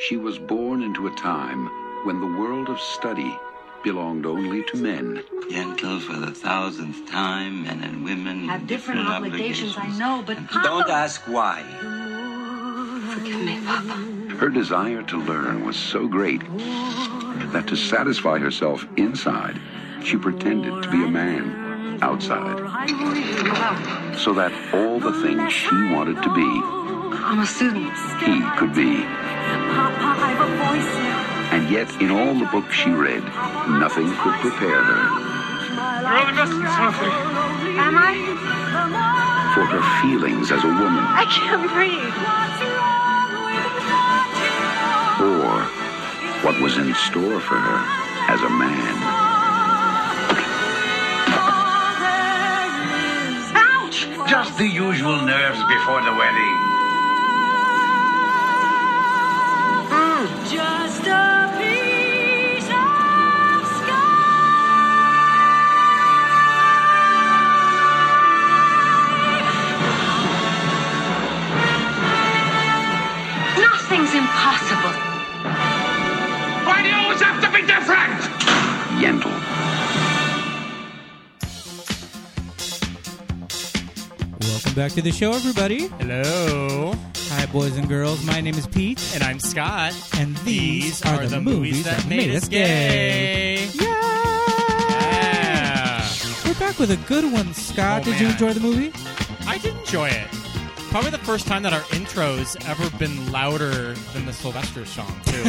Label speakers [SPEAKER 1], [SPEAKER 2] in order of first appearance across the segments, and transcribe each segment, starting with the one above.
[SPEAKER 1] She was born into a time when the world of study belonged only to men.
[SPEAKER 2] Gentles for the thousandth time, men and women
[SPEAKER 3] Have different obligations, I know, but
[SPEAKER 2] And
[SPEAKER 3] Papa-
[SPEAKER 2] Don't ask why.
[SPEAKER 1] Her desire to learn was so great that to satisfy herself inside, she pretended to be a man outside,
[SPEAKER 3] I worry about
[SPEAKER 1] so that all the things she wanted to be,
[SPEAKER 3] I'm a student.
[SPEAKER 1] he could be.
[SPEAKER 3] Papa, I have a voice now.
[SPEAKER 1] And yet, in all the books she read, nothing could prepare her,
[SPEAKER 4] You're really missing something.
[SPEAKER 3] Am I?
[SPEAKER 1] for her feelings as a woman
[SPEAKER 3] I can't breathe.
[SPEAKER 1] or what was in store for her as a man.
[SPEAKER 3] Ouch!
[SPEAKER 5] Just the usual nerves before the wedding.
[SPEAKER 3] Just a piece of sky. Nothing's impossible.
[SPEAKER 4] Why do you always have to be different?
[SPEAKER 1] Yentl.
[SPEAKER 6] Welcome back to the show, everybody.
[SPEAKER 7] Hello.
[SPEAKER 6] Hi, boys and girls. My name is Pete,
[SPEAKER 7] And I'm Scott.
[SPEAKER 6] and these, are, the, movies that, made us gay. Yeah!
[SPEAKER 7] Yeah.
[SPEAKER 6] We're back with a good one, Scott.
[SPEAKER 7] Oh,
[SPEAKER 6] Did you
[SPEAKER 7] man.
[SPEAKER 6] enjoy the movie?
[SPEAKER 7] I did enjoy it. Probably the first time that our intro's ever been louder than the Sylvester song, too.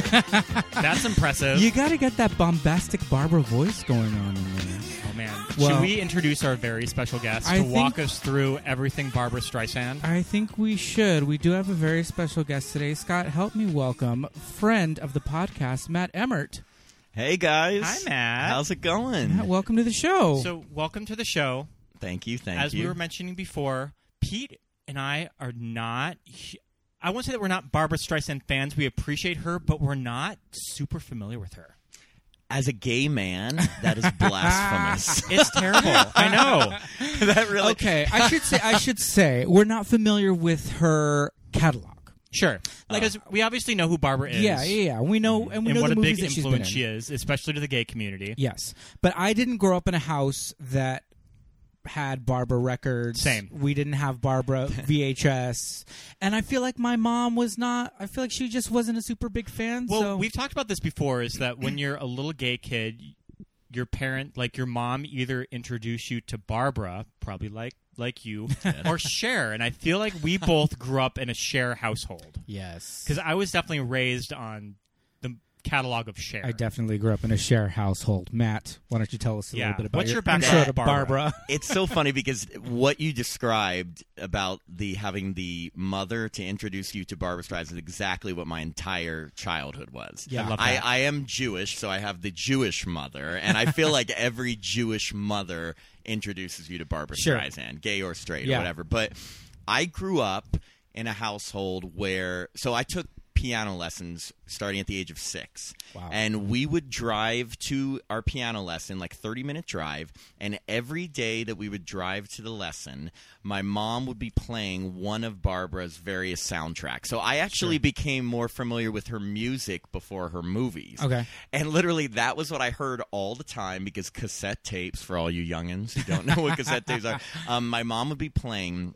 [SPEAKER 7] That's impressive.
[SPEAKER 6] You got to get that bombastic Barbara voice going on in there.
[SPEAKER 7] oh, man.
[SPEAKER 6] Well-
[SPEAKER 7] Should we introduce our very special guest
[SPEAKER 6] I
[SPEAKER 7] to
[SPEAKER 6] think-
[SPEAKER 7] walk us through everything Barbara Streisand?
[SPEAKER 6] I think we should. We do have a very special guest today. Scott, help me welcome friend of the podcast, Matt Emmert.
[SPEAKER 8] Hey guys.
[SPEAKER 7] Hi, Matt.
[SPEAKER 8] How's it going?
[SPEAKER 6] Matt, welcome to the show.
[SPEAKER 7] So, welcome to the show.
[SPEAKER 8] thank you. Thank
[SPEAKER 7] As
[SPEAKER 8] you.
[SPEAKER 7] we were mentioning before, Pete and I are not. hu- I won't say that we're not Barbara Streisand fans. We appreciate her, but we're not super familiar with her.
[SPEAKER 8] As a gay man, that is blasphemous.
[SPEAKER 7] It's terrible. I know.
[SPEAKER 8] that really.
[SPEAKER 6] okay, I should say I should say we're not familiar with her catalog.
[SPEAKER 7] Sure, because we obviously know who Barbara is.
[SPEAKER 6] Uh, Yeah, yeah, yeah. We know and we
[SPEAKER 7] and
[SPEAKER 6] know
[SPEAKER 7] what
[SPEAKER 6] the
[SPEAKER 7] a
[SPEAKER 6] movies
[SPEAKER 7] big
[SPEAKER 6] that she's been
[SPEAKER 7] influence
[SPEAKER 6] in.
[SPEAKER 7] she is, especially to the gay community.
[SPEAKER 6] Yes, but I didn't grow up in a house that had Barbara records.
[SPEAKER 7] Same.
[SPEAKER 6] We didn't have Barbara VHS, and I feel like my mom was not. I feel like she just wasn't a super big fan.
[SPEAKER 7] Well,
[SPEAKER 6] so
[SPEAKER 7] we've talked about this before. Is that when you're a little gay kid, your parent, like your mom, either introduced you to Barbara, probably like like you, or Cher. And I feel like we both grew up in a Cher household
[SPEAKER 6] yes,
[SPEAKER 7] because I was definitely raised on the catalog of Cher.
[SPEAKER 6] I definitely grew up in a share household. Matt, why don't you tell us a
[SPEAKER 7] Yeah.
[SPEAKER 6] little bit about
[SPEAKER 7] What's your
[SPEAKER 6] intro
[SPEAKER 7] background
[SPEAKER 6] to
[SPEAKER 7] to Barbara?
[SPEAKER 6] Barbara?
[SPEAKER 8] It's so funny because what you described about the having the mother to introduce you to Barbara Streisand is exactly what my entire childhood was.
[SPEAKER 6] Yeah. I love
[SPEAKER 8] I,
[SPEAKER 7] that.
[SPEAKER 8] I am Jewish, so I have the Jewish mother, and I feel like every Jewish mother introduces you to Barbara
[SPEAKER 6] Sure.
[SPEAKER 8] Streisand, gay or straight
[SPEAKER 6] Yeah.
[SPEAKER 8] or whatever. But I grew up in a household where, so I took piano lessons starting at the age of six.
[SPEAKER 6] Wow.
[SPEAKER 8] And we would drive to our piano lesson, like 30 minute drive. And every day that we would drive to the lesson, my mom would be playing one of Barbara's various soundtracks. So I actually became more familiar with her music before her movies.
[SPEAKER 6] Okay.
[SPEAKER 8] And literally, that was what I heard all the time because cassette tapes, for all you youngins who don't know what cassette tapes are, um, my mom would be playing.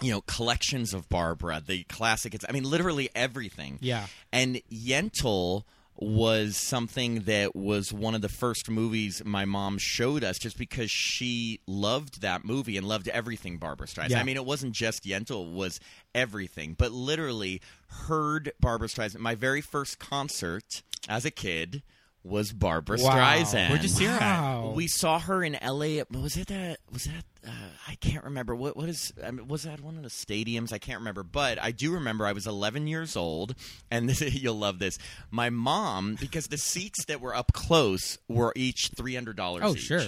[SPEAKER 8] You know, collections of Barbara, the classic. It's, I mean, literally everything.
[SPEAKER 6] Yeah.
[SPEAKER 8] And Yentl was something that was one of the first movies my mom showed us just because she loved that movie and loved everything Barbara Streisand.
[SPEAKER 6] Yeah.
[SPEAKER 8] I mean, it wasn't just Yentl, it was everything. But literally heard Barbara Streisand. My very first concert as a kid was Barbara
[SPEAKER 6] Wow.
[SPEAKER 8] Streisand.
[SPEAKER 7] Where'd you see her at?
[SPEAKER 6] Wow.
[SPEAKER 8] We saw her in L.A. at- Was it that? Was that? Uh, I can't remember. What? What is? I mean, was that one of the stadiums? I can't remember. But I do remember. I was 11 years old, and this, you'll love this. My mom, because the seats that were up close were each three hundred dollars.
[SPEAKER 6] Oh,
[SPEAKER 8] each.
[SPEAKER 6] sure.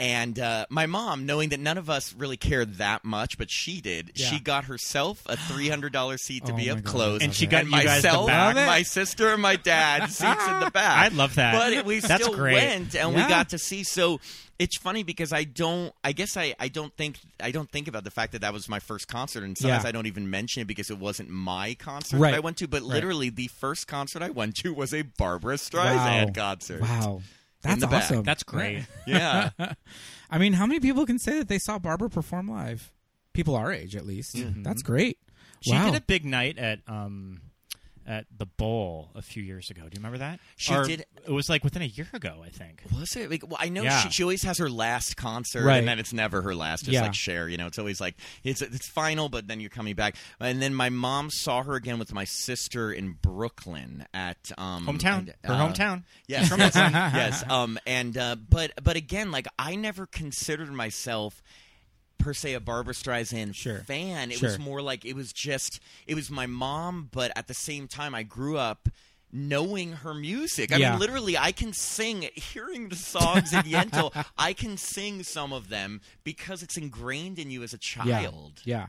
[SPEAKER 8] And uh, my mom, knowing that none of us really cared that much, but she did,
[SPEAKER 6] Yeah.
[SPEAKER 8] she got herself a three hundred dollars seat to
[SPEAKER 6] Oh
[SPEAKER 8] be
[SPEAKER 6] my
[SPEAKER 8] up
[SPEAKER 6] God,
[SPEAKER 8] close,
[SPEAKER 7] And she got you guys the
[SPEAKER 8] myself,
[SPEAKER 7] back. Love it.
[SPEAKER 8] my sister, and my dad seats in the back.
[SPEAKER 7] I love that.
[SPEAKER 8] But we
[SPEAKER 7] That's
[SPEAKER 8] still
[SPEAKER 7] great.
[SPEAKER 8] went, and
[SPEAKER 6] Yeah.
[SPEAKER 8] we got to see. So it's funny because I don't. I guess I, I don't think I don't think about the fact that that was my first concert, and sometimes
[SPEAKER 6] Yeah.
[SPEAKER 8] I don't even mention it because it wasn't my concert
[SPEAKER 6] Right.
[SPEAKER 8] that I went to. But literally, the first concert I went to was a Barbara Streisand
[SPEAKER 6] Wow.
[SPEAKER 8] concert.
[SPEAKER 6] Wow.
[SPEAKER 8] In
[SPEAKER 6] That's
[SPEAKER 8] the back.
[SPEAKER 6] awesome.
[SPEAKER 7] That's great.
[SPEAKER 8] Yeah.
[SPEAKER 6] I mean, how many people can say that they saw Barbara perform live? People our age, at least. That's great.
[SPEAKER 7] Mm-hmm. She
[SPEAKER 6] wow.
[SPEAKER 7] did a big night at um at the bowl a few years ago. Do you remember that?
[SPEAKER 8] She
[SPEAKER 7] Or
[SPEAKER 8] did-
[SPEAKER 7] It was like within a year ago, I think.
[SPEAKER 8] Was it? Like, well, I know
[SPEAKER 7] Yeah.
[SPEAKER 8] she, she always has her last concert,
[SPEAKER 6] Right.
[SPEAKER 8] and then it's never her last. Just
[SPEAKER 6] Yeah.
[SPEAKER 8] like Cher, you know, it's always like it's it's final, but then you're coming back. And then my mom saw her again with my sister in Brooklyn at um,
[SPEAKER 7] Hometown.
[SPEAKER 8] and,
[SPEAKER 7] Her
[SPEAKER 8] uh,
[SPEAKER 7] hometown.
[SPEAKER 8] Yes, yes. Um, and uh, but but again, like I never considered myself per se a Barbara Streisand
[SPEAKER 6] Sure.
[SPEAKER 8] fan. It
[SPEAKER 6] Sure.
[SPEAKER 8] was more like it was just it was my mom, but at the same time, I grew up knowing her music. I
[SPEAKER 6] Yeah.
[SPEAKER 8] mean, literally, I can sing. Hearing the songs in Yentl, I can sing some of them because it's ingrained in you as a
[SPEAKER 6] yeah.
[SPEAKER 8] child.
[SPEAKER 6] Yeah.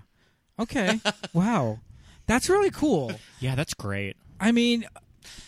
[SPEAKER 6] Okay. wow. That's really cool.
[SPEAKER 7] Yeah, that's great.
[SPEAKER 6] I mean,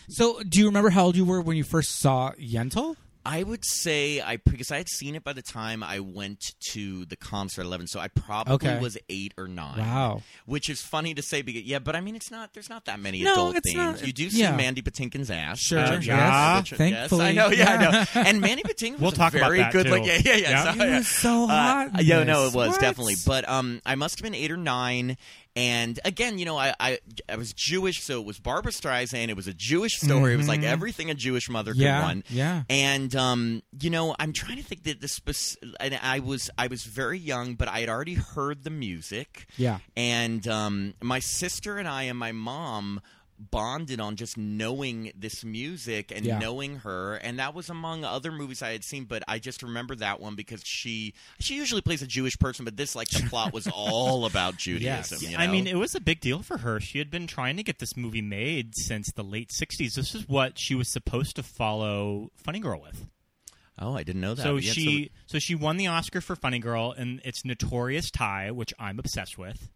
[SPEAKER 6] so do you remember how old you were when you first saw Yentl?
[SPEAKER 8] I would say I because I had seen it by the time I went to the concert at eleven, so I probably
[SPEAKER 6] Okay.
[SPEAKER 8] was eight or nine.
[SPEAKER 6] Wow.
[SPEAKER 8] which is funny to say because yeah, but I mean it's not there's not that many
[SPEAKER 6] No,
[SPEAKER 8] adult
[SPEAKER 6] it's
[SPEAKER 8] things.
[SPEAKER 6] not-
[SPEAKER 8] you do
[SPEAKER 6] yeah.
[SPEAKER 8] see Mandy Patinkin's ass. Uh,
[SPEAKER 6] Sure.
[SPEAKER 8] which I-
[SPEAKER 7] Yes.
[SPEAKER 8] yeah, which I-
[SPEAKER 6] Thankfully.
[SPEAKER 8] yes, I know. Yeah,
[SPEAKER 6] Yeah.
[SPEAKER 8] I know. And Mandy Patinkin was
[SPEAKER 7] We'll
[SPEAKER 8] a
[SPEAKER 7] talk about
[SPEAKER 8] very
[SPEAKER 7] that,
[SPEAKER 8] good.
[SPEAKER 7] too.
[SPEAKER 8] Like, yeah, yeah, yeah.
[SPEAKER 7] Yeah?
[SPEAKER 8] so-
[SPEAKER 6] It was so hot.
[SPEAKER 8] uh,
[SPEAKER 6] in
[SPEAKER 8] yeah, no,
[SPEAKER 6] this.
[SPEAKER 8] it was
[SPEAKER 6] What?
[SPEAKER 8] definitely. But um, I must have been eight or nine. And again, you know, I, I I was Jewish, so it was Barbara Streisand. It was a Jewish story. It was like everything a Jewish mother
[SPEAKER 6] Mm-hmm. Yeah,
[SPEAKER 8] could want.
[SPEAKER 7] Mm.
[SPEAKER 6] yeah.
[SPEAKER 8] And um, you know, I'm trying to think that the spec- and I was I was very young, but I had already heard the music.
[SPEAKER 6] Yeah.
[SPEAKER 8] And um, my sister and I and my mom bonded on just knowing this music and
[SPEAKER 6] Yeah.
[SPEAKER 8] knowing her and that was among other movies I had seen but I just remember that one because she she usually plays a Jewish person but this like the plot was all about Judaism you
[SPEAKER 7] I
[SPEAKER 8] know?
[SPEAKER 7] mean, it was a big deal for her. She had been trying to get this movie made since the late 60s. This is what she was supposed to follow Funny Girl with.
[SPEAKER 8] oh I didn't know that
[SPEAKER 7] So
[SPEAKER 8] Yeah,
[SPEAKER 7] she so she won the Oscar for Funny Girl and its notorious tie, which I'm obsessed with.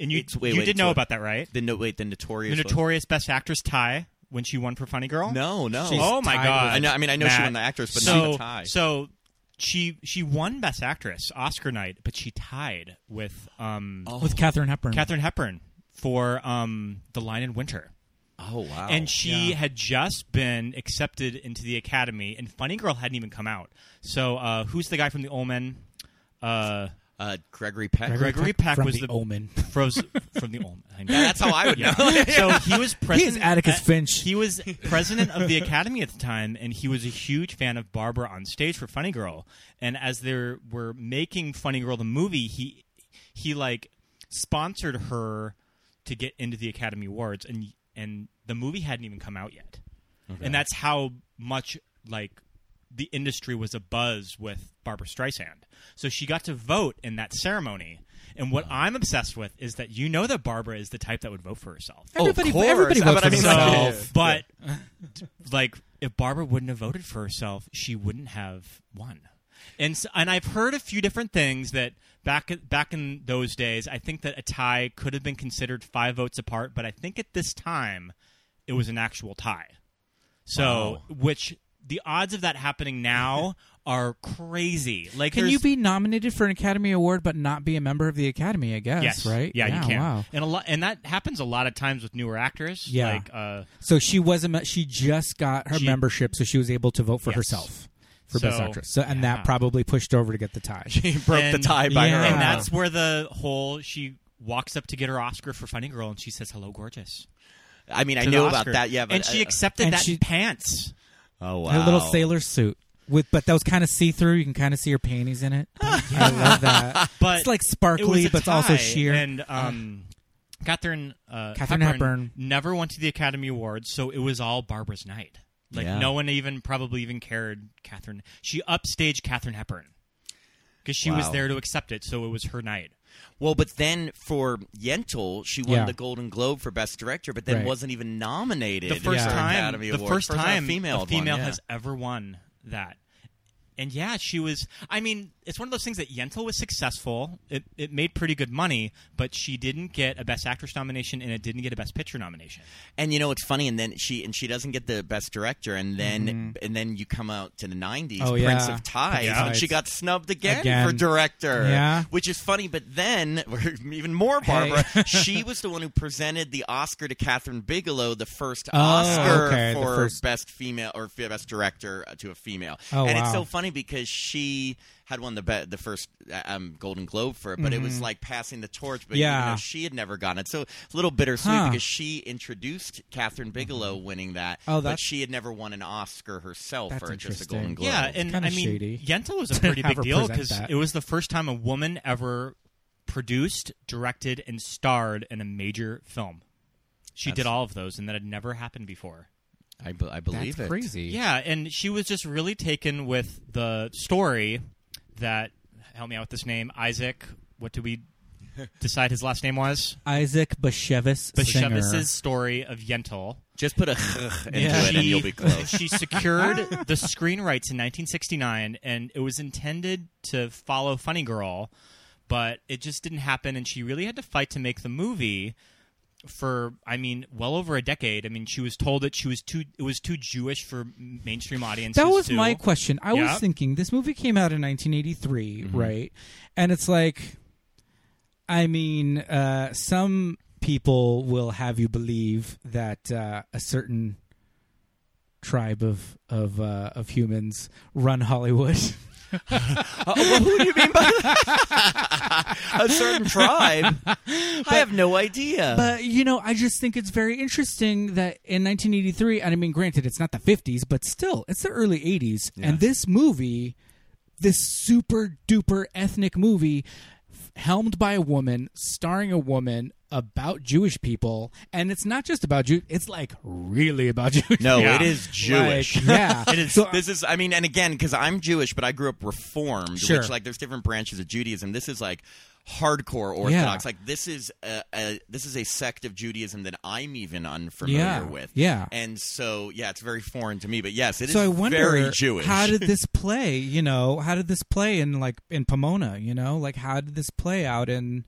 [SPEAKER 7] And you
[SPEAKER 8] It's- wait,
[SPEAKER 7] you
[SPEAKER 8] wait,
[SPEAKER 7] did
[SPEAKER 8] it's
[SPEAKER 7] know
[SPEAKER 8] what?
[SPEAKER 7] about that, right?
[SPEAKER 8] the no wait the
[SPEAKER 7] The
[SPEAKER 8] notorious
[SPEAKER 7] notorious best actress tie when she won for Funny Girl?
[SPEAKER 8] no no
[SPEAKER 7] oh my
[SPEAKER 6] tied
[SPEAKER 7] god!
[SPEAKER 6] with-
[SPEAKER 8] I know- I mean, I know she
[SPEAKER 7] Matt.
[SPEAKER 8] won the actress, but
[SPEAKER 7] so,
[SPEAKER 8] not the tie.
[SPEAKER 7] So she she won Best Actress Oscar night, but she tied with um
[SPEAKER 6] With
[SPEAKER 8] oh,
[SPEAKER 6] Catherine Hepburn.
[SPEAKER 7] Katherine Hepburn for um The Lion in Winter,
[SPEAKER 8] oh wow
[SPEAKER 7] and she had just been accepted into the Academy, and Funny Girl hadn't even come out. So uh, who's the guy from The Omen? Uh,
[SPEAKER 8] uh, Gregory Peck
[SPEAKER 7] Gregory Peck
[SPEAKER 6] from
[SPEAKER 7] was
[SPEAKER 6] The Omen.
[SPEAKER 7] froze from The Omen. I know.
[SPEAKER 8] that's how I would
[SPEAKER 7] Yeah.
[SPEAKER 8] know
[SPEAKER 7] so he was president.
[SPEAKER 6] Atticus
[SPEAKER 7] uh,
[SPEAKER 6] Finch.
[SPEAKER 7] He was president of the Academy at the time, and he was a huge fan of Barbara on stage for Funny Girl. And as they were making Funny Girl the movie, he he like sponsored her to get into the Academy Awards, and and the movie hadn't even come out yet, and that's how much like the industry was abuzz with Barbara Streisand. So she got to vote in that ceremony. And what I'm obsessed with is that you know that Barbara is the type that would vote for herself.
[SPEAKER 8] Oh, of
[SPEAKER 6] Everybody,
[SPEAKER 8] course.
[SPEAKER 6] everybody
[SPEAKER 8] But
[SPEAKER 6] votes
[SPEAKER 8] I mean,
[SPEAKER 6] for
[SPEAKER 8] like-
[SPEAKER 6] themselves.
[SPEAKER 7] So, but like, if Barbara wouldn't have voted for herself, she wouldn't have won. And s and I've heard a few different things that back back in those days, I think that a tie could have been considered five votes apart, but I think at this time it was an actual tie. So, which the odds of that happening now are crazy. Like,
[SPEAKER 6] Can
[SPEAKER 7] there's-
[SPEAKER 6] you be nominated for an Academy Award but not be a member of the Academy? I guess.
[SPEAKER 7] Yes,
[SPEAKER 6] Right.
[SPEAKER 7] Yeah, you can.
[SPEAKER 6] Wow.
[SPEAKER 7] And a lot, and that happens a lot of times with newer actors.
[SPEAKER 6] Yeah.
[SPEAKER 7] like uh,
[SPEAKER 6] So she was a. me- She just got her
[SPEAKER 7] She-
[SPEAKER 6] membership, so she was able to vote for
[SPEAKER 7] Yes.
[SPEAKER 6] herself for best
[SPEAKER 7] So-
[SPEAKER 6] actress. So and
[SPEAKER 7] yeah.
[SPEAKER 6] that probably pushed over to get the tie.
[SPEAKER 8] she broke
[SPEAKER 7] and-
[SPEAKER 8] the tie by
[SPEAKER 6] yeah.
[SPEAKER 8] her
[SPEAKER 6] Wow.
[SPEAKER 7] And
[SPEAKER 8] own.
[SPEAKER 7] that's where the whole she walks up to get her Oscar for Funny Girl, and she says, "Hello, gorgeous."
[SPEAKER 8] I mean I
[SPEAKER 7] to the
[SPEAKER 8] knew about
[SPEAKER 7] Oscar.
[SPEAKER 8] that yeah but
[SPEAKER 7] and she
[SPEAKER 8] uh,
[SPEAKER 7] accepted
[SPEAKER 6] And
[SPEAKER 7] that
[SPEAKER 6] she-
[SPEAKER 7] pants.
[SPEAKER 8] oh wow
[SPEAKER 6] Her little sailor suit with, but that was kind of see through. You can kind of see her panties in it. I love that.
[SPEAKER 7] But
[SPEAKER 6] It's like
[SPEAKER 7] it was
[SPEAKER 6] sparkly,
[SPEAKER 7] a
[SPEAKER 6] but it's also
[SPEAKER 7] tie,
[SPEAKER 6] sheer.
[SPEAKER 7] And um, Catherine, uh,
[SPEAKER 6] Katharine Hepburn.
[SPEAKER 7] never went to the Academy Awards, so it was all Barbara's night. Like
[SPEAKER 8] Yeah.
[SPEAKER 7] no one even probably even cared. Catherine, she upstaged Catherine Hepburn because she was
[SPEAKER 8] Wow.
[SPEAKER 7] there to accept it, so it was her night.
[SPEAKER 8] Well, but then for Yentl, she won
[SPEAKER 6] Yeah.
[SPEAKER 8] the Golden Globe for Best Director, but then
[SPEAKER 6] Right.
[SPEAKER 8] wasn't even nominated.
[SPEAKER 7] the first
[SPEAKER 8] for an
[SPEAKER 7] time
[SPEAKER 8] Academy
[SPEAKER 7] the
[SPEAKER 8] Award.
[SPEAKER 7] first time
[SPEAKER 8] female
[SPEAKER 7] a female
[SPEAKER 8] won, yeah.
[SPEAKER 7] has ever won that and yeah, she was. I mean, it's one of those things that Yentl was successful. It it made pretty good money, but she didn't get a Best Actress nomination, and it didn't get a Best Picture nomination.
[SPEAKER 8] And you know it's funny, and then she and she doesn't get the best director, and then and then you come out to the '90s,
[SPEAKER 6] Mm-hmm. Oh,
[SPEAKER 8] Prince
[SPEAKER 6] yeah.
[SPEAKER 8] of Tides,
[SPEAKER 6] Yeah.
[SPEAKER 8] and she got snubbed again,
[SPEAKER 6] Again.
[SPEAKER 8] for director,
[SPEAKER 6] Yeah.
[SPEAKER 8] which is funny. But then, even more Barbara, she was the one who presented the Oscar to Catherine Bigelow, the first
[SPEAKER 6] Oh,
[SPEAKER 8] Oscar
[SPEAKER 6] okay, the
[SPEAKER 8] for
[SPEAKER 6] first-
[SPEAKER 8] best female or fe- best director to a female,
[SPEAKER 6] Oh,
[SPEAKER 8] and
[SPEAKER 6] wow.
[SPEAKER 8] it's so funny because she. Had won the be- the first uh, um, Golden Globe for it, but it was like passing the torch. But even
[SPEAKER 6] Mm-hmm. Yeah.
[SPEAKER 8] though she had never gotten it, so it's a little bittersweet
[SPEAKER 6] Huh. Mm-hmm.
[SPEAKER 8] because she introduced Catherine Bigelow winning that,
[SPEAKER 6] Oh,
[SPEAKER 8] but
[SPEAKER 6] that's-
[SPEAKER 8] she had never won an Oscar herself
[SPEAKER 6] That's
[SPEAKER 8] or just a
[SPEAKER 6] interesting.
[SPEAKER 8] Golden Globe.
[SPEAKER 7] Yeah, and
[SPEAKER 6] kinda
[SPEAKER 7] I mean,
[SPEAKER 6] shady
[SPEAKER 7] Yentl was a pretty
[SPEAKER 6] have
[SPEAKER 7] big
[SPEAKER 6] her
[SPEAKER 7] deal
[SPEAKER 6] present
[SPEAKER 7] because
[SPEAKER 6] that.
[SPEAKER 7] it was the first time a woman ever produced, directed, and starred in a major film. She did
[SPEAKER 8] That's-
[SPEAKER 7] all of those, and that had never happened before.
[SPEAKER 8] I, be- I believe
[SPEAKER 6] That's
[SPEAKER 8] it.
[SPEAKER 6] crazy.
[SPEAKER 7] Yeah, and she was just really taken with the story that help me out with this name, Isaac. What did we decide his last name was?
[SPEAKER 6] Isaac Bashevis Singer.
[SPEAKER 7] Bashevis's story of Yentl.
[SPEAKER 8] Just put a into
[SPEAKER 6] Yeah.
[SPEAKER 8] it, and you'll be close.
[SPEAKER 7] she secured the screen rights in 1969, and it was intended to follow Funny Girl, but it just didn't happen, and she really had to fight to make the movie for I mean well over a decade I mean she was told that she was too it was too Jewish for mainstream audiences
[SPEAKER 6] That was
[SPEAKER 7] too.
[SPEAKER 6] my question. I
[SPEAKER 7] Yeah. Mm-hmm.
[SPEAKER 6] was thinking this movie came out in 1983, right? And it's like, I mean, uh, some people will have you believe that uh, a certain tribe of of uh, of humans run Hollywood. Uh,
[SPEAKER 8] who do you mean by a certain tribe? I have no idea.
[SPEAKER 6] But you know, I just think it's very interesting that in 1983, and I mean, granted, it's not the 50s, but still, it's the early 80s, and this movie, this super duper ethnic movie, f- helmed by a woman, starring a woman about Jewish people, and it's not just about Jew; it's like really about Jewish.
[SPEAKER 8] no,
[SPEAKER 7] Yeah.
[SPEAKER 8] it is Jewish.
[SPEAKER 6] Like, yeah,
[SPEAKER 8] It is, this is, I mean, and again, because I'm Jewish, but I grew up Reformed,
[SPEAKER 6] Sure.
[SPEAKER 8] which like there's different branches of Judaism. This is like hardcore Orthodox.
[SPEAKER 6] Yeah.
[SPEAKER 8] Like this is a, a this is a sect of Judaism that I'm even unfamiliar
[SPEAKER 6] Yeah.
[SPEAKER 8] with.
[SPEAKER 6] Yeah.
[SPEAKER 8] and so yeah, it's very foreign to me. But yes, it is
[SPEAKER 6] so I wonder
[SPEAKER 8] very Jewish.
[SPEAKER 6] how did this play? You know, how did this play in like in Pomona? You know, like how did this play out in?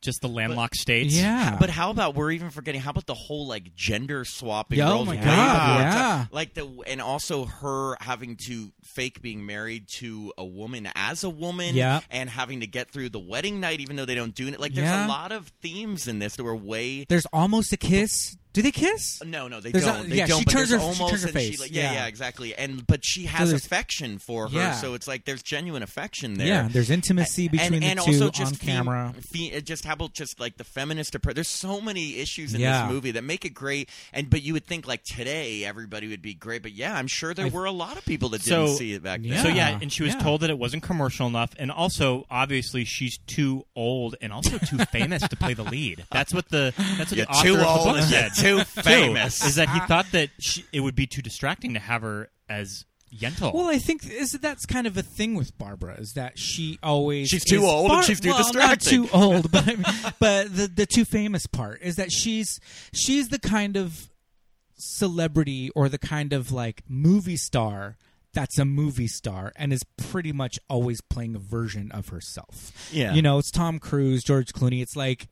[SPEAKER 7] just the landlocked states
[SPEAKER 6] Yeah,
[SPEAKER 8] But how about we're even forgetting? How about the whole like gender swapping?
[SPEAKER 6] Yeah, oh
[SPEAKER 8] roles
[SPEAKER 6] my
[SPEAKER 8] way
[SPEAKER 6] God,
[SPEAKER 8] before
[SPEAKER 6] yeah.
[SPEAKER 8] time? Like the and also her having to fake being married to a woman as a woman,
[SPEAKER 6] Yeah.
[SPEAKER 8] and having to get through the wedding night even though they don't do it. Like there's
[SPEAKER 6] Yeah.
[SPEAKER 8] a lot of themes in this that were way.
[SPEAKER 6] There's almost a kiss. Do they kiss?
[SPEAKER 8] No, no, they
[SPEAKER 6] There's
[SPEAKER 8] don't.
[SPEAKER 6] a-
[SPEAKER 8] they
[SPEAKER 6] yeah, she
[SPEAKER 8] don't. but
[SPEAKER 6] turns
[SPEAKER 8] there's
[SPEAKER 6] her- she
[SPEAKER 8] almost
[SPEAKER 6] turns her
[SPEAKER 8] and she,
[SPEAKER 6] face,
[SPEAKER 8] like, yeah,
[SPEAKER 6] yeah.
[SPEAKER 8] yeah, exactly. And but she has
[SPEAKER 6] there's-
[SPEAKER 8] affection for her,
[SPEAKER 6] Yeah.
[SPEAKER 8] so it's like there's genuine affection there.
[SPEAKER 6] Yeah, there's intimacy
[SPEAKER 8] and,
[SPEAKER 6] between the
[SPEAKER 8] and
[SPEAKER 6] two
[SPEAKER 8] also just
[SPEAKER 6] on
[SPEAKER 8] fe-
[SPEAKER 6] camera.
[SPEAKER 8] fe- uh, just how about just like the feminist approach? There's so many issues in
[SPEAKER 6] Yeah.
[SPEAKER 8] this movie that make it great. And but you would think like today everybody would be great, but yeah, I'm sure there were a lot of people that
[SPEAKER 7] So-
[SPEAKER 8] didn't see it back then.
[SPEAKER 6] Yeah.
[SPEAKER 7] So yeah, and she was
[SPEAKER 6] Yeah.
[SPEAKER 7] told that it wasn't commercial enough, and also obviously she's too old and also too famous to play the lead. That's what the that's what
[SPEAKER 8] You're
[SPEAKER 7] the author
[SPEAKER 8] too
[SPEAKER 7] of the
[SPEAKER 8] old
[SPEAKER 7] book
[SPEAKER 8] and
[SPEAKER 7] said.
[SPEAKER 8] you're too
[SPEAKER 7] Too,
[SPEAKER 8] famous.
[SPEAKER 7] is that he thought that she, it would be too distracting to have her as Yentl.
[SPEAKER 6] Well, I think is that's kind of a thing with Barbara is that she always
[SPEAKER 8] She's too
[SPEAKER 6] is
[SPEAKER 8] old and
[SPEAKER 6] far-
[SPEAKER 8] she's too
[SPEAKER 6] well,
[SPEAKER 8] distracting.
[SPEAKER 6] Not too old, but I mean, but the the too famous part is that she's she's the kind of celebrity or the kind of like movie star that's a movie star and is pretty much always playing a version of herself.
[SPEAKER 8] Yeah.
[SPEAKER 6] you know, it's Tom Cruise, George Clooney. It's like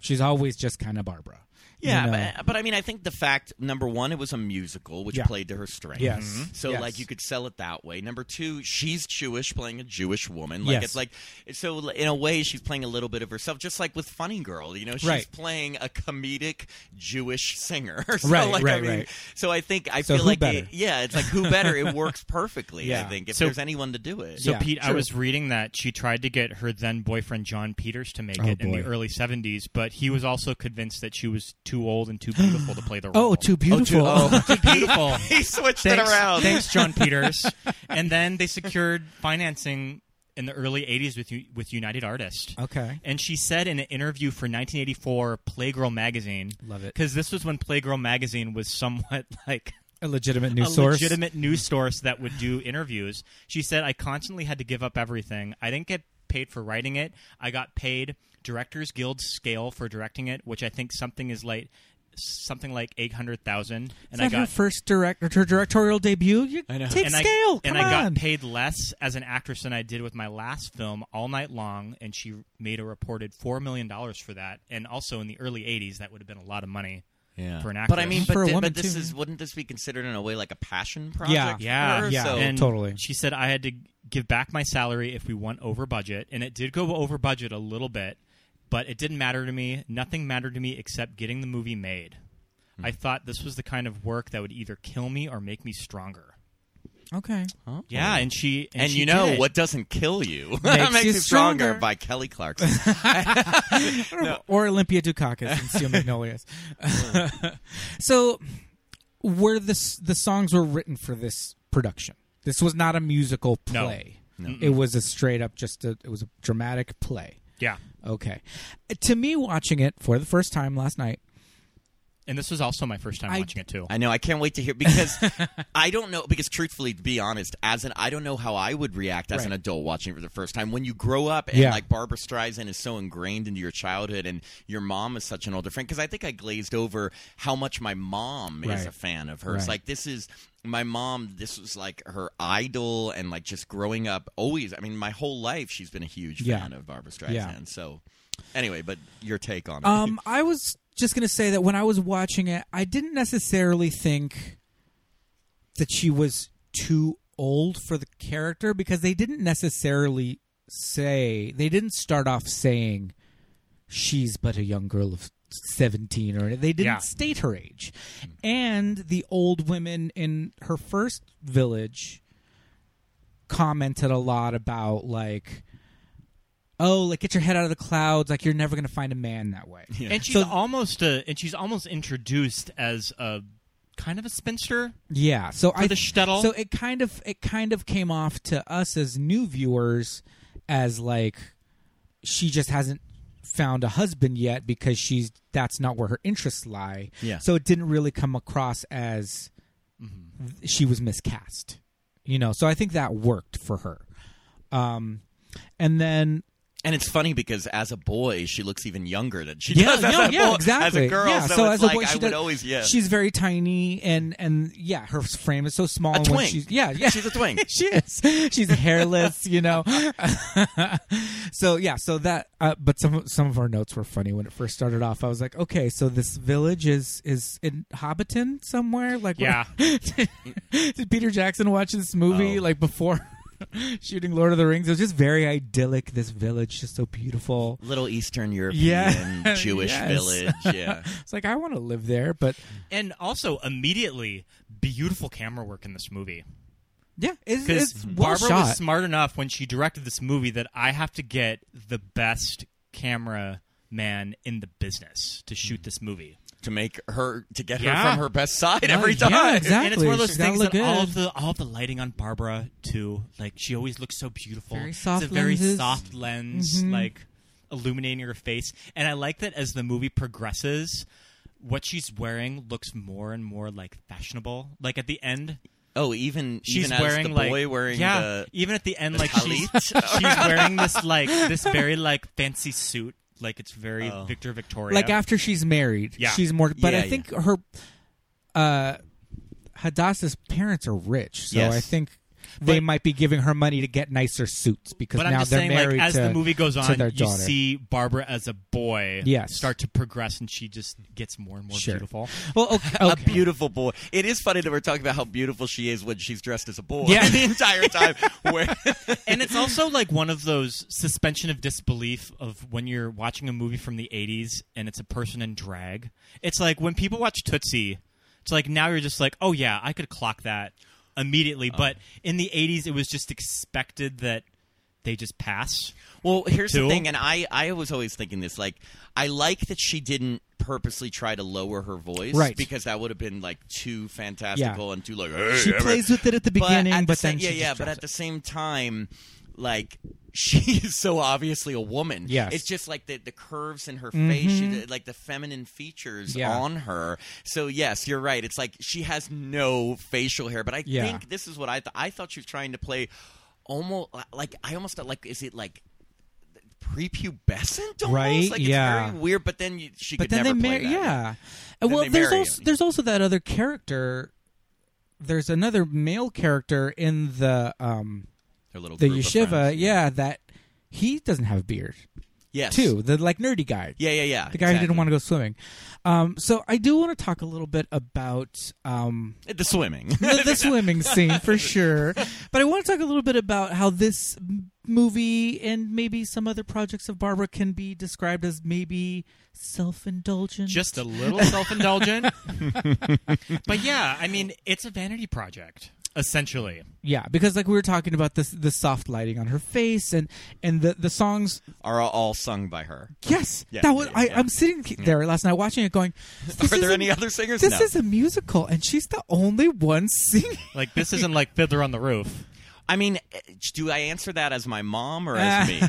[SPEAKER 6] she's always just kind of Barbara. you
[SPEAKER 8] Yeah,
[SPEAKER 6] know?
[SPEAKER 8] but, but I mean, I think the fact number one, it was a musical, which
[SPEAKER 6] Yeah.
[SPEAKER 8] played to her strength.
[SPEAKER 6] Yes. Mhm.
[SPEAKER 8] So
[SPEAKER 6] Yes.
[SPEAKER 8] like you could sell it that way. Number two, she's Jewish, playing a Jewish woman. Like
[SPEAKER 6] Yes.
[SPEAKER 8] it's like so in a way, she's playing a little bit of herself, just like with Funny Girl. You know, she's
[SPEAKER 6] Right.
[SPEAKER 8] playing a comedic Jewish singer. so,
[SPEAKER 6] Right,
[SPEAKER 8] like, I
[SPEAKER 6] right,
[SPEAKER 8] mean,
[SPEAKER 6] right.
[SPEAKER 8] So I think I
[SPEAKER 6] So
[SPEAKER 8] feel
[SPEAKER 6] who
[SPEAKER 8] like
[SPEAKER 6] better?
[SPEAKER 8] it, yeah, it's like who better? It works perfectly. I
[SPEAKER 6] Yeah.
[SPEAKER 8] think if
[SPEAKER 7] So-
[SPEAKER 8] there's anyone to do it.
[SPEAKER 7] so
[SPEAKER 6] Yeah,
[SPEAKER 7] Pete, I
[SPEAKER 6] true.
[SPEAKER 7] was reading that she tried to get her then boyfriend John Peters to make
[SPEAKER 6] Oh,
[SPEAKER 7] it in the
[SPEAKER 6] boy.
[SPEAKER 7] early '70s, but he was also convinced that she was too old and too beautiful to play the role.
[SPEAKER 6] oh, too beautiful.
[SPEAKER 7] too beautiful.
[SPEAKER 8] He switched
[SPEAKER 7] thanks,
[SPEAKER 8] it around.
[SPEAKER 7] Thanks, John Peters. and then they secured financing in the early '80s with U- with United Artists.
[SPEAKER 6] Okay.
[SPEAKER 7] And she said in an interview for 1984 Playgirl magazine,
[SPEAKER 6] Love it.
[SPEAKER 7] because this was when Playgirl magazine was somewhat like
[SPEAKER 6] a legitimate news
[SPEAKER 7] a
[SPEAKER 6] source.
[SPEAKER 7] legitimate news source that would do interviews. She said, "I constantly had to give up everything. I didn't get paid for writing it. I got paid Directors Guild scale for directing it, which I think something is like something like eight hundred thousand,
[SPEAKER 6] Is
[SPEAKER 7] and
[SPEAKER 6] that
[SPEAKER 7] I
[SPEAKER 6] her
[SPEAKER 7] got
[SPEAKER 6] first direct her directorial debut? You
[SPEAKER 9] I know.
[SPEAKER 6] Take
[SPEAKER 7] and
[SPEAKER 6] scale.
[SPEAKER 7] I,
[SPEAKER 6] come
[SPEAKER 7] and I
[SPEAKER 6] on.
[SPEAKER 7] got paid less as an actress than I did with my last film, All Night Long, and she made a reported four million dollars for that. And also in the early '80s, that would have been a lot of money
[SPEAKER 9] Yeah.
[SPEAKER 7] for an actress.
[SPEAKER 8] But I mean,
[SPEAKER 6] For
[SPEAKER 8] but,
[SPEAKER 6] a
[SPEAKER 8] thi-
[SPEAKER 6] woman,
[SPEAKER 8] but this
[SPEAKER 6] too.
[SPEAKER 8] is wouldn't this be considered in a way like a passion project? for
[SPEAKER 7] yeah,
[SPEAKER 8] her?
[SPEAKER 6] yeah.
[SPEAKER 8] So,
[SPEAKER 7] and
[SPEAKER 6] totally.
[SPEAKER 7] She said I had to give back my salary if we went over budget, and it did go over budget a little bit, but it didn't matter to me. Nothing mattered to me except getting the movie made.
[SPEAKER 8] Hmm.
[SPEAKER 7] I thought this was the kind of work that would either kill me or make me stronger.
[SPEAKER 6] Okay.
[SPEAKER 7] Yeah, and she and,
[SPEAKER 8] and
[SPEAKER 7] she
[SPEAKER 8] you know
[SPEAKER 7] did.
[SPEAKER 8] what doesn't kill you makes,
[SPEAKER 6] you
[SPEAKER 8] you stronger.
[SPEAKER 6] stronger.
[SPEAKER 8] by Kelly Clarkson.
[SPEAKER 6] Or Olympia Dukakis and Steel Magnolias. so, were the s- the songs were written for this production? This was not a musical
[SPEAKER 7] No.
[SPEAKER 6] play. It was a straight up just a, it was a dramatic play.
[SPEAKER 7] Yeah,
[SPEAKER 6] Okay. Uh, To me, watching it for the first time last night,
[SPEAKER 7] and this was also my first time
[SPEAKER 6] I-
[SPEAKER 7] watching it too.
[SPEAKER 8] I know. I can't wait to hear because I don't know. Because truthfully, to be honest, as an I don't know how I would react as an
[SPEAKER 6] Right.
[SPEAKER 8] adult watching it for the first time. When you grow up and
[SPEAKER 6] Yeah.
[SPEAKER 8] like Barbara Streisand is so ingrained into your childhood, and your mom is such an older friend. Because I think I glazed over how much my mom is
[SPEAKER 6] Right.
[SPEAKER 8] a fan of hers.
[SPEAKER 6] Right.
[SPEAKER 8] Like this is. My mom, this was like her idol, and like just growing up, always. I mean, my whole life, she's been a huge
[SPEAKER 6] Yeah.
[SPEAKER 8] fan of Barbara Streisand.
[SPEAKER 6] Yeah.
[SPEAKER 8] So, anyway, but your take on it?
[SPEAKER 6] Um, I was just gonna say that when I was watching it, I didn't necessarily think that she was too old for the character because they didn't necessarily say they didn't start off saying she's but a young girl of seventeen or they didn't
[SPEAKER 7] Yeah.
[SPEAKER 6] state her age, and the old women in her first village commented a lot about like oh like get your head out of the clouds like you're never going to find a man that way
[SPEAKER 7] And she's
[SPEAKER 6] So-
[SPEAKER 7] almost a, and she's almost introduced as a kind of a spinster.
[SPEAKER 6] yeah so i
[SPEAKER 7] the shtetl?
[SPEAKER 6] so it kind of it kind of came off to us as new viewers as like she just hasn't found a husband yet because she's that's not where her interests lie
[SPEAKER 8] Yeah.
[SPEAKER 6] so it didn't really come across as
[SPEAKER 8] Mm-hmm.
[SPEAKER 6] th- she was miscast you know so i think that worked for her um and then
[SPEAKER 8] And it's funny because as a boy, she looks even younger than she
[SPEAKER 6] yeah,
[SPEAKER 8] does as,
[SPEAKER 6] yeah,
[SPEAKER 8] a
[SPEAKER 6] yeah,
[SPEAKER 8] boy-
[SPEAKER 6] exactly.
[SPEAKER 8] as a girl.
[SPEAKER 6] yeah,
[SPEAKER 8] so,
[SPEAKER 6] so,
[SPEAKER 8] it's
[SPEAKER 6] as
[SPEAKER 8] like
[SPEAKER 6] a boy, she
[SPEAKER 8] I would
[SPEAKER 6] does-
[SPEAKER 8] always, yeah.
[SPEAKER 6] She's very tiny, and and yeah, her frame is so small.
[SPEAKER 8] a
[SPEAKER 6] when
[SPEAKER 8] twink.
[SPEAKER 6] she's- yeah, yeah,
[SPEAKER 8] She's a twink.
[SPEAKER 6] she is. She's hairless, you know. so yeah, so that. Uh, but some of- some of our notes were funny when it first started off. I was like, okay, so this village is is in Hobbiton somewhere. Like, what-
[SPEAKER 7] Yeah.
[SPEAKER 6] did Peter Jackson watch this movie
[SPEAKER 8] Oh.
[SPEAKER 6] like before? Shooting Lord of the Rings, it was just very idyllic. This village, just so beautiful.
[SPEAKER 8] Little Eastern European
[SPEAKER 6] Yeah.
[SPEAKER 8] Jewish
[SPEAKER 6] Yes.
[SPEAKER 8] village. Yeah.
[SPEAKER 6] It's like I want to live there, but
[SPEAKER 7] And also, immediately, beautiful camera work in this movie.
[SPEAKER 6] Yeah, it's,
[SPEAKER 7] Because
[SPEAKER 6] it's well
[SPEAKER 7] Barbara
[SPEAKER 6] shot.
[SPEAKER 7] was smart enough when she directed this movie that I have to get the best camera man in the business to shoot this movie.
[SPEAKER 8] to make her to get her
[SPEAKER 7] Yeah.
[SPEAKER 8] from her best side
[SPEAKER 6] Yeah,
[SPEAKER 8] every
[SPEAKER 6] Oh, yeah,
[SPEAKER 8] time.
[SPEAKER 6] exactly.
[SPEAKER 7] And it's one of those
[SPEAKER 6] She's gotta
[SPEAKER 7] things that
[SPEAKER 6] look
[SPEAKER 7] all
[SPEAKER 6] good.
[SPEAKER 7] of the all of the lighting on Barbara too, like she always looks so beautiful.
[SPEAKER 6] Very soft
[SPEAKER 7] it's a very
[SPEAKER 6] lenses. Mm-hmm.
[SPEAKER 7] soft lens, like illuminating her face. And I like that as the movie progresses, what she's wearing looks more and more like fashionable. Like at the end,
[SPEAKER 8] Oh, even
[SPEAKER 7] she's
[SPEAKER 8] even
[SPEAKER 7] wearing
[SPEAKER 8] as the
[SPEAKER 7] like
[SPEAKER 8] boy wearing
[SPEAKER 7] yeah,
[SPEAKER 8] the
[SPEAKER 7] even at the end
[SPEAKER 8] the
[SPEAKER 7] like she's, she's wearing this like this very like fancy suit like it's very
[SPEAKER 8] Oh.
[SPEAKER 7] Victor Victoria
[SPEAKER 6] like after she's married,
[SPEAKER 7] Yeah.
[SPEAKER 6] she's more. But
[SPEAKER 8] Yeah,
[SPEAKER 6] I think her, uh, Hadassah's parents are rich, so
[SPEAKER 8] Yes.
[SPEAKER 6] I think they
[SPEAKER 7] But-
[SPEAKER 6] might be giving her money to get nicer suits because
[SPEAKER 7] but
[SPEAKER 6] now
[SPEAKER 7] I'm just
[SPEAKER 6] they're
[SPEAKER 7] saying
[SPEAKER 6] married
[SPEAKER 7] like as
[SPEAKER 6] to
[SPEAKER 7] the movie goes
[SPEAKER 6] to
[SPEAKER 7] on
[SPEAKER 6] their
[SPEAKER 7] you
[SPEAKER 6] daughter.
[SPEAKER 7] see Barbara as a boy
[SPEAKER 6] Yes.
[SPEAKER 7] start to progress and she just gets more and more
[SPEAKER 6] Sure.
[SPEAKER 7] beautiful
[SPEAKER 6] Well, okay,
[SPEAKER 8] a
[SPEAKER 6] okay.
[SPEAKER 8] beautiful boy. It is funny that we're talking about how beautiful she is when she's dressed as a boy.
[SPEAKER 6] Yeah.
[SPEAKER 8] the entire time. Where,
[SPEAKER 7] and it's also like one of those suspension of disbelief of when you're watching a movie from the 80s and it's a person in drag it's like when people watch Tootsie it's like now you're just like oh yeah I could clock that immediately but in the 80s it was just expected that they just pass
[SPEAKER 8] Well, here's the
[SPEAKER 7] Tool?
[SPEAKER 8] thing, and I, I was always thinking this. Like, I like that she didn't purposely try to lower her voice,
[SPEAKER 6] Right.
[SPEAKER 8] Because that would have been like too fantastical and too like. "Hey,
[SPEAKER 6] She
[SPEAKER 8] every-"
[SPEAKER 6] plays with it at the
[SPEAKER 8] But at
[SPEAKER 6] beginning,
[SPEAKER 8] the
[SPEAKER 6] but,
[SPEAKER 8] same-
[SPEAKER 6] then
[SPEAKER 8] yeah,
[SPEAKER 6] she
[SPEAKER 8] yeah.
[SPEAKER 6] just
[SPEAKER 8] But
[SPEAKER 6] drops
[SPEAKER 8] at the same time, like she is so obviously a woman.
[SPEAKER 6] Yes. Mm-hmm.
[SPEAKER 8] it's just like the the curves in her face, she, the- like the feminine features
[SPEAKER 6] Yeah.
[SPEAKER 8] on her. So yes, you're right. It's like she has no facial hair, but I
[SPEAKER 6] Yeah.
[SPEAKER 8] think this is what I thought. I thought she was trying to play. Almost like I almost thought, like is it like prepubescent, almost?
[SPEAKER 6] Right,
[SPEAKER 8] Like,
[SPEAKER 6] yeah.
[SPEAKER 8] It's very weird. But then you, she
[SPEAKER 6] but
[SPEAKER 8] could
[SPEAKER 6] then
[SPEAKER 8] never play
[SPEAKER 6] they marry.
[SPEAKER 8] that.
[SPEAKER 6] Yeah.
[SPEAKER 8] Then
[SPEAKER 6] well,
[SPEAKER 8] they
[SPEAKER 6] there's
[SPEAKER 8] marry
[SPEAKER 6] also
[SPEAKER 8] him.
[SPEAKER 6] there's also that other character. There's another male character in the um
[SPEAKER 8] Her little
[SPEAKER 6] the
[SPEAKER 8] group of
[SPEAKER 6] yeshiva.
[SPEAKER 8] friends.
[SPEAKER 6] Yeah, that he doesn't have a beard
[SPEAKER 8] Yes.
[SPEAKER 6] too. The like nerdy guy.
[SPEAKER 8] Yeah, yeah, yeah.
[SPEAKER 6] The guy who didn't want to go swimming. Um, so I do want to talk a little bit about um,
[SPEAKER 8] to. The swimming.
[SPEAKER 6] the, the swimming scene for sure. But I want to talk a little bit about how this m- movie and maybe some other projects of Barbara can be described as maybe self-indulgent.
[SPEAKER 7] Just a little self-indulgent. but yeah, I mean, it's a vanity project essentially.
[SPEAKER 6] yeah, because like we were talking about this the soft lighting on her face and and the the songs.
[SPEAKER 8] Are all sung by her?
[SPEAKER 6] Yes,
[SPEAKER 8] Yeah,
[SPEAKER 6] that was.
[SPEAKER 8] yeah,
[SPEAKER 6] I,
[SPEAKER 8] yeah. Mm-hmm.
[SPEAKER 6] I'm sitting there last night watching it, going, this
[SPEAKER 8] Are
[SPEAKER 6] is
[SPEAKER 8] there
[SPEAKER 6] a-
[SPEAKER 8] any other singers?
[SPEAKER 6] This
[SPEAKER 8] no.
[SPEAKER 6] is a musical, and she's the only one singing.
[SPEAKER 7] Like this isn't like Fiddler on the Roof.
[SPEAKER 8] I mean, eh, do I answer that as my mom or as me?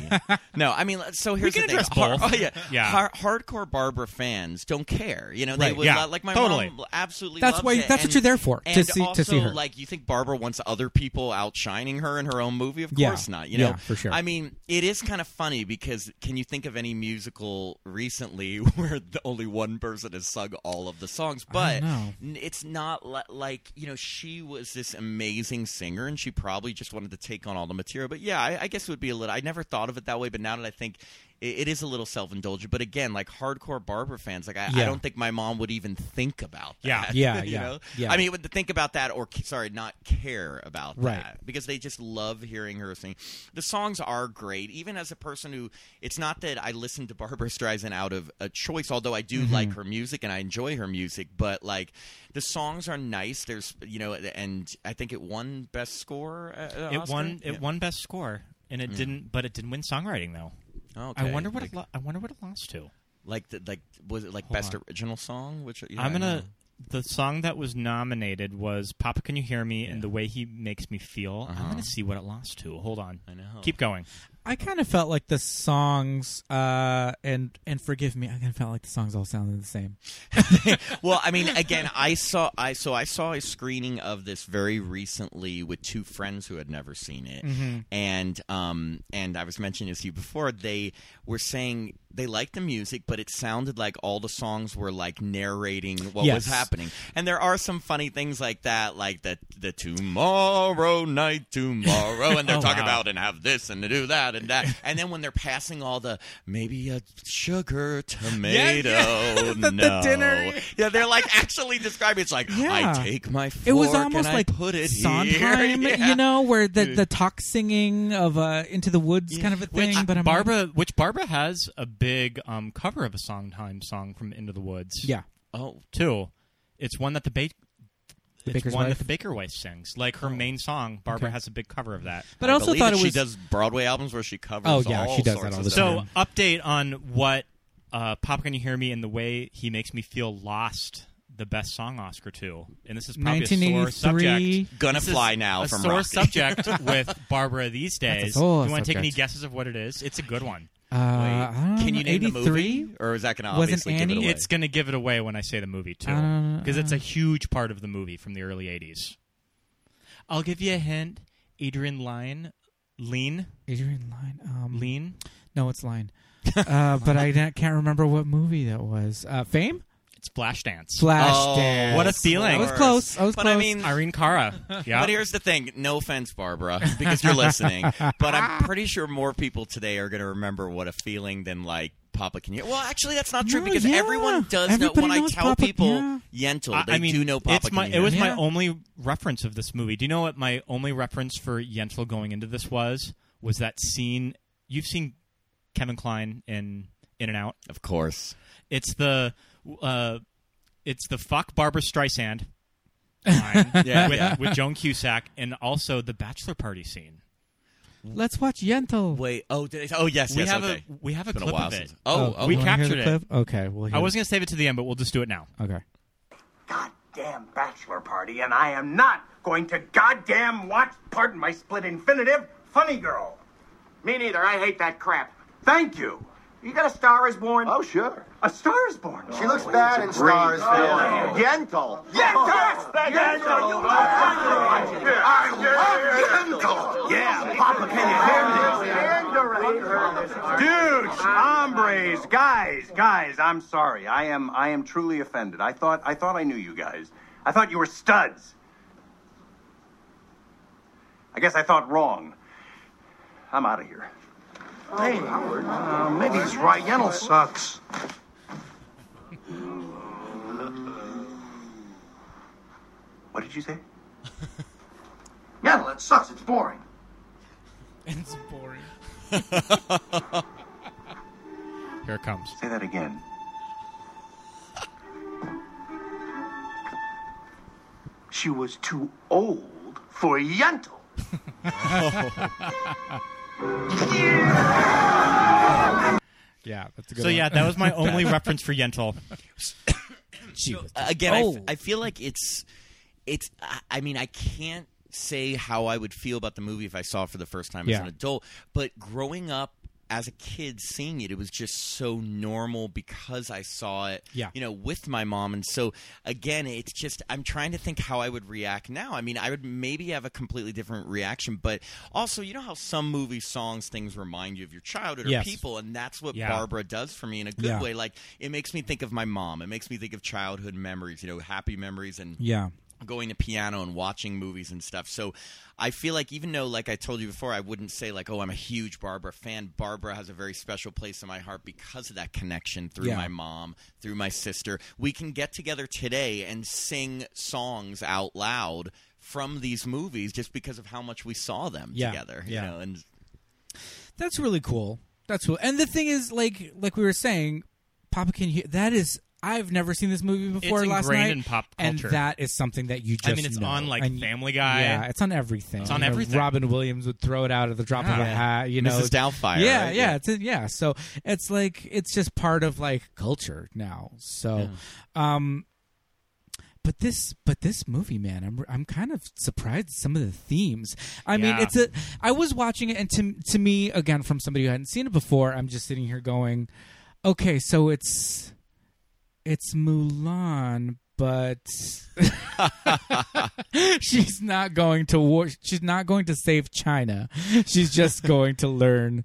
[SPEAKER 8] No, I mean, so here's
[SPEAKER 7] can
[SPEAKER 8] the thing.
[SPEAKER 7] address both.
[SPEAKER 8] oh, yeah.
[SPEAKER 7] Yeah.
[SPEAKER 8] Har- hardcore Barbara fans don't care. You know, they
[SPEAKER 7] Right,
[SPEAKER 8] would
[SPEAKER 7] yeah.
[SPEAKER 8] lo- like my
[SPEAKER 7] Totally.
[SPEAKER 8] mom absolutely
[SPEAKER 6] That's
[SPEAKER 8] loves
[SPEAKER 6] why-
[SPEAKER 8] it.
[SPEAKER 6] that's what
[SPEAKER 8] And-
[SPEAKER 6] you're there for, to
[SPEAKER 8] and
[SPEAKER 6] see- to
[SPEAKER 8] also,
[SPEAKER 6] see her.
[SPEAKER 8] like you think Barbara wants other people outshining her in her own movie? Of
[SPEAKER 6] Yeah.
[SPEAKER 8] course not. You know,
[SPEAKER 6] Yeah, for sure.
[SPEAKER 8] I mean, it is kind of funny because can you think of any musical recently where the only one person has sung all of the songs?
[SPEAKER 6] I
[SPEAKER 8] But
[SPEAKER 6] don't know.
[SPEAKER 8] n- it's not li- like you know she was this amazing singer and she probably just wanted to take on all the material but yeah i, I guess it would be a little i never thought of it that way but now that i think it, it is a little self-indulgent but again like hardcore barbara fans like i,
[SPEAKER 6] Yeah.
[SPEAKER 8] I don't think my mom would even think about
[SPEAKER 7] Yeah.
[SPEAKER 8] that
[SPEAKER 6] Yeah,
[SPEAKER 8] you
[SPEAKER 6] yeah,
[SPEAKER 8] know?
[SPEAKER 6] yeah.
[SPEAKER 8] i mean would think about that or c- sorry not care about
[SPEAKER 6] Right.
[SPEAKER 8] that because they just love hearing her sing the songs are great even as a person who it's not that i listen to barbara streisand out of a choice although i do
[SPEAKER 7] Mm-hmm.
[SPEAKER 8] like her music and i enjoy her music but like the songs are nice there's you know and i think it won best score uh, uh,
[SPEAKER 7] It
[SPEAKER 8] Oscar?
[SPEAKER 7] won. It
[SPEAKER 8] Yeah.
[SPEAKER 7] won best score, and it didn't. But it didn't win songwriting though.
[SPEAKER 8] Oh,
[SPEAKER 7] I
[SPEAKER 8] okay.
[SPEAKER 7] wonder what
[SPEAKER 8] like,
[SPEAKER 7] it. Lo- I wonder what it lost to.
[SPEAKER 8] like the, like was it like best original song which yeah, I
[SPEAKER 7] I'm gonna.
[SPEAKER 8] know.
[SPEAKER 7] The song that was nominated was "Papa Can You Hear Me" and "The Way He Makes Me Feel." I'm gonna see what it lost to. Hold on. I
[SPEAKER 8] Uh-huh. know.
[SPEAKER 7] Keep going.
[SPEAKER 6] I kind of felt like the songs, uh, and and forgive me, I kind of felt like the songs all sounded the same.
[SPEAKER 8] well, I mean, again, I saw I so I saw a screening of this very recently with two friends who had never seen it,
[SPEAKER 6] Mm-hmm.
[SPEAKER 8] and um and I was mentioning this to you before. They were saying they liked the music, but it sounded like all the songs were like narrating what
[SPEAKER 6] Yes.
[SPEAKER 8] was happening. And there are some funny things like that, like the the tomorrow night, tomorrow,
[SPEAKER 6] Oh,
[SPEAKER 8] and they're talking about and have this and to do that and that. And then when they're passing all the maybe a sugar tomato,
[SPEAKER 6] the- the
[SPEAKER 8] no.
[SPEAKER 6] dinner.
[SPEAKER 8] Yeah, they're like actually describing. It's like
[SPEAKER 6] Yeah.
[SPEAKER 8] I take my fork
[SPEAKER 6] It was almost
[SPEAKER 8] and
[SPEAKER 6] like
[SPEAKER 8] I put it
[SPEAKER 6] Sondheim,
[SPEAKER 8] here.
[SPEAKER 6] you know, where the the talk singing of uh, "Into the Woods" kind of a thing. but I'm like,
[SPEAKER 7] Barbara, which Barbara has a big um, cover of a Sondheim song from "Into the Woods."
[SPEAKER 6] yeah,
[SPEAKER 8] Oh,
[SPEAKER 7] too. It's one that the bake. The
[SPEAKER 6] Baker's
[SPEAKER 7] one
[SPEAKER 6] Wife? Oh.
[SPEAKER 7] that the Baker Wife sings, like her main song. Barbara
[SPEAKER 6] Okay.
[SPEAKER 7] has a big cover of that.
[SPEAKER 6] but I, also
[SPEAKER 8] believe
[SPEAKER 6] thought
[SPEAKER 8] that
[SPEAKER 6] it was
[SPEAKER 8] she does Broadway albums where she covers.
[SPEAKER 6] Oh, yeah,
[SPEAKER 8] all
[SPEAKER 6] she does
[SPEAKER 8] sorts
[SPEAKER 6] that all
[SPEAKER 8] of
[SPEAKER 6] the
[SPEAKER 8] stuff.
[SPEAKER 7] So
[SPEAKER 6] time.
[SPEAKER 7] update on what uh, Pop Can You Hear Me and the way he makes me feel lost. The best song Oscar to, and this is probably a sore
[SPEAKER 6] 1983.
[SPEAKER 7] subject.
[SPEAKER 8] Gonna
[SPEAKER 7] This is
[SPEAKER 8] fly now
[SPEAKER 7] a
[SPEAKER 8] from
[SPEAKER 7] sore
[SPEAKER 8] Rocky.
[SPEAKER 7] subject with Barbara these
[SPEAKER 6] That's a
[SPEAKER 7] days.
[SPEAKER 6] sore
[SPEAKER 7] Do you want to take any
[SPEAKER 6] subject.
[SPEAKER 7] guesses of what it is? It's a good one.
[SPEAKER 6] Uh, I don't
[SPEAKER 8] Can
[SPEAKER 6] know,
[SPEAKER 8] you name
[SPEAKER 6] 83?
[SPEAKER 8] the movie, or is that going to
[SPEAKER 6] Wasn't
[SPEAKER 8] obviously give it
[SPEAKER 6] Annie-
[SPEAKER 8] away?
[SPEAKER 7] It's gonna give it away when I say the movie too,
[SPEAKER 6] Uh,
[SPEAKER 7] because it's a huge part of the movie from the early '80s. I'll give you a hint: Adrian Lyne, Lean,
[SPEAKER 6] Adrian Lyne. Um,
[SPEAKER 7] Lean.
[SPEAKER 6] No, it's Lyne. uh, but I don't- can't remember what movie that was. Uh, Fame,
[SPEAKER 7] It's Flashdance.
[SPEAKER 8] Oh,
[SPEAKER 6] Flashdance.
[SPEAKER 7] What a feeling.
[SPEAKER 6] I was close. I was
[SPEAKER 8] but
[SPEAKER 6] close.
[SPEAKER 8] I mean,
[SPEAKER 7] Irene Cara. Yeah.
[SPEAKER 8] But here's the thing. No offense, Barbara, because you're listening. but I'm pretty sure more people today are going to remember what a feeling than like Papa Can You. Well, actually, that's not true
[SPEAKER 6] No,
[SPEAKER 8] because
[SPEAKER 6] yeah.
[SPEAKER 8] everyone does
[SPEAKER 6] Everybody
[SPEAKER 8] know. When I
[SPEAKER 6] knows
[SPEAKER 8] tell
[SPEAKER 6] Papa-
[SPEAKER 8] people Yentl,
[SPEAKER 7] I-
[SPEAKER 8] they
[SPEAKER 7] I mean,
[SPEAKER 8] do know Papa
[SPEAKER 7] it's
[SPEAKER 8] Can
[SPEAKER 7] my,
[SPEAKER 8] You.
[SPEAKER 7] It was my
[SPEAKER 6] Yeah.
[SPEAKER 7] only reference of this movie. Do you know what my only reference for Yentl going into this was? Was that scene? You've seen Kevin Klein in In and Out.
[SPEAKER 8] of course.
[SPEAKER 7] It's the uh, it's the fuck Barbara Streisand line
[SPEAKER 8] Yeah,
[SPEAKER 7] with,
[SPEAKER 8] yeah.
[SPEAKER 7] with Joan Cusack, and also the bachelor party scene.
[SPEAKER 6] let's watch Yentl.
[SPEAKER 8] Wait. Oh, did I, oh yes,
[SPEAKER 7] We
[SPEAKER 8] yes.
[SPEAKER 7] have
[SPEAKER 8] okay.
[SPEAKER 7] a we have a
[SPEAKER 8] It's been
[SPEAKER 7] clip
[SPEAKER 8] while
[SPEAKER 7] of it.
[SPEAKER 8] since- Oh,
[SPEAKER 7] we
[SPEAKER 6] you
[SPEAKER 8] oh,
[SPEAKER 6] wanna hear
[SPEAKER 7] captured
[SPEAKER 6] the
[SPEAKER 7] it.
[SPEAKER 6] clip? Okay, well,
[SPEAKER 7] I was gonna save it to the end, but we'll just do it now.
[SPEAKER 6] Okay.
[SPEAKER 9] goddamn bachelor party, and I am not going to goddamn watch, pardon my split infinitive, Funny Girl. Me neither. I hate that crap. Thank you. You got a Star is Born?
[SPEAKER 10] Oh, sure.
[SPEAKER 9] A Star is Born.
[SPEAKER 10] She looks bad in stars. Oh. Gentle.
[SPEAKER 9] Yes, yes, yes, you are. I love Gentle. Yeah, Papa, can you hear me? Dudes, hombres, guys, guys, I'm sorry. I am I am truly offended. I thought I thought I knew you guys. I thought you were studs. I guess I thought wrong. I'm out of here. Hey, Howard. Uh, maybe he's right. Yennel sucks. What did you say?
[SPEAKER 4] Metal, it sucks. It's boring.
[SPEAKER 6] It's boring.
[SPEAKER 7] Here it comes.
[SPEAKER 9] Say that again. She was too old for Yentl.
[SPEAKER 6] Yeah, that's a good
[SPEAKER 7] So yeah, that was my only reference for Yentl.
[SPEAKER 8] again, I f-
[SPEAKER 6] Oh.
[SPEAKER 8] I feel like it's it's. I- I mean, I can't say how I would feel about the movie if I saw it for the first time as
[SPEAKER 6] Yeah.
[SPEAKER 8] an adult. But growing up as a kid, seeing it, it was just so normal because I saw it.
[SPEAKER 6] Yeah.
[SPEAKER 8] you know, with my mom, and so again, it's just I'm trying to think how I would react now. I mean, I would maybe have a completely different reaction, but also, you know how some movie songs things remind you of your childhood or
[SPEAKER 6] Yes.
[SPEAKER 8] people, and that's what
[SPEAKER 7] Yeah.
[SPEAKER 8] Barbara does for me in a good
[SPEAKER 6] Yeah.
[SPEAKER 8] way. Like it makes me think of my mom. It makes me think of childhood memories, you know, happy memories and
[SPEAKER 6] Yeah.
[SPEAKER 8] going to piano and watching movies and stuff. So I feel like even though like I told you before I wouldn't say like oh I'm a huge Barbara fan, Barbara has a very special place in my heart because of that connection through
[SPEAKER 6] Yeah.
[SPEAKER 8] my mom, through my sister. We can get together today and sing songs out loud from these movies just because of how much we saw them
[SPEAKER 6] Yeah.
[SPEAKER 8] together,
[SPEAKER 6] Yeah.
[SPEAKER 8] you know, and
[SPEAKER 6] That's really cool. That's cool. And the thing is, like, like we were saying, Papa Can You? That is, I've never seen this movie before.
[SPEAKER 7] It's
[SPEAKER 6] last
[SPEAKER 7] ingrained
[SPEAKER 6] night,
[SPEAKER 7] in pop
[SPEAKER 6] and
[SPEAKER 7] culture.
[SPEAKER 6] that is something that you just.
[SPEAKER 7] I mean, it's
[SPEAKER 6] know.
[SPEAKER 7] on, like,
[SPEAKER 6] And-
[SPEAKER 7] Family Guy.
[SPEAKER 6] Yeah, it's on everything. It's
[SPEAKER 7] on everything.
[SPEAKER 6] Robin Williams would throw it out at the drop of a hat. You know,
[SPEAKER 8] Mrs. Doubtfire.
[SPEAKER 6] Yeah,
[SPEAKER 8] right?
[SPEAKER 6] yeah, it's in, yeah. So it's like it's just part of like culture now. So, um, but this but this movie, man, I'm I'm kind of surprised at some of the themes. I mean,
[SPEAKER 7] Yeah.
[SPEAKER 6] it's a I was watching it, and to to me again from somebody who hadn't seen it before, I'm just sitting here going, okay, so it's it's Mulan, but. she's not going to war. She's not going to save China. She's just going to learn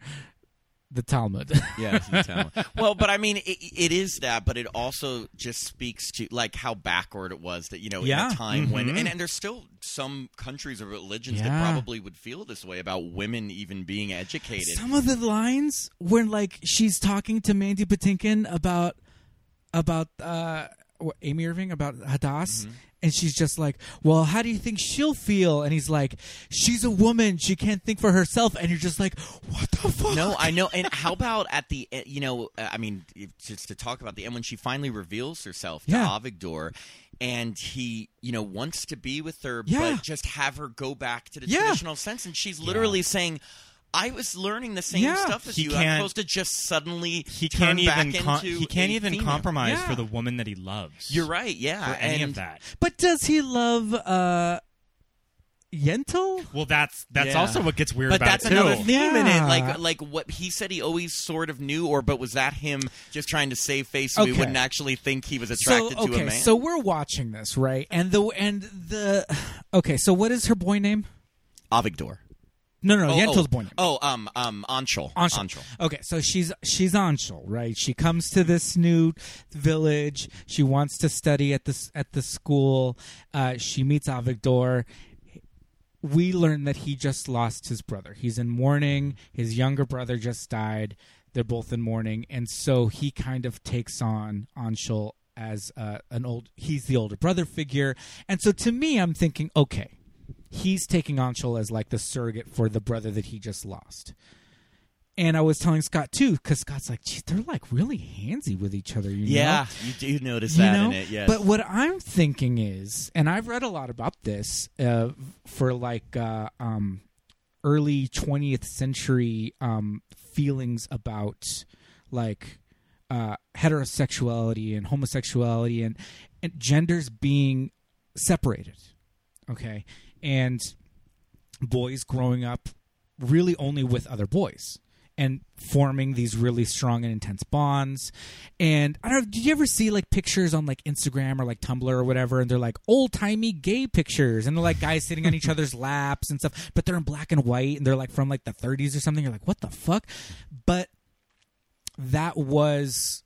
[SPEAKER 6] the Talmud.
[SPEAKER 8] Yeah, it's in town. well, but I mean, it, it is that, but it also just speaks to like how backward it was that you know in
[SPEAKER 6] Yeah. Mm-hmm.
[SPEAKER 8] a time when and, and there's still some countries or religions that
[SPEAKER 6] Yeah.
[SPEAKER 8] probably would feel this way about women even being educated.
[SPEAKER 6] Some of the lines when like she's talking to Mandy Patinkin about about uh what, Amy Irving about Hadass
[SPEAKER 8] Mm-hmm.
[SPEAKER 6] and she's just like, "Well, how do you think she'll feel?" And he's like, "She's a woman. She can't think for herself." And you're just like, "What the fuck?"
[SPEAKER 8] No, I know. And how about at the e- you know, uh, I mean, if- just to talk about the end when she finally reveals herself to
[SPEAKER 6] Yeah.
[SPEAKER 8] Avigdor, and he you know wants to be with her,
[SPEAKER 6] Yeah.
[SPEAKER 8] but just have her go back to the
[SPEAKER 6] Yeah.
[SPEAKER 8] traditional sense, and she's literally saying. I was learning the same
[SPEAKER 6] Yeah.
[SPEAKER 8] stuff as
[SPEAKER 7] He
[SPEAKER 8] you.
[SPEAKER 7] can't-
[SPEAKER 8] I'm supposed to just suddenly
[SPEAKER 7] He
[SPEAKER 8] turn
[SPEAKER 7] can't even
[SPEAKER 8] back
[SPEAKER 7] com-
[SPEAKER 8] into
[SPEAKER 7] he can't
[SPEAKER 8] a
[SPEAKER 7] even
[SPEAKER 8] female.
[SPEAKER 7] compromise
[SPEAKER 6] Yeah.
[SPEAKER 7] for the woman that he loves.
[SPEAKER 8] You're right. Yeah,
[SPEAKER 7] for any
[SPEAKER 8] and
[SPEAKER 7] of that.
[SPEAKER 6] But does he love uh Yentl?
[SPEAKER 7] Well, that's that's
[SPEAKER 8] Yeah.
[SPEAKER 7] also what gets weird
[SPEAKER 8] But
[SPEAKER 7] about
[SPEAKER 8] that's
[SPEAKER 7] it too.
[SPEAKER 8] another theme in it.
[SPEAKER 6] Yeah.
[SPEAKER 8] Like, like what he said, he always sort of knew, or but was that him just trying to save face so we
[SPEAKER 6] Okay.
[SPEAKER 8] wouldn't actually think he was attracted
[SPEAKER 6] so, okay,
[SPEAKER 8] to a man?
[SPEAKER 6] So we're watching this, right? And the and the okay. So what is her boy name?
[SPEAKER 8] Avigdor.
[SPEAKER 6] No, no, no
[SPEAKER 8] Oh,
[SPEAKER 6] Yentl's
[SPEAKER 8] oh,
[SPEAKER 6] boy name.
[SPEAKER 8] Oh, um, um, Anshul.
[SPEAKER 6] Anshul. Okay, so she's she's Anshul, right? She comes to this new village. She wants to study at this at the school. Uh, she meets Avigdor. We learn that he just lost his brother. He's in mourning. His younger brother just died. They're both in mourning, and so he kind of takes on Anshul as uh, an old. He's the older brother figure, and so to me, I'm thinking, okay, he's taking Anshul as like the surrogate for the brother that he just lost. And I was telling Scott too, because Scott's like, "Geez, they're like really handsy with each other." You
[SPEAKER 8] Yeah,
[SPEAKER 6] know?
[SPEAKER 8] you do notice
[SPEAKER 6] you
[SPEAKER 8] that
[SPEAKER 6] know.
[SPEAKER 8] in it. Yes.
[SPEAKER 6] But what I'm thinking is, and I've read a lot about this uh, for like uh, um, early 20th century um, feelings about like uh, heterosexuality and homosexuality and, and genders being separated. Okay, and boys growing up really only with other boys and forming these really strong and intense bonds. And I don't know, did you ever see like pictures on like Instagram or like Tumblr or whatever? And they're like old timey gay pictures and they're like guys sitting on each other's laps and stuff, but they're in black and white and they're like from like the 30s or something. You're like, what the fuck? But that was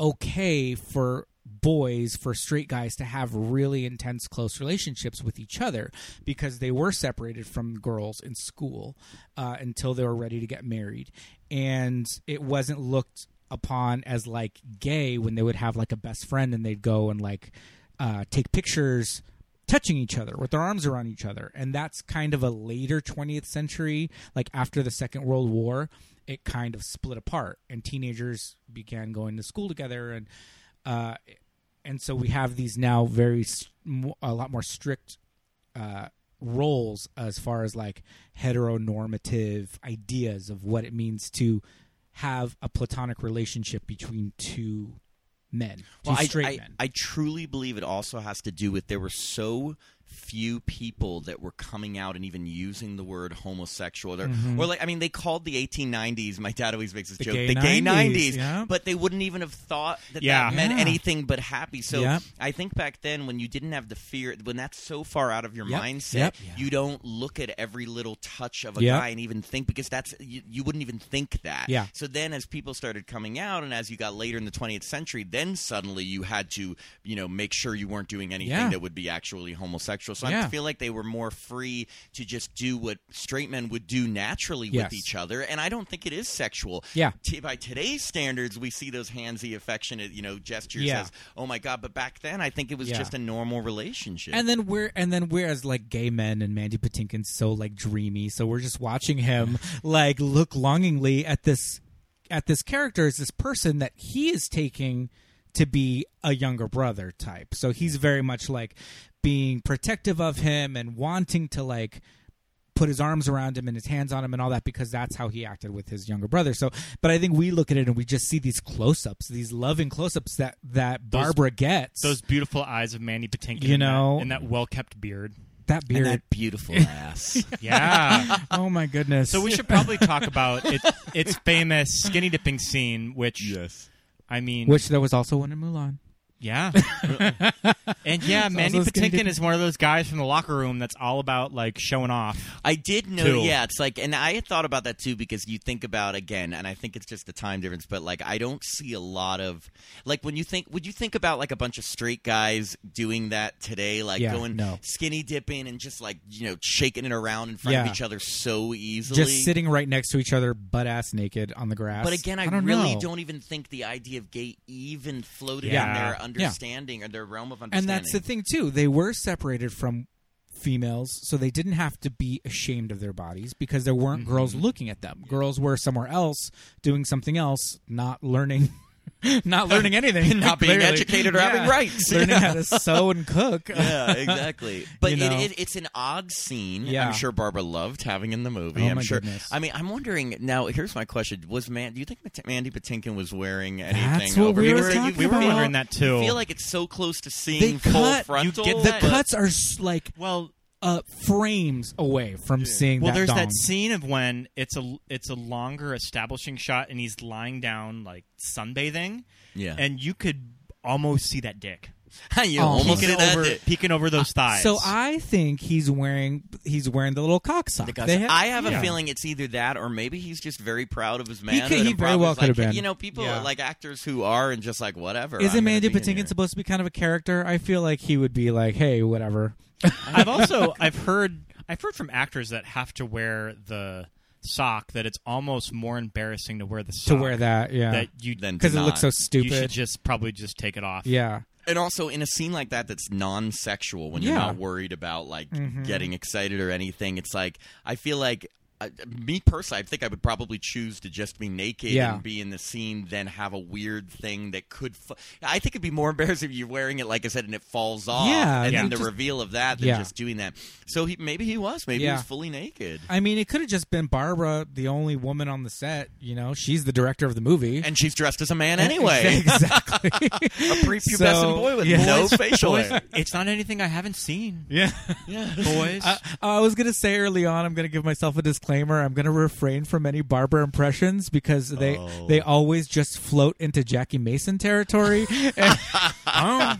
[SPEAKER 6] okay for boys for straight guys to have really intense close relationships with each other because they were separated from girls in school uh, until they were ready to get married and it wasn't looked upon as like gay when they would have like a best friend and they'd go and like uh, take pictures touching each other with their arms around each other and that's kind of a later 20th century like after the second world war it kind of split apart and teenagers began going to school together and uh, and so we have these now very s- mo- a lot more strict uh, roles as far as like heteronormative ideas of what it means to have a platonic relationship between two men, two
[SPEAKER 8] I,
[SPEAKER 6] straight
[SPEAKER 8] I,
[SPEAKER 6] men.
[SPEAKER 8] I truly believe it also has to do with there were so few people that were coming out and even using the word homosexual or, or like I mean they called the 1890s my dad always makes this
[SPEAKER 6] Mm-hmm. The
[SPEAKER 8] joke
[SPEAKER 6] gay
[SPEAKER 8] the gay
[SPEAKER 6] 90s,
[SPEAKER 8] 90s
[SPEAKER 6] yeah.
[SPEAKER 8] but they wouldn't even have thought that
[SPEAKER 7] Yeah.
[SPEAKER 8] that meant
[SPEAKER 6] Yeah.
[SPEAKER 8] anything but happy so
[SPEAKER 6] Yeah.
[SPEAKER 8] I think back then when you didn't have the fear when that's so far out of your
[SPEAKER 6] Yep.
[SPEAKER 8] mindset
[SPEAKER 6] Yep.
[SPEAKER 8] you don't look at every little touch of a
[SPEAKER 6] Yep.
[SPEAKER 8] guy and even think because that's you, you wouldn't even think that
[SPEAKER 6] Yeah.
[SPEAKER 8] so then, as people started coming out, and as you got later in the 20th century, then suddenly you had to, you know, make sure you weren't doing anything
[SPEAKER 6] Yeah.
[SPEAKER 8] that would be actually homosexual. So I
[SPEAKER 6] Yeah.
[SPEAKER 8] feel like they were more free to just do what straight men would do naturally
[SPEAKER 6] Yes.
[SPEAKER 8] with each other. And I don't think it is sexual.
[SPEAKER 6] Yeah.
[SPEAKER 8] T- by today's standards, we see those handsy, affectionate, you know, gestures
[SPEAKER 6] Yeah.
[SPEAKER 8] as, oh my God. But back then, I think it was
[SPEAKER 6] Yeah.
[SPEAKER 8] just a normal relationship.
[SPEAKER 6] and then we're and then we're as like gay men and Mandy Patinkin's so like dreamy, so we're just watching him like look longingly at this at this character as this person that he is taking to be a younger brother type. So he's very much like being protective of him and wanting to like put his arms around him and his hands on him and all that because that's how he acted with his younger brother. So, but I think we look at it and we just see these close-ups, these loving close-ups that that
[SPEAKER 7] Those-
[SPEAKER 6] Barbara gets.
[SPEAKER 7] Those beautiful eyes of Mandy Patinkin,
[SPEAKER 6] You
[SPEAKER 7] and that-
[SPEAKER 6] know-
[SPEAKER 7] and that well kept beard.
[SPEAKER 6] that
[SPEAKER 8] And
[SPEAKER 6] beard.
[SPEAKER 8] that beautiful ass.
[SPEAKER 7] Yeah.
[SPEAKER 6] oh my goodness.
[SPEAKER 7] so we should probably talk about it, its famous skinny dipping scene, which I mean,
[SPEAKER 6] Which there was also one in Mulan.
[SPEAKER 7] yeah, and yeah, Mandy
[SPEAKER 6] also skinny
[SPEAKER 7] Patinkin
[SPEAKER 6] dipping.
[SPEAKER 7] is one of those guys from the locker room that's all about like showing off.
[SPEAKER 8] I did know.
[SPEAKER 7] Two.
[SPEAKER 8] Yeah, it's like, and I had thought about that too because you think about again, and I think it's just the time difference. But like, I don't see a lot of like when you think, would you think about like a bunch of straight guys doing that today, like
[SPEAKER 6] Yeah,
[SPEAKER 8] going
[SPEAKER 6] no.
[SPEAKER 8] skinny dipping and just like you know shaking it around in front
[SPEAKER 6] Yeah.
[SPEAKER 8] of each other so easily,
[SPEAKER 6] Just sitting right next to each other, butt ass naked on the grass.
[SPEAKER 8] But again, I,
[SPEAKER 6] don't
[SPEAKER 8] really
[SPEAKER 6] know.
[SPEAKER 8] don't even think the idea of gay even floated in
[SPEAKER 7] Yeah.
[SPEAKER 8] their
[SPEAKER 7] Yeah.
[SPEAKER 8] understanding or their realm of
[SPEAKER 6] And
[SPEAKER 8] understanding.
[SPEAKER 6] that's the thing too. They were separated from females, so they didn't have to be ashamed of their bodies because there weren't
[SPEAKER 8] Mm-hmm.
[SPEAKER 6] girls looking at them. Girls were somewhere else doing something else, not learning. Not learning anything,
[SPEAKER 8] Not being
[SPEAKER 6] clearly.
[SPEAKER 8] educated or having rights.
[SPEAKER 6] learning how to sew and cook.
[SPEAKER 8] yeah, exactly. But
[SPEAKER 6] You know?
[SPEAKER 8] it, it, it's an odd scene.
[SPEAKER 6] Yeah.
[SPEAKER 8] I'm sure Barbara loved having in the movie.
[SPEAKER 6] Oh,
[SPEAKER 8] I'm
[SPEAKER 6] my
[SPEAKER 8] sure.
[SPEAKER 6] goodness.
[SPEAKER 8] I mean, I'm wondering now. Here's my question: Was man? Do you think Mat- Mandy Patinkin was wearing anything?
[SPEAKER 6] That's what
[SPEAKER 8] over
[SPEAKER 6] we
[SPEAKER 8] here?
[SPEAKER 6] were
[SPEAKER 8] You-
[SPEAKER 6] talking
[SPEAKER 8] you
[SPEAKER 6] about.
[SPEAKER 8] feel-
[SPEAKER 7] wondering that too.
[SPEAKER 8] You feel like it's so close to seeing
[SPEAKER 6] They
[SPEAKER 8] full
[SPEAKER 6] cut- you
[SPEAKER 8] frontal.
[SPEAKER 7] get
[SPEAKER 6] the
[SPEAKER 8] but-
[SPEAKER 6] cuts are s- like
[SPEAKER 7] Well,
[SPEAKER 6] uh, frames away from seeing
[SPEAKER 7] well,
[SPEAKER 6] that
[SPEAKER 7] there's
[SPEAKER 6] dong.
[SPEAKER 7] that scene of when it's a it's a longer establishing shot, and he's lying down like sunbathing,
[SPEAKER 8] Yeah.
[SPEAKER 7] and you could almost see that dick
[SPEAKER 8] you
[SPEAKER 6] Oh,
[SPEAKER 8] almost
[SPEAKER 7] peeking
[SPEAKER 8] did that.
[SPEAKER 7] over peeking over those thighs.
[SPEAKER 6] Uh, So I think he's wearing he's wearing the little cock sock.
[SPEAKER 8] Because
[SPEAKER 6] They have-
[SPEAKER 8] I have
[SPEAKER 6] yeah.
[SPEAKER 8] a feeling it's either that or maybe he's just very proud of his manhood.
[SPEAKER 6] he
[SPEAKER 8] and
[SPEAKER 6] very
[SPEAKER 8] probably
[SPEAKER 6] well
[SPEAKER 8] is
[SPEAKER 6] could have
[SPEAKER 8] like,
[SPEAKER 6] been.
[SPEAKER 8] You know, people
[SPEAKER 6] Yeah.
[SPEAKER 8] like actors who are and just like whatever.
[SPEAKER 6] Isn't
[SPEAKER 8] I'm gonna
[SPEAKER 6] Mandy
[SPEAKER 8] be in here.
[SPEAKER 6] Patinkin supposed to be kind of a character? I feel like he would be like, hey, whatever.
[SPEAKER 7] I've also I've heard I've heard from actors that have to wear the sock that it's almost more embarrassing to wear the
[SPEAKER 6] To
[SPEAKER 7] sock
[SPEAKER 6] wear that, yeah,
[SPEAKER 7] that you
[SPEAKER 8] Then to
[SPEAKER 6] because it looks so
[SPEAKER 8] not.
[SPEAKER 7] you should
[SPEAKER 6] stupid.
[SPEAKER 7] just probably just take it off.
[SPEAKER 6] Yeah,
[SPEAKER 8] And also in a scene like that that's non-sexual when you're
[SPEAKER 6] Yeah. Mm-hmm.
[SPEAKER 8] not worried about like getting excited or anything, it's like I feel like I, me personally, I think I would probably choose to just be naked
[SPEAKER 6] Yeah.
[SPEAKER 8] and be in the scene than have a weird thing that could. F- I think it'd be more embarrassing if you're wearing it, like I said, and it falls off,
[SPEAKER 6] Yeah,
[SPEAKER 8] and
[SPEAKER 6] you
[SPEAKER 8] then the
[SPEAKER 6] just-
[SPEAKER 8] reveal of that than
[SPEAKER 6] Yeah.
[SPEAKER 8] just doing that. So he, maybe he was, maybe he
[SPEAKER 6] Yeah.
[SPEAKER 8] was fully naked.
[SPEAKER 6] I mean, it could have just been Barbara, the only woman on the set. You know, she's the director of the movie.
[SPEAKER 8] And she's dressed as a man anyway.
[SPEAKER 6] Eh, exactly.
[SPEAKER 8] a prepubescent
[SPEAKER 6] So,
[SPEAKER 8] boy with
[SPEAKER 6] yeah.
[SPEAKER 8] no facial
[SPEAKER 7] Boys,
[SPEAKER 8] hair.
[SPEAKER 7] it's not anything I haven't seen.
[SPEAKER 6] yeah. Uh,
[SPEAKER 7] Boys,
[SPEAKER 6] I was gonna say early on, I'm gonna give myself a disclaimer. I'm going to refrain from any Barbara impressions because they
[SPEAKER 8] Oh.
[SPEAKER 6] they always just float into Jackie Mason territory. And, um,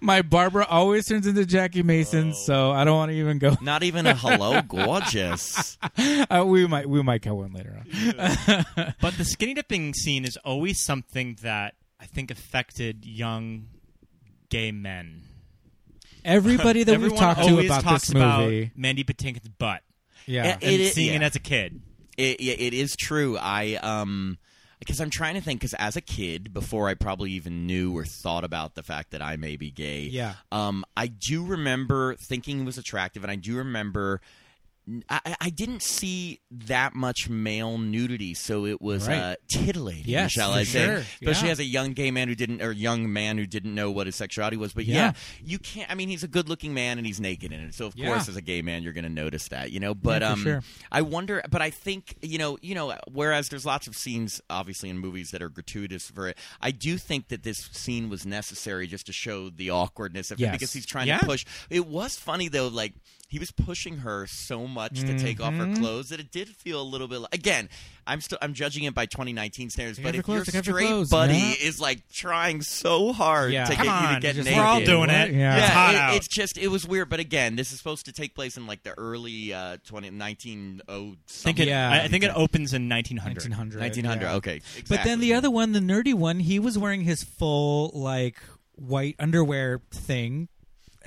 [SPEAKER 6] my Barbara always turns into Jackie Mason,
[SPEAKER 7] Oh.
[SPEAKER 6] so I don't want to even go.
[SPEAKER 8] Not even a hello, gorgeous.
[SPEAKER 6] Uh, we might we might get one later on.
[SPEAKER 7] But the skinny dipping scene is always something that I think affected young gay men.
[SPEAKER 6] Everybody that we've
[SPEAKER 7] Everyone
[SPEAKER 6] talked to
[SPEAKER 7] always
[SPEAKER 6] about
[SPEAKER 7] talks
[SPEAKER 6] this movie,
[SPEAKER 7] about Mandy Patinkin's butt
[SPEAKER 6] yeah,
[SPEAKER 8] Eh, eh.
[SPEAKER 7] and
[SPEAKER 8] It is-
[SPEAKER 7] seeing it
[SPEAKER 8] yeah.
[SPEAKER 7] as a kid.
[SPEAKER 8] It, yeah, it is true. I um because I'm trying to think because as a kid, before I probably even knew or thought about the fact that I may be gay,
[SPEAKER 6] Yeah.
[SPEAKER 8] um, I do remember thinking it was attractive, and I do remember. I- I, I didn't see that much male nudity, so it was
[SPEAKER 6] Right.
[SPEAKER 8] uh, titillating,
[SPEAKER 6] Yes,
[SPEAKER 8] shall
[SPEAKER 6] for
[SPEAKER 8] I say?
[SPEAKER 6] sure.
[SPEAKER 8] Especially
[SPEAKER 6] Yeah.
[SPEAKER 8] as a young gay man who didn't, or young man who didn't know what his sexuality was. But yeah,
[SPEAKER 6] Yeah.
[SPEAKER 8] you can't. I mean, he's a good-looking man and he's naked in it, so of
[SPEAKER 6] Yeah.
[SPEAKER 8] course, as a gay man, you're going to notice that, you know. But
[SPEAKER 6] for
[SPEAKER 8] um,
[SPEAKER 6] sure.
[SPEAKER 8] I wonder, but I think you know, you know. Whereas there's lots of scenes, obviously, in movies that are gratuitous for it. I do think that this scene was necessary just to show the awkwardness of it
[SPEAKER 6] Yes.
[SPEAKER 8] because he's trying
[SPEAKER 7] Yeah.
[SPEAKER 8] to push. It was funny though, like he was pushing her so much to take off
[SPEAKER 6] Mm-hmm.
[SPEAKER 8] her clothes that it did feel a little bit. Like, again, I'm still I'm judging it by 2019 standards,
[SPEAKER 6] off
[SPEAKER 8] but
[SPEAKER 6] your
[SPEAKER 8] if
[SPEAKER 6] clothes, take
[SPEAKER 8] your
[SPEAKER 6] off your
[SPEAKER 8] straight
[SPEAKER 6] clothes,
[SPEAKER 8] buddy
[SPEAKER 6] yeah.
[SPEAKER 8] is like trying so hard
[SPEAKER 6] Yeah.
[SPEAKER 8] to
[SPEAKER 6] Come
[SPEAKER 8] get you to
[SPEAKER 7] on,
[SPEAKER 8] get
[SPEAKER 7] just-
[SPEAKER 8] naked,
[SPEAKER 7] we're all doing it.
[SPEAKER 6] Yeah.
[SPEAKER 7] It's hot
[SPEAKER 8] it-
[SPEAKER 7] out.
[SPEAKER 8] it's just it was weird, but again, this is supposed to take place in like the early uh, 20, 1900
[SPEAKER 7] I think it,
[SPEAKER 6] Yeah.
[SPEAKER 7] I, I think it opens in 1900.
[SPEAKER 6] 1900.
[SPEAKER 8] 1900.
[SPEAKER 6] yeah.
[SPEAKER 8] Okay,
[SPEAKER 6] But then
[SPEAKER 8] exactly.
[SPEAKER 6] the other one, the nerdy one, he was wearing his full like white underwear thing.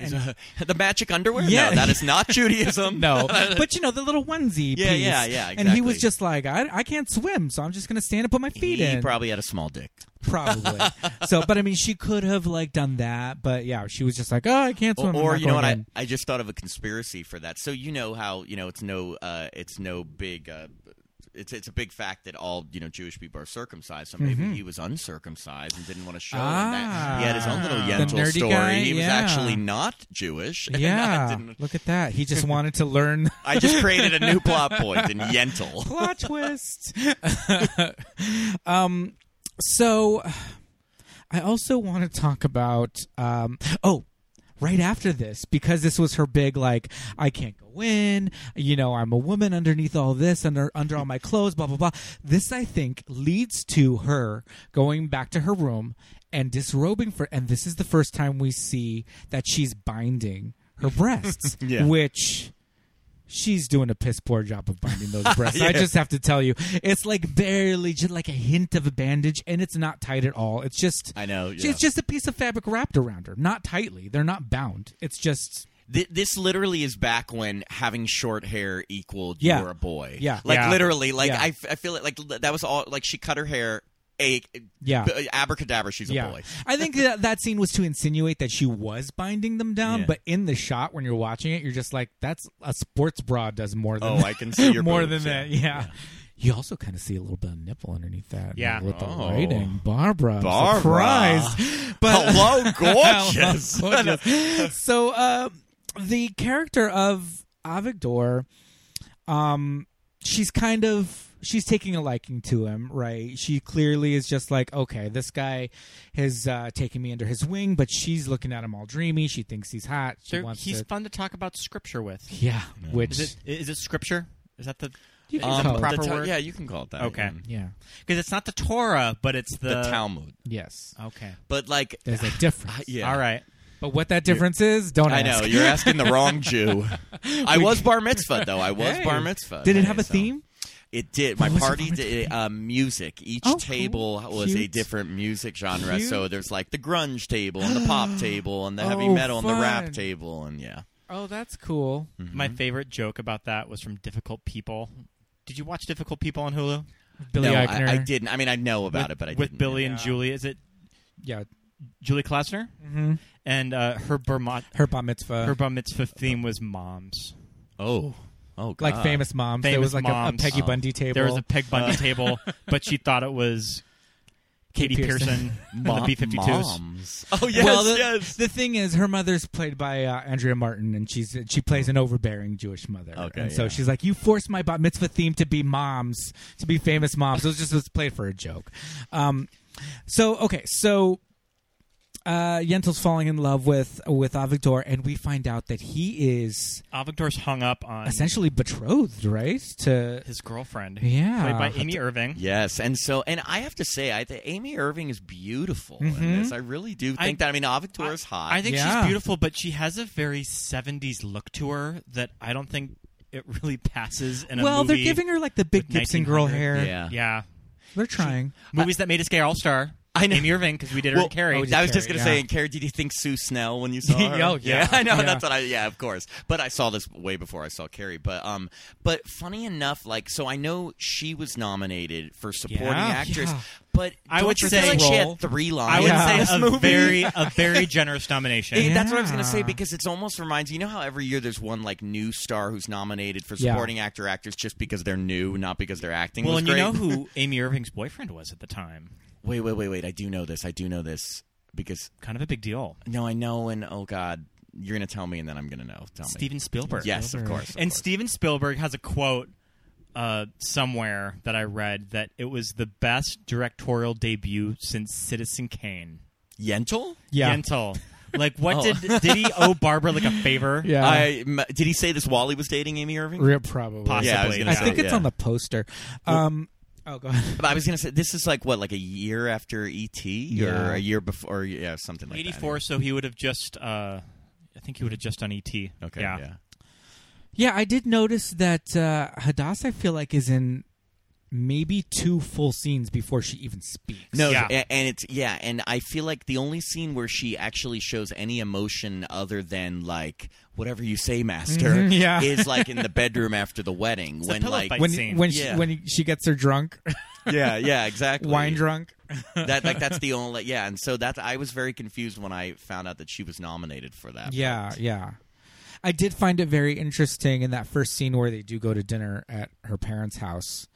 [SPEAKER 8] the magic underwear.
[SPEAKER 6] Yeah.
[SPEAKER 8] no, that is not Judaism.
[SPEAKER 6] No, but you know the little onesie
[SPEAKER 8] Yeah,
[SPEAKER 6] piece.
[SPEAKER 8] yeah, yeah,
[SPEAKER 6] And he was
[SPEAKER 8] exactly.
[SPEAKER 6] just like, I, I can't swim, so I'm just gonna stand and put my feet
[SPEAKER 8] he
[SPEAKER 6] in.
[SPEAKER 8] probably had a small dick.
[SPEAKER 6] probably. so, but I mean, she could have like done that, but yeah, she was just like, oh, I can't
[SPEAKER 8] Or,
[SPEAKER 6] swim. I'm
[SPEAKER 8] or
[SPEAKER 6] not
[SPEAKER 8] you know what?
[SPEAKER 6] going
[SPEAKER 8] I,
[SPEAKER 6] in."
[SPEAKER 8] I just thought of a conspiracy for that. So you know how you know it's no uh, it's no big. Uh, it's, it's a big fact that all you know Jewish people are circumcised, so maybe
[SPEAKER 6] Mm-hmm.
[SPEAKER 8] he was uncircumcised and didn't want to show it, and that. He had his own little
[SPEAKER 6] Ah. The
[SPEAKER 8] Yentl
[SPEAKER 6] nerdy
[SPEAKER 8] story.
[SPEAKER 6] guy,
[SPEAKER 8] he was
[SPEAKER 6] yeah.
[SPEAKER 8] actually not Jewish. and I,
[SPEAKER 6] Yeah,
[SPEAKER 8] didn't-
[SPEAKER 6] look at that. He just wanted to learn.
[SPEAKER 8] I just created a new plot point in Yentl.
[SPEAKER 6] plot twist. um, so I also want to talk about um, oh, right after this because this was her big like I can't go in. You know, I'm a woman underneath all this under under all my clothes. Blah blah blah. This I think leads to her going back to her room and disrobing for. And this is the first time we see that she's binding her breasts, which she's doing a piss poor job of binding those breasts. I just have to tell you, it's like barely, just like a hint of a bandage, and it's not tight at all. It's just
[SPEAKER 8] I know,
[SPEAKER 6] It's
[SPEAKER 8] yeah.
[SPEAKER 6] just a piece of fabric wrapped around her, not tightly. They're not bound. It's just
[SPEAKER 8] Th- this literally is back when having short hair equaled
[SPEAKER 6] Yeah.
[SPEAKER 8] you were a boy.
[SPEAKER 6] Yeah.
[SPEAKER 8] like
[SPEAKER 7] Yeah.
[SPEAKER 8] literally, like
[SPEAKER 6] Yeah.
[SPEAKER 8] I, f- I feel it. Like li- that was all. Like she cut her hair. A
[SPEAKER 6] Yeah.
[SPEAKER 8] b- abracadabra. She's a
[SPEAKER 6] yeah.
[SPEAKER 8] boy.
[SPEAKER 6] I think that that scene was to insinuate that she was binding them down,
[SPEAKER 8] Yeah.
[SPEAKER 6] but in the shot when you're watching it, you're just like, that's a sports bra does more than
[SPEAKER 8] Oh,
[SPEAKER 6] that.
[SPEAKER 8] I can see your
[SPEAKER 6] more
[SPEAKER 8] boobs,
[SPEAKER 6] than that. Yeah. You also kind of see a little bit of nipple underneath that.
[SPEAKER 7] Yeah.
[SPEAKER 6] with the
[SPEAKER 8] Oh.
[SPEAKER 6] lighting, Barbara. I'm
[SPEAKER 8] Barbara.
[SPEAKER 6] surprised. But
[SPEAKER 8] Hello,
[SPEAKER 6] Hello,
[SPEAKER 8] gorgeous.
[SPEAKER 6] gorgeous. so uh, the character of Avigdor, um, she's kind of she's taking a liking to him, right? She clearly is just like, okay, this guy has uh, taken me under his wing, but she's looking at him all dreamy. She thinks he's hot. She
[SPEAKER 7] They're-
[SPEAKER 6] wants
[SPEAKER 7] He's
[SPEAKER 6] to,
[SPEAKER 7] fun to talk about scripture with.
[SPEAKER 6] yeah, which
[SPEAKER 7] Is it is it scripture? Is that the
[SPEAKER 6] you can
[SPEAKER 7] um,
[SPEAKER 6] call it-
[SPEAKER 7] proper
[SPEAKER 8] the ta-
[SPEAKER 7] word?
[SPEAKER 8] Yeah, you can call it that.
[SPEAKER 7] Okay.
[SPEAKER 8] yeah.
[SPEAKER 6] yeah,
[SPEAKER 7] Because it's not the Torah, but it's the,
[SPEAKER 8] The Talmud,
[SPEAKER 6] yes,
[SPEAKER 7] Okay.
[SPEAKER 8] but like,
[SPEAKER 6] there's a difference.
[SPEAKER 8] Oh, Uh, yeah.
[SPEAKER 7] All right.
[SPEAKER 6] But what that difference is, don't
[SPEAKER 8] I
[SPEAKER 6] ask.
[SPEAKER 8] know you're asking the wrong Jew. I was bar mitzvah though. I was
[SPEAKER 6] Hey.
[SPEAKER 8] bar mitzvah.
[SPEAKER 6] Did it
[SPEAKER 8] today,
[SPEAKER 6] have a
[SPEAKER 8] so-
[SPEAKER 6] theme?
[SPEAKER 8] It did. My
[SPEAKER 6] was it
[SPEAKER 8] party
[SPEAKER 6] for?
[SPEAKER 8] did uh, music. Each
[SPEAKER 6] Oh, cool.
[SPEAKER 8] table was a
[SPEAKER 6] Cute.
[SPEAKER 8] different music genre.
[SPEAKER 6] Cute.
[SPEAKER 8] So there's like the grunge table and the pop table and the heavy
[SPEAKER 6] Oh,
[SPEAKER 8] metal and the
[SPEAKER 6] fun.
[SPEAKER 8] rap table and yeah.
[SPEAKER 6] Oh, that's cool.
[SPEAKER 7] My favorite joke about that was from Difficult People. Did you watch Difficult People on Hulu?
[SPEAKER 6] Billy
[SPEAKER 8] no,
[SPEAKER 6] Eichner.
[SPEAKER 8] I, I didn't. I mean, I know about
[SPEAKER 7] with,
[SPEAKER 8] it, but I
[SPEAKER 7] with
[SPEAKER 8] didn't.
[SPEAKER 7] Billy and Julie. Is it
[SPEAKER 6] Yeah,
[SPEAKER 7] Julie Klausner? Mm-hmm. And uh, her bar ma-
[SPEAKER 6] her bat
[SPEAKER 8] Uh.
[SPEAKER 6] mitzvah.
[SPEAKER 7] her bar mitzvah theme was moms.
[SPEAKER 8] Oh, oh, God.
[SPEAKER 6] like famous moms. there
[SPEAKER 7] Famous
[SPEAKER 6] was like a- A,
[SPEAKER 7] moms.
[SPEAKER 6] Peggy
[SPEAKER 7] Oh.
[SPEAKER 6] Bundy table.
[SPEAKER 7] There was a Peg
[SPEAKER 8] Uh.
[SPEAKER 7] Bundy table, but she thought it was Katie Pearson,
[SPEAKER 6] Pearson.
[SPEAKER 7] from
[SPEAKER 8] Mo-
[SPEAKER 7] the B-52s.
[SPEAKER 8] moms. Oh yes,
[SPEAKER 6] well, the,
[SPEAKER 8] yes.
[SPEAKER 6] the thing is, her mother's played by uh, Andrea Martin, and she's she plays an overbearing Jewish mother.
[SPEAKER 8] Okay,
[SPEAKER 6] and so
[SPEAKER 8] yeah.
[SPEAKER 6] she's like, "You forced my bat mitzvah theme to be moms, to be famous moms." It was just it was played for a joke. Um, so okay, so uh, Yentl's falling in love with with Avigdor, and we find out that he is
[SPEAKER 7] Avigdor's hung up on
[SPEAKER 6] essentially betrothed, right? To
[SPEAKER 7] his girlfriend.
[SPEAKER 6] Yeah.
[SPEAKER 7] Played by Amy Irving.
[SPEAKER 8] Yes, and so and I have to say, I think Amy Irving is beautiful
[SPEAKER 6] Mm-hmm.
[SPEAKER 8] in this. I really do think
[SPEAKER 7] I-
[SPEAKER 8] that. I mean, Avatar is hot.
[SPEAKER 7] I think
[SPEAKER 6] Yeah.
[SPEAKER 7] she's beautiful, but she has a very 70s look to her that I don't think it really passes in a
[SPEAKER 6] well, they're
[SPEAKER 7] movie
[SPEAKER 6] giving her like the big
[SPEAKER 7] with
[SPEAKER 6] Gibson girl
[SPEAKER 7] 1900.
[SPEAKER 6] hair.
[SPEAKER 8] Yeah.
[SPEAKER 7] Yeah.
[SPEAKER 6] They're trying.
[SPEAKER 7] Movies that made us gay all star.
[SPEAKER 8] I know.
[SPEAKER 7] Amy Irving, because we did her
[SPEAKER 8] Well,
[SPEAKER 7] in Carrie.
[SPEAKER 8] I was just gonna
[SPEAKER 6] Carrie, yeah.
[SPEAKER 8] say, and Carrie, did you think Sue Snell when you saw her?
[SPEAKER 7] Oh, yeah.
[SPEAKER 8] I know.
[SPEAKER 6] Yeah.
[SPEAKER 8] That's what I. Yeah, of course. But I saw this way before I saw Carrie. But um, but funny enough, like, so I know she was nominated for supporting
[SPEAKER 7] Yeah.
[SPEAKER 8] actress,
[SPEAKER 6] Yeah.
[SPEAKER 8] but
[SPEAKER 7] I
[SPEAKER 8] don't
[SPEAKER 7] would
[SPEAKER 8] you
[SPEAKER 7] say-
[SPEAKER 8] feel like she
[SPEAKER 6] Role.
[SPEAKER 8] had three lines.
[SPEAKER 7] I would
[SPEAKER 8] in
[SPEAKER 6] Yeah.
[SPEAKER 7] say
[SPEAKER 8] this
[SPEAKER 7] a
[SPEAKER 8] movie?
[SPEAKER 7] very a very generous nomination.
[SPEAKER 8] It- That's what I was going to say
[SPEAKER 6] Yeah.
[SPEAKER 8] because it's almost reminds you know how every year there's one like new star who's nominated for
[SPEAKER 6] Yeah.
[SPEAKER 8] supporting actor actress just because they're new, not because their acting
[SPEAKER 7] Well,
[SPEAKER 8] was
[SPEAKER 7] and
[SPEAKER 8] great.
[SPEAKER 7] you know who Amy Irving's boyfriend was at the time.
[SPEAKER 8] wait, wait, wait, wait. I do know this. I do know this because
[SPEAKER 7] Kind of a big deal.
[SPEAKER 8] no, I know and oh god, you're going to tell me and then I'm going to know. Tell me.
[SPEAKER 7] Steven Spielberg.
[SPEAKER 8] Yes, of course. of
[SPEAKER 7] And
[SPEAKER 8] course.
[SPEAKER 7] Steven Spielberg has a quote uh, somewhere that I read that it was the best directorial debut since Citizen Kane.
[SPEAKER 8] Yentl?
[SPEAKER 6] Yeah.
[SPEAKER 7] Yentl. Like, what
[SPEAKER 8] Oh.
[SPEAKER 7] did did he owe Barbara like a favor?
[SPEAKER 6] Yeah.
[SPEAKER 8] I m- did he say this while he was dating Amy Irving?
[SPEAKER 6] Re- probably.
[SPEAKER 7] Possibly.
[SPEAKER 8] Yeah, I was gonna
[SPEAKER 6] I
[SPEAKER 8] say,
[SPEAKER 6] think it's
[SPEAKER 8] yeah.
[SPEAKER 6] on the poster. Um, oh, go ahead.
[SPEAKER 8] But I was going to say this is like what like a year after ET
[SPEAKER 6] Yeah.
[SPEAKER 8] or a year before yeah, something like
[SPEAKER 7] Eighty
[SPEAKER 8] that.
[SPEAKER 7] four. So he would have just. Uh, I think he would have just done ET.
[SPEAKER 8] Okay,
[SPEAKER 7] Yeah.
[SPEAKER 8] yeah.
[SPEAKER 6] Yeah, I did notice that uh, Hadass, I feel like, is in maybe two full scenes before she even speaks.
[SPEAKER 8] No,
[SPEAKER 7] Yeah.
[SPEAKER 8] a- and it's yeah, and I feel like the only scene where she actually shows any emotion other than like whatever you say, master,
[SPEAKER 6] Mhm, yeah.
[SPEAKER 8] is like in the bedroom after the wedding
[SPEAKER 7] a
[SPEAKER 8] when
[SPEAKER 7] pillow
[SPEAKER 8] like
[SPEAKER 7] fight.
[SPEAKER 6] when
[SPEAKER 7] scene.
[SPEAKER 6] when
[SPEAKER 8] Yeah.
[SPEAKER 6] she when she gets her drunk,
[SPEAKER 8] yeah, yeah, exactly,
[SPEAKER 6] wine drunk.
[SPEAKER 8] That like that's the only yeah, and so that I was very confused when I found out that she was nominated for that.
[SPEAKER 6] Yeah, yeah. I did find it very interesting in that first scene where they do go to dinner at her parents' house,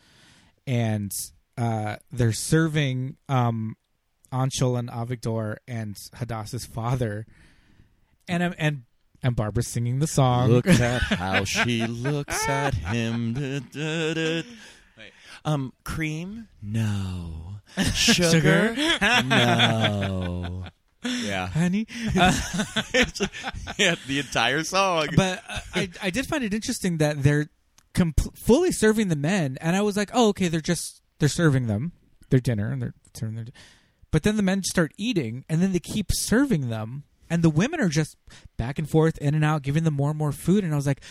[SPEAKER 6] and uh, they're serving um, Anshul and Avigdor and Hadass's father, and um, and and Barbara's singing the song.
[SPEAKER 8] Look at how she looks at him. Da, da, da. Um, cream? No. Sugar? no. Yeah.
[SPEAKER 6] honey. Uh,
[SPEAKER 8] yeah, the entire song.
[SPEAKER 6] but uh, I, I did find it interesting that they're compl- fully serving the men, and I was like, oh, okay, they're just they're serving them their dinner and they're serving their. Di- but then the men start eating, and then they keep serving them, and the women are just back and forth, in and out, giving them more and more food, and I was like.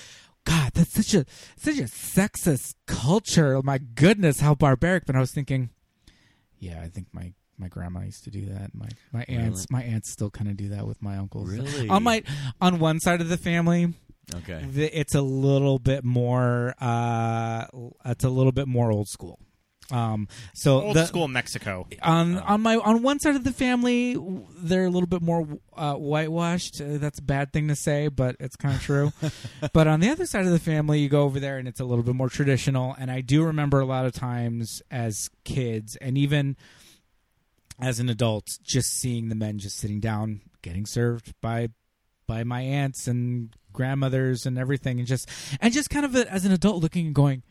[SPEAKER 6] God, that's such a such a sexist culture. Oh My goodness, how barbaric! But I was thinking, yeah, I think my my grandma used to do that. My my aunts my aunts still kind of do that with my uncles.
[SPEAKER 8] Really?
[SPEAKER 6] On my on one side of the family,
[SPEAKER 8] okay.
[SPEAKER 6] th- it's a little bit more uh it's a little bit more old school. Um so
[SPEAKER 7] Old
[SPEAKER 6] the,
[SPEAKER 7] school Mexico.
[SPEAKER 6] on
[SPEAKER 8] Oh.
[SPEAKER 6] on my on one side of the family w- they're a little bit more uh, whitewashed Uh, that's a bad thing to say but it's kind of true but on the other side of the family you go over there and it's a little bit more traditional and i do remember a lot of times as kids and even as an adult just seeing the men just sitting down getting served by by my aunts and grandmothers and everything and just and just kind of a, as an adult looking and going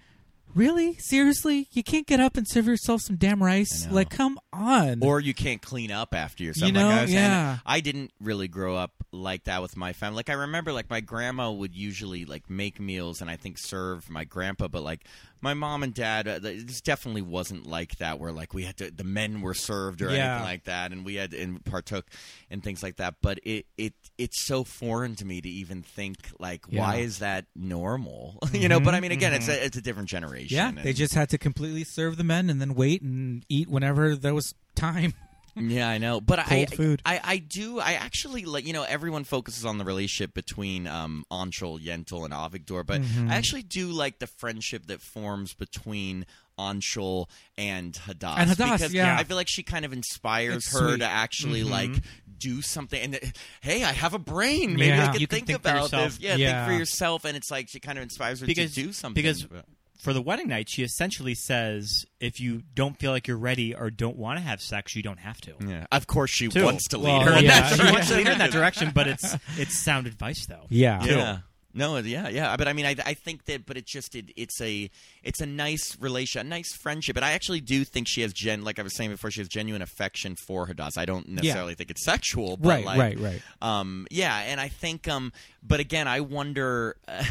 [SPEAKER 6] really seriously you can't get up and serve yourself some damn rice
[SPEAKER 8] I know.
[SPEAKER 6] like come on
[SPEAKER 8] Or you can't clean up after yourself.
[SPEAKER 6] You know,
[SPEAKER 8] like I was saying,
[SPEAKER 6] yeah.
[SPEAKER 8] I didn't really grow up like that with my family. Like I remember, like my grandma would usually like make meals and I think serve my grandpa. But like my mom and dad, uh, th- this definitely wasn't like that. Where like we had to, the men were served or
[SPEAKER 6] Yeah.
[SPEAKER 8] anything like that, and we had and partook in things like that. But it it it's so foreign to me to even think like why
[SPEAKER 6] Yeah. Mm-hmm.
[SPEAKER 8] is that normal? you know. But I mean, again, it's a it's a different generation.
[SPEAKER 6] yeah they
[SPEAKER 8] and-
[SPEAKER 6] just had to completely serve the men and then wait and eat whenever there was time
[SPEAKER 8] Yeah, I know. But I,
[SPEAKER 6] Cold food.
[SPEAKER 8] I, I do. I actually like. You know, everyone focuses on the relationship between um, Anshul, Yentl, and Avigdor, but
[SPEAKER 6] Mm-hmm.
[SPEAKER 8] I actually do like the friendship that forms between Anshul and Hadass.
[SPEAKER 6] And Hadass,
[SPEAKER 8] because
[SPEAKER 6] yeah.
[SPEAKER 8] I feel like she kind of inspires
[SPEAKER 6] It's
[SPEAKER 8] her
[SPEAKER 6] sweet. Mm-hmm.
[SPEAKER 8] to actually like do something. And that, hey, I have a brain. Maybe
[SPEAKER 6] Yeah.
[SPEAKER 8] I can,
[SPEAKER 7] You can
[SPEAKER 8] think,
[SPEAKER 7] think for
[SPEAKER 8] about
[SPEAKER 7] yourself.
[SPEAKER 8] this. Yeah,
[SPEAKER 6] Yeah.
[SPEAKER 8] think for yourself. And it's like she kind of inspires her
[SPEAKER 7] Because-
[SPEAKER 8] to do something.
[SPEAKER 7] because-
[SPEAKER 8] But-
[SPEAKER 7] For the wedding night, she essentially says, "If you don't feel like you're ready or don't want to have sex, you don't have to."
[SPEAKER 8] yeah, of course she
[SPEAKER 7] Too.
[SPEAKER 8] Mm. wants to lead
[SPEAKER 6] Well,
[SPEAKER 8] her. in
[SPEAKER 6] yeah.
[SPEAKER 8] that
[SPEAKER 7] She wants to lead her in that direction, but it's it's sound advice though.
[SPEAKER 6] yeah
[SPEAKER 8] Yeah. No, yeah, yeah, but I mean, I, I think that, but it's just it, it's a it's a nice relation, a nice friendship, and I actually do think she has gen, like I was saying before, she has genuine affection for Hadass. I don't necessarily think it's sexual, but
[SPEAKER 6] Right,
[SPEAKER 8] like,
[SPEAKER 6] right, right.
[SPEAKER 8] um, yeah, and I think, um, but again, I wonder. Uh,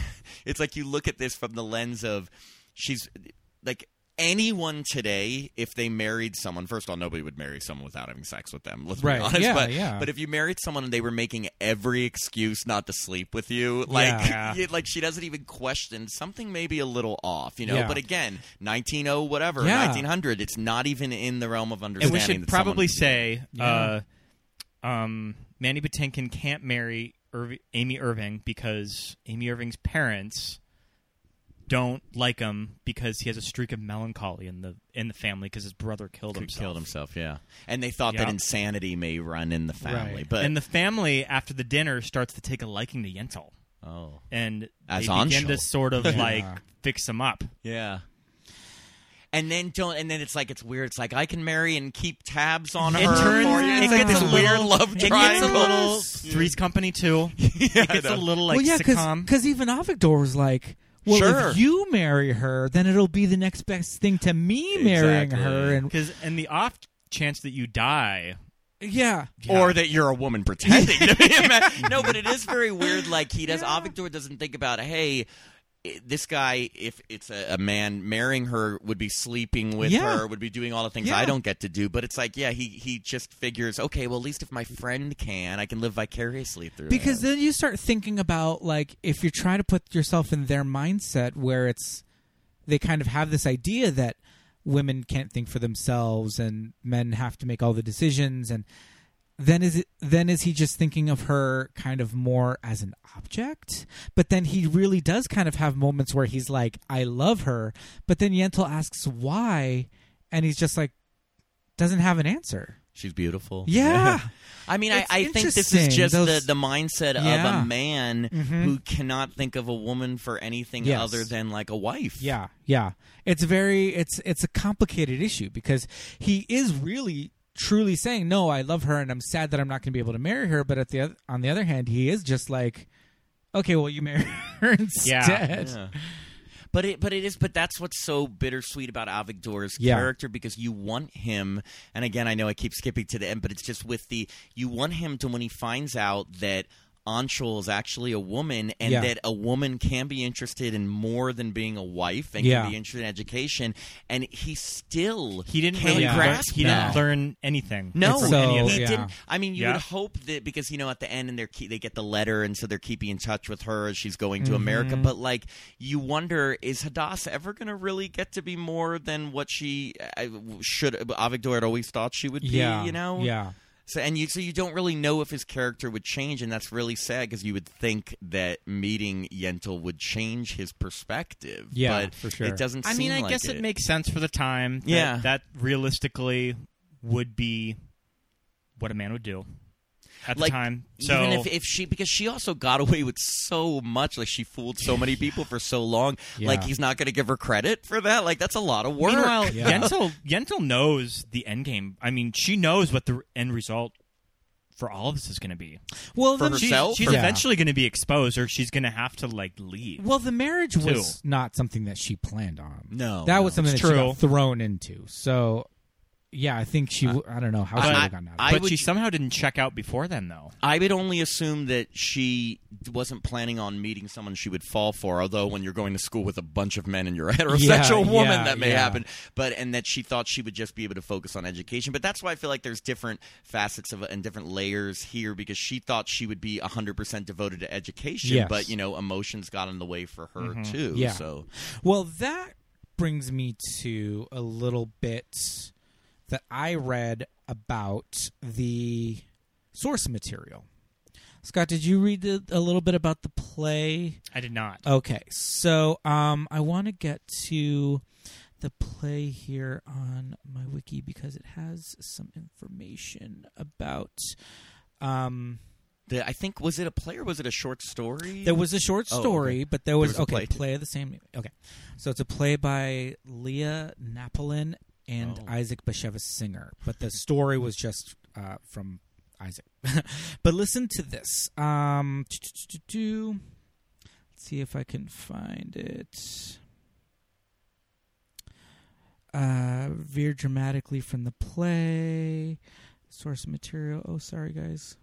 [SPEAKER 8] it's like you look at this from the lens of she's like anyone today. If they married someone, first of all, nobody would marry someone without having sex with them. Let's
[SPEAKER 6] Right,
[SPEAKER 8] be honest.
[SPEAKER 6] yeah,
[SPEAKER 8] but,
[SPEAKER 6] yeah.
[SPEAKER 8] but if you married someone and they were making every excuse not to sleep with you, like
[SPEAKER 6] Yeah.
[SPEAKER 8] you- like she doesn't even question something, maybe a little off, you know.
[SPEAKER 6] Yeah.
[SPEAKER 8] But again, nineteen oh whatever,
[SPEAKER 6] Yeah.
[SPEAKER 8] nineteen hundred, it's not even in the realm of
[SPEAKER 7] And
[SPEAKER 8] understanding.
[SPEAKER 7] we should
[SPEAKER 8] that someone-
[SPEAKER 7] probably say uh, um, Mandy Patinkin can't marry Irv- Amy Irving because Amy Irving's parents don't like him because he has a streak of melancholy in the in the family because his brother killed
[SPEAKER 8] Could
[SPEAKER 7] himself.
[SPEAKER 8] killed himself. Yeah, and they thought that
[SPEAKER 7] Yeah.
[SPEAKER 8] insanity may run in the family,
[SPEAKER 6] Right.
[SPEAKER 8] but
[SPEAKER 7] and the family after the dinner starts to take a liking to Yentl,
[SPEAKER 8] oh
[SPEAKER 7] and
[SPEAKER 8] As
[SPEAKER 7] they begin
[SPEAKER 8] Anshul.
[SPEAKER 7] to sort of like fix him up.
[SPEAKER 8] yeah. And then don't, and then it's like it's weird. It's like I can marry and keep tabs on
[SPEAKER 7] It
[SPEAKER 8] her.
[SPEAKER 7] turns-
[SPEAKER 8] for you.
[SPEAKER 7] it
[SPEAKER 8] It's like
[SPEAKER 7] gets
[SPEAKER 8] this
[SPEAKER 7] a
[SPEAKER 8] weird
[SPEAKER 7] little-
[SPEAKER 8] love
[SPEAKER 7] It
[SPEAKER 8] triangle.
[SPEAKER 7] gets a little Three's Company too. it gets a little like
[SPEAKER 6] well, yeah,
[SPEAKER 7] sitcom.
[SPEAKER 6] because even Avigdor was like, well,
[SPEAKER 8] Sure.
[SPEAKER 6] if you marry her, then it'll be the next best thing to me marrying
[SPEAKER 8] Exactly.
[SPEAKER 6] her, and
[SPEAKER 7] Because and the off chance that you die,
[SPEAKER 6] yeah,
[SPEAKER 8] or that you're a woman pretending to be a man. No, but it is very weird. Like he does, Avigdor doesn't think about hey. i- This guy, if it's a, a man marrying her, would be sleeping with
[SPEAKER 6] Yeah.
[SPEAKER 8] her, would be doing all the things
[SPEAKER 6] Yeah.
[SPEAKER 8] I don't get to do. But it's like, yeah, he he just figures, okay, well, at least if my friend can, I can live vicariously through.
[SPEAKER 6] because
[SPEAKER 8] him.
[SPEAKER 6] then you start thinking about like if you're trying to put yourself in their mindset where it's they kind of have this idea that women can't think for themselves and men have to make all the decisions and then is it then is he just thinking of her kind of more as an object but then he really does kind of have moments where he's like i love her but then yentl asks why and he's just like doesn't have an answer
[SPEAKER 8] she's beautiful.
[SPEAKER 6] yeah
[SPEAKER 8] I mean, I,
[SPEAKER 6] It's
[SPEAKER 8] I think this is
[SPEAKER 6] interesting,
[SPEAKER 8] just
[SPEAKER 6] those-
[SPEAKER 8] the, the mindset of
[SPEAKER 6] Yeah.
[SPEAKER 8] a man who cannot think of a woman for anything
[SPEAKER 6] Yes.
[SPEAKER 8] other than like a wife.
[SPEAKER 6] Yeah, yeah. It's very it's it's a complicated issue because he is really truly saying no, I love her and I'm sad that I'm not going to be able to marry her, but at the oth- on the other hand, he is just like okay, well you marry her instead.
[SPEAKER 8] Yeah. But it, but it is, but that's what's so bittersweet about Avigdor's
[SPEAKER 6] Yeah.
[SPEAKER 8] character because you want him, and again, I know I keep skipping to the end, but it's just with the you want him to when he finds out that Anshul is actually a woman, and
[SPEAKER 6] Yeah.
[SPEAKER 8] that a woman can be interested in more than being a wife, and
[SPEAKER 6] Yeah.
[SPEAKER 8] can be interested in education, and he still
[SPEAKER 7] he didn't
[SPEAKER 8] can't
[SPEAKER 7] really learn-
[SPEAKER 8] grasp
[SPEAKER 7] he
[SPEAKER 8] that.
[SPEAKER 7] didn't learn anything.
[SPEAKER 8] No,
[SPEAKER 6] It's so-
[SPEAKER 7] any of
[SPEAKER 8] he
[SPEAKER 7] that.
[SPEAKER 6] yeah.
[SPEAKER 8] didn't. I mean, you
[SPEAKER 7] Yeah.
[SPEAKER 8] would hope that because you know at the end, and they're keep, they get the letter, and so they're keeping in touch with her as she's going
[SPEAKER 6] Mm-hmm.
[SPEAKER 8] to America. But like, you wonder is Hadass ever going to really get to be more than what she I, should? uh, Avigdor had always thought she would be.
[SPEAKER 6] Yeah,
[SPEAKER 8] You know.
[SPEAKER 6] Yeah.
[SPEAKER 8] So and you so you don't really know if his character would change, and that's really sad because you would think that meeting Yentl would change his perspective.
[SPEAKER 6] Yeah,
[SPEAKER 8] but
[SPEAKER 6] for sure.
[SPEAKER 8] It doesn't.
[SPEAKER 7] I mean,
[SPEAKER 8] seem
[SPEAKER 7] I
[SPEAKER 8] like
[SPEAKER 7] guess it. makes sense for the time. that-
[SPEAKER 8] Yeah.
[SPEAKER 7] that realistically would be what a man would do at the time. So
[SPEAKER 8] even if, if she because she also got away with so much, like she fooled so many people for so long. Like
[SPEAKER 6] Yeah.
[SPEAKER 8] he's not going to give her credit for that. Like that's a lot of work.
[SPEAKER 7] meanwhile,
[SPEAKER 6] Yeah.
[SPEAKER 7] Yentl Yentl knows the end game. I mean, she knows what the end result for all of this is going to be.
[SPEAKER 6] Well,
[SPEAKER 8] For
[SPEAKER 6] then
[SPEAKER 8] herself?
[SPEAKER 7] She's, she's
[SPEAKER 6] Yeah.
[SPEAKER 7] eventually going to be exposed, or she's going to have to like leave.
[SPEAKER 6] well, the marriage was not something that she planned on.
[SPEAKER 8] No,
[SPEAKER 6] that
[SPEAKER 8] no.
[SPEAKER 6] was something
[SPEAKER 7] It's
[SPEAKER 6] that she got
[SPEAKER 7] true.
[SPEAKER 6] thrown into. So, yeah, I think she. w I don't know how
[SPEAKER 8] Uh,
[SPEAKER 6] she
[SPEAKER 8] I-
[SPEAKER 6] would have gotten out. Of it.
[SPEAKER 8] I
[SPEAKER 7] but
[SPEAKER 8] would-
[SPEAKER 7] she somehow didn't check out before then, though.
[SPEAKER 8] I would only assume that she wasn't planning on meeting someone she would fall for. Although when you're going to school with a bunch of men and you're a heterosexual
[SPEAKER 6] Yeah,
[SPEAKER 8] woman,
[SPEAKER 6] yeah,
[SPEAKER 8] that may
[SPEAKER 6] yeah.
[SPEAKER 8] happen. But and that she thought she would just be able to focus on education. But that's why I feel like there's different facets of and different layers here because she thought she would be 100 percent devoted to education.
[SPEAKER 6] Yes. Mm-hmm.
[SPEAKER 8] But you know, emotions got in the way for her too.
[SPEAKER 6] Yeah.
[SPEAKER 8] So
[SPEAKER 6] Well, that brings me to a little bit that I read about the source material. Scott, did you read the, a little bit about the play?
[SPEAKER 7] I did not.
[SPEAKER 6] Okay, so um, I want to get to the play here on my wiki because it has some information about. Um,
[SPEAKER 8] the, I think was it a play or was it a short story?
[SPEAKER 6] there was a short
[SPEAKER 8] Oh, okay.
[SPEAKER 6] story, but there was,
[SPEAKER 8] There was a
[SPEAKER 6] okay
[SPEAKER 8] play.
[SPEAKER 6] play of the same name. Okay, so it's a play by Leah Napolin and
[SPEAKER 8] Oh.
[SPEAKER 6] Isaac Bashevis Singer, but the story was just uh, from Isaac. but listen to this. Um, let's Let's see if I can find it. Uh, veer dramatically from the play. Source material. Oh, sorry, guys.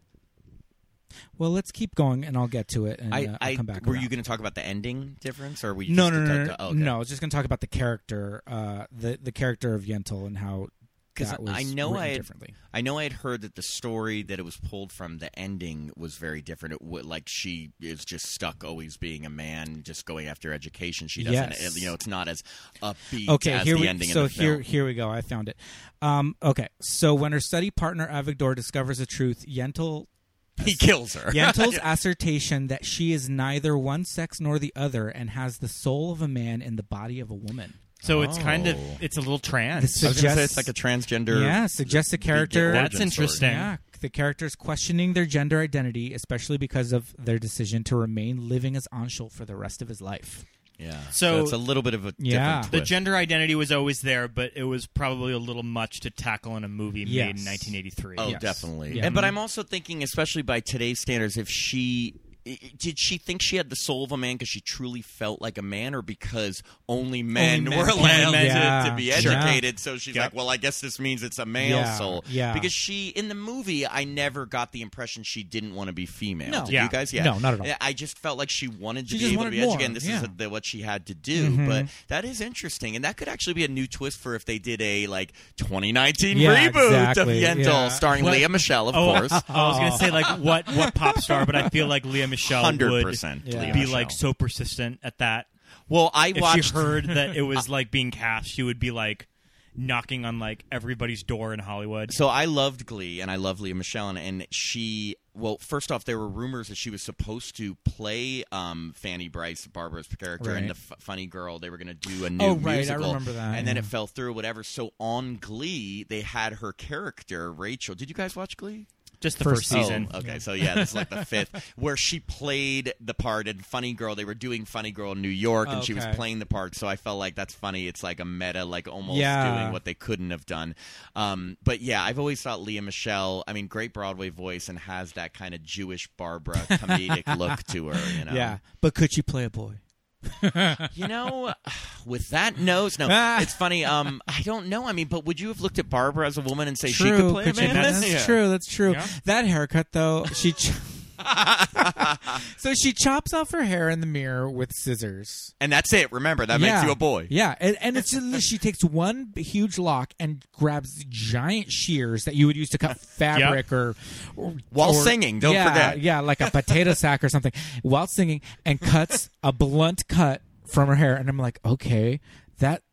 [SPEAKER 6] Well, let's keep going, and I'll get to it, and
[SPEAKER 8] I,
[SPEAKER 6] uh, I'll
[SPEAKER 8] I
[SPEAKER 6] come back.
[SPEAKER 8] were
[SPEAKER 6] around.
[SPEAKER 8] you going to talk about the ending difference, or were you
[SPEAKER 6] No,
[SPEAKER 8] just
[SPEAKER 6] no, no,
[SPEAKER 8] gonna
[SPEAKER 6] no, no.
[SPEAKER 8] talk to- oh,
[SPEAKER 6] no. I was just going to talk about the character, uh, the the character of Yentl, and how
[SPEAKER 8] because
[SPEAKER 6] that was
[SPEAKER 8] I know
[SPEAKER 6] written
[SPEAKER 8] I had,
[SPEAKER 6] differently.
[SPEAKER 8] I know I had heard that the story that it was pulled from the ending was very different. It would, like she is just stuck always being a man, just going after education. She doesn't,
[SPEAKER 6] Yes.
[SPEAKER 8] you know, it's not as upbeat.
[SPEAKER 6] Okay,
[SPEAKER 8] as
[SPEAKER 6] here
[SPEAKER 8] the
[SPEAKER 6] we
[SPEAKER 8] ending in
[SPEAKER 6] so
[SPEAKER 8] the
[SPEAKER 6] here
[SPEAKER 8] film.
[SPEAKER 6] here we go. I found it. Um, okay, so when her study partner Avigdor discovers the truth, Yentl
[SPEAKER 8] he kills her.
[SPEAKER 6] Yentl's assertion that she is neither one sex nor the other and has the soul of a man in the body of a woman.
[SPEAKER 7] So it's kind of
[SPEAKER 8] Oh.
[SPEAKER 7] it's a little trans.
[SPEAKER 6] This
[SPEAKER 8] I was gonna say
[SPEAKER 6] suggests-
[SPEAKER 8] it's like a transgender.
[SPEAKER 6] Yeah, suggests the
[SPEAKER 8] the
[SPEAKER 6] character.
[SPEAKER 8] origin
[SPEAKER 7] That's
[SPEAKER 8] story.
[SPEAKER 7] interesting.
[SPEAKER 6] Yeah, the characters questioning their gender identity, especially because of their decision to remain living as Anshul for the rest of his life.
[SPEAKER 8] Yeah. So,
[SPEAKER 7] So-
[SPEAKER 8] it's a little bit of a
[SPEAKER 6] Yeah.
[SPEAKER 8] different
[SPEAKER 7] The
[SPEAKER 8] twist.
[SPEAKER 7] gender identity was always there, but it was probably a little much to tackle in a movie
[SPEAKER 6] Yes.
[SPEAKER 7] made in 1983.
[SPEAKER 8] Oh,
[SPEAKER 6] Yes.
[SPEAKER 8] definitely.
[SPEAKER 6] Yeah. Mm-hmm.
[SPEAKER 8] And, but I'm also thinking, especially by today's standards, if she i- i- did she think she had the soul of a man because she truly felt like a man, or because only men,
[SPEAKER 6] men
[SPEAKER 8] were
[SPEAKER 6] can.
[SPEAKER 8] allowed to-
[SPEAKER 6] Yeah.
[SPEAKER 8] to, be
[SPEAKER 6] Sure.
[SPEAKER 8] educated? So she's
[SPEAKER 7] Yep.
[SPEAKER 8] like, well, I guess this means it's a male
[SPEAKER 6] Yeah.
[SPEAKER 8] soul.
[SPEAKER 6] Yeah.
[SPEAKER 8] Because she in the movie, I never got the impression she didn't want to be female.
[SPEAKER 6] No.
[SPEAKER 8] Did
[SPEAKER 7] Yeah.
[SPEAKER 8] you guys? Yeah.
[SPEAKER 6] No, not at all.
[SPEAKER 8] Yeah, I just felt like she wanted to
[SPEAKER 6] She
[SPEAKER 8] be
[SPEAKER 6] just
[SPEAKER 8] able to
[SPEAKER 6] wanted
[SPEAKER 8] be educated.
[SPEAKER 6] more.
[SPEAKER 8] and This
[SPEAKER 6] Yeah. Mm-hmm.
[SPEAKER 8] is a, the, what she had to do. But that is interesting, and that could actually be a new twist for if they did a like 2019
[SPEAKER 6] Yeah,
[SPEAKER 8] reboot
[SPEAKER 6] exactly.
[SPEAKER 8] of Yentl,
[SPEAKER 6] Yeah.
[SPEAKER 8] starring
[SPEAKER 7] Well-
[SPEAKER 8] Leah Michelle, of
[SPEAKER 7] Oh,
[SPEAKER 8] course.
[SPEAKER 7] I was gonna say like what what pop star, but I feel like Leah Michelle would
[SPEAKER 8] 100% Lea
[SPEAKER 7] be
[SPEAKER 8] Michele.
[SPEAKER 7] like so persistent at that.
[SPEAKER 8] Well, I
[SPEAKER 7] If
[SPEAKER 8] watched
[SPEAKER 7] she heard that it was like being cast, she would be like knocking on like everybody's door in Hollywood.
[SPEAKER 8] So I loved Glee, and I love Leah Michelle, and, and she. Well, first off, there were rumors that she was supposed to play um, Fanny Bryce, Barbara's character,
[SPEAKER 6] Right.
[SPEAKER 8] and the f- funny girl. They were going to do a new
[SPEAKER 6] Oh, right, I
[SPEAKER 8] musical,
[SPEAKER 6] remember that,
[SPEAKER 8] and then
[SPEAKER 6] yeah.
[SPEAKER 8] it fell through, whatever. So on Glee, they had her character Rachel. Did you guys watch Glee?
[SPEAKER 7] Just the
[SPEAKER 6] First
[SPEAKER 7] first, season.
[SPEAKER 8] Oh, okay, so yeah, this is like the fifth, where she played the part in Funny Girl. They were doing Funny Girl in New York, and she was
[SPEAKER 6] Okay.
[SPEAKER 8] playing the part. So I felt like that's funny. It's like a meta, like almost
[SPEAKER 6] Yeah.
[SPEAKER 8] doing what they couldn't have done. Um, but yeah, I've always thought Leah Michelle. I mean, great Broadway voice, and has that kind of Jewish Barbara comedic look to her. You know,
[SPEAKER 6] Yeah, but could she play a boy?
[SPEAKER 8] you know, with that nose, no,
[SPEAKER 6] Ah.
[SPEAKER 8] it's funny. Um, I don't know. I mean, but would you have looked at Barbara as a woman and say she
[SPEAKER 6] True,
[SPEAKER 8] could play
[SPEAKER 6] could
[SPEAKER 8] a
[SPEAKER 6] she-
[SPEAKER 8] man?
[SPEAKER 6] That's
[SPEAKER 8] Yeah.
[SPEAKER 6] true. That's true.
[SPEAKER 7] Yeah.
[SPEAKER 6] That haircut, though, she. Ch- so she chops off her hair in the mirror with scissors.
[SPEAKER 8] And that's it. Remember, that makes
[SPEAKER 6] Yeah.
[SPEAKER 8] you a boy.
[SPEAKER 6] Yeah, and, and it's just- she takes one huge lock and grabs giant shears that you would use to cut fabric or, or
[SPEAKER 8] While
[SPEAKER 6] or-
[SPEAKER 8] singing, don't
[SPEAKER 6] yeah,
[SPEAKER 8] forget.
[SPEAKER 6] Yeah, like a potato sack or something while singing, and cuts a blunt cut from her hair, and I'm like, okay, that.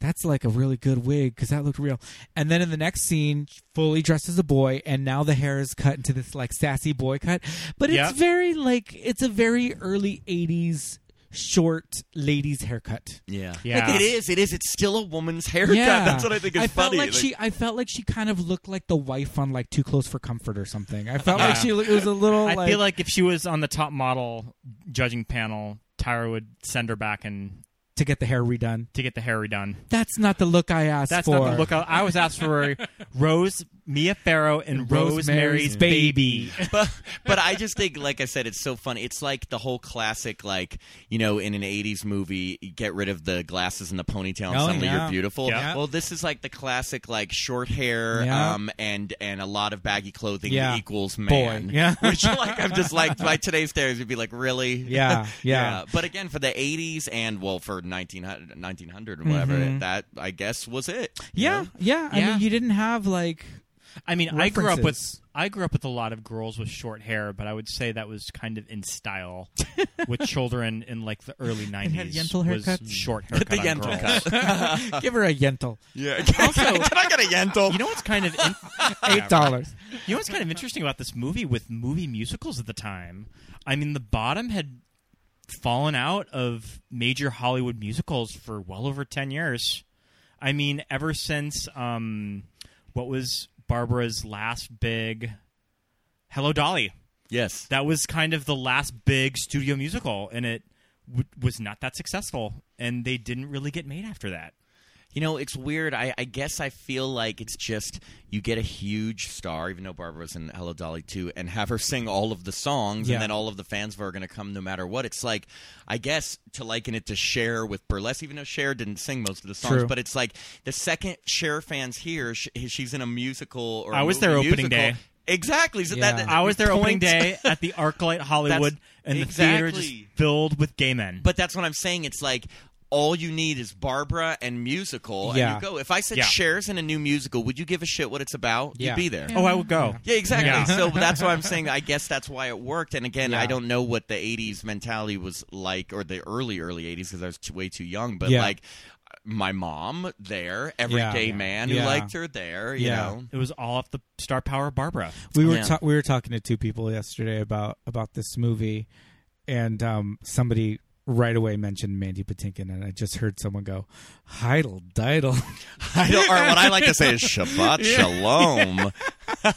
[SPEAKER 6] That's like a really good wig because that looked real. And then in the next scene, fully dressed as a boy, and now the hair is cut into this like sassy boy cut. But it's
[SPEAKER 7] Yeah.
[SPEAKER 6] very like it's a very early '80s short ladies haircut.
[SPEAKER 8] Yeah.
[SPEAKER 7] Yeah.
[SPEAKER 8] Like, it is. It is. It's still a woman's haircut.
[SPEAKER 6] Yeah,
[SPEAKER 8] That's what I think is
[SPEAKER 6] I felt
[SPEAKER 8] funny.
[SPEAKER 6] like, she, I felt like she kind of looked like the wife on like Too Close for Comfort or something. I felt like
[SPEAKER 7] Yeah.
[SPEAKER 6] she it was a little.
[SPEAKER 7] I
[SPEAKER 6] like,
[SPEAKER 7] feel like if she was on the top model judging panel, Tyra would send her back and
[SPEAKER 6] to get the hair redone.
[SPEAKER 7] to get the hair redone.
[SPEAKER 6] That's not the look I asked
[SPEAKER 7] That's
[SPEAKER 6] for.
[SPEAKER 7] not the look I, I was asked for. Rose, Mia Farrow, and
[SPEAKER 6] Rosemary's
[SPEAKER 7] Rosemary's,
[SPEAKER 6] Baby.
[SPEAKER 7] Baby.
[SPEAKER 8] but, but I just think, like I said, it's so funny. It's like the whole classic, like, you know, in an 80s movie, you get rid of the glasses and the ponytail and
[SPEAKER 6] Oh,
[SPEAKER 8] suddenly
[SPEAKER 6] yeah.
[SPEAKER 8] you're beautiful.
[SPEAKER 7] Yeah.
[SPEAKER 8] Well, this is like the classic, like, short hair
[SPEAKER 6] Yeah.
[SPEAKER 8] um, and and a lot of baggy clothing
[SPEAKER 6] Yeah.
[SPEAKER 8] equals
[SPEAKER 6] Boy.
[SPEAKER 8] man.
[SPEAKER 6] Yeah.
[SPEAKER 8] Which, like, I'm just like, by today's standards, you'd be like, really?
[SPEAKER 6] Yeah, yeah.
[SPEAKER 8] But again, for the 80s and, well, for 1900, 1900 and whatever, that, I guess, was it. you
[SPEAKER 6] Mm-hmm. Yeah,
[SPEAKER 8] know?
[SPEAKER 6] yeah. I
[SPEAKER 7] Yeah.
[SPEAKER 6] mean, you didn't have like.
[SPEAKER 7] I mean, I grew up
[SPEAKER 6] References.
[SPEAKER 7] with I grew up with a lot of girls with short hair, but I would say that was kind of in style with children in like the early nineties.
[SPEAKER 6] Yentl haircuts?
[SPEAKER 7] Was short haircut.
[SPEAKER 8] The
[SPEAKER 7] on
[SPEAKER 8] Yentl
[SPEAKER 7] girls.
[SPEAKER 6] give her a yentel.
[SPEAKER 8] Yeah. Can I get a Yentl?
[SPEAKER 7] You know what's kind of in-
[SPEAKER 6] Eight dollars.
[SPEAKER 7] you know what's kind of interesting about this movie with movie musicals at the time. I mean, the bottom had fallen out of major Hollywood musicals for well over ten years. I mean, ever since um, what was Barbara's last big Hello Dolly.
[SPEAKER 8] yes.
[SPEAKER 7] that was kind of the last big studio musical, and it w- was not that successful, and they didn't really get made after that.
[SPEAKER 8] You know, it's weird. I, I guess I feel like it's just you get a huge star, even though Barbara was in Hello Dolly too, and have her sing all of the songs,
[SPEAKER 6] Yeah.
[SPEAKER 8] and then all of the fans of her are going to come no matter what. It's like, I guess, to liken it to Cher with Burlesque, even though Cher didn't sing most of the songs,
[SPEAKER 6] True.
[SPEAKER 8] but it's like the second Cher fans here, sh she's in a musical or
[SPEAKER 7] I
[SPEAKER 8] a
[SPEAKER 7] was
[SPEAKER 8] mo-
[SPEAKER 7] there
[SPEAKER 8] musical.
[SPEAKER 7] opening day.
[SPEAKER 8] Exactly. So that, that
[SPEAKER 7] I was there
[SPEAKER 8] point-
[SPEAKER 7] opening day at the ArcLight Hollywood, and the theater
[SPEAKER 8] exactly.
[SPEAKER 7] just filled with gay men.
[SPEAKER 8] But that's what I'm saying. It's like all you need is Barbara and musical,
[SPEAKER 7] Yeah.
[SPEAKER 8] and you go. If I said
[SPEAKER 7] Yeah.
[SPEAKER 8] Cher's in a new musical, would you give a shit what it's about?
[SPEAKER 7] Yeah.
[SPEAKER 8] You'd be there.
[SPEAKER 7] Oh, I would go.
[SPEAKER 8] Yeah, exactly.
[SPEAKER 7] Yeah.
[SPEAKER 8] So that's why I'm saying. I guess that's why it worked. And again,
[SPEAKER 7] Yeah.
[SPEAKER 8] I don't know what the '80s mentality was like, or the early early '80s, because I was too, way too young. But
[SPEAKER 6] Yeah.
[SPEAKER 8] like. My mom there, every
[SPEAKER 6] Yeah.
[SPEAKER 8] gay man
[SPEAKER 6] Yeah.
[SPEAKER 8] who liked her there, you
[SPEAKER 6] Yeah.
[SPEAKER 8] know.
[SPEAKER 7] It was all off the star power of Barbara.
[SPEAKER 6] We were
[SPEAKER 8] Yeah.
[SPEAKER 6] ta- we were talking to two people yesterday about about this movie, and um, somebody right away mentioned Mandy Patinkin, and I just heard someone go, "Heidel, Deidel."
[SPEAKER 8] I don't- or what I like to say is Shabbat Shalom.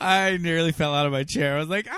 [SPEAKER 6] I nearly fell out of my chair. I was like, ah.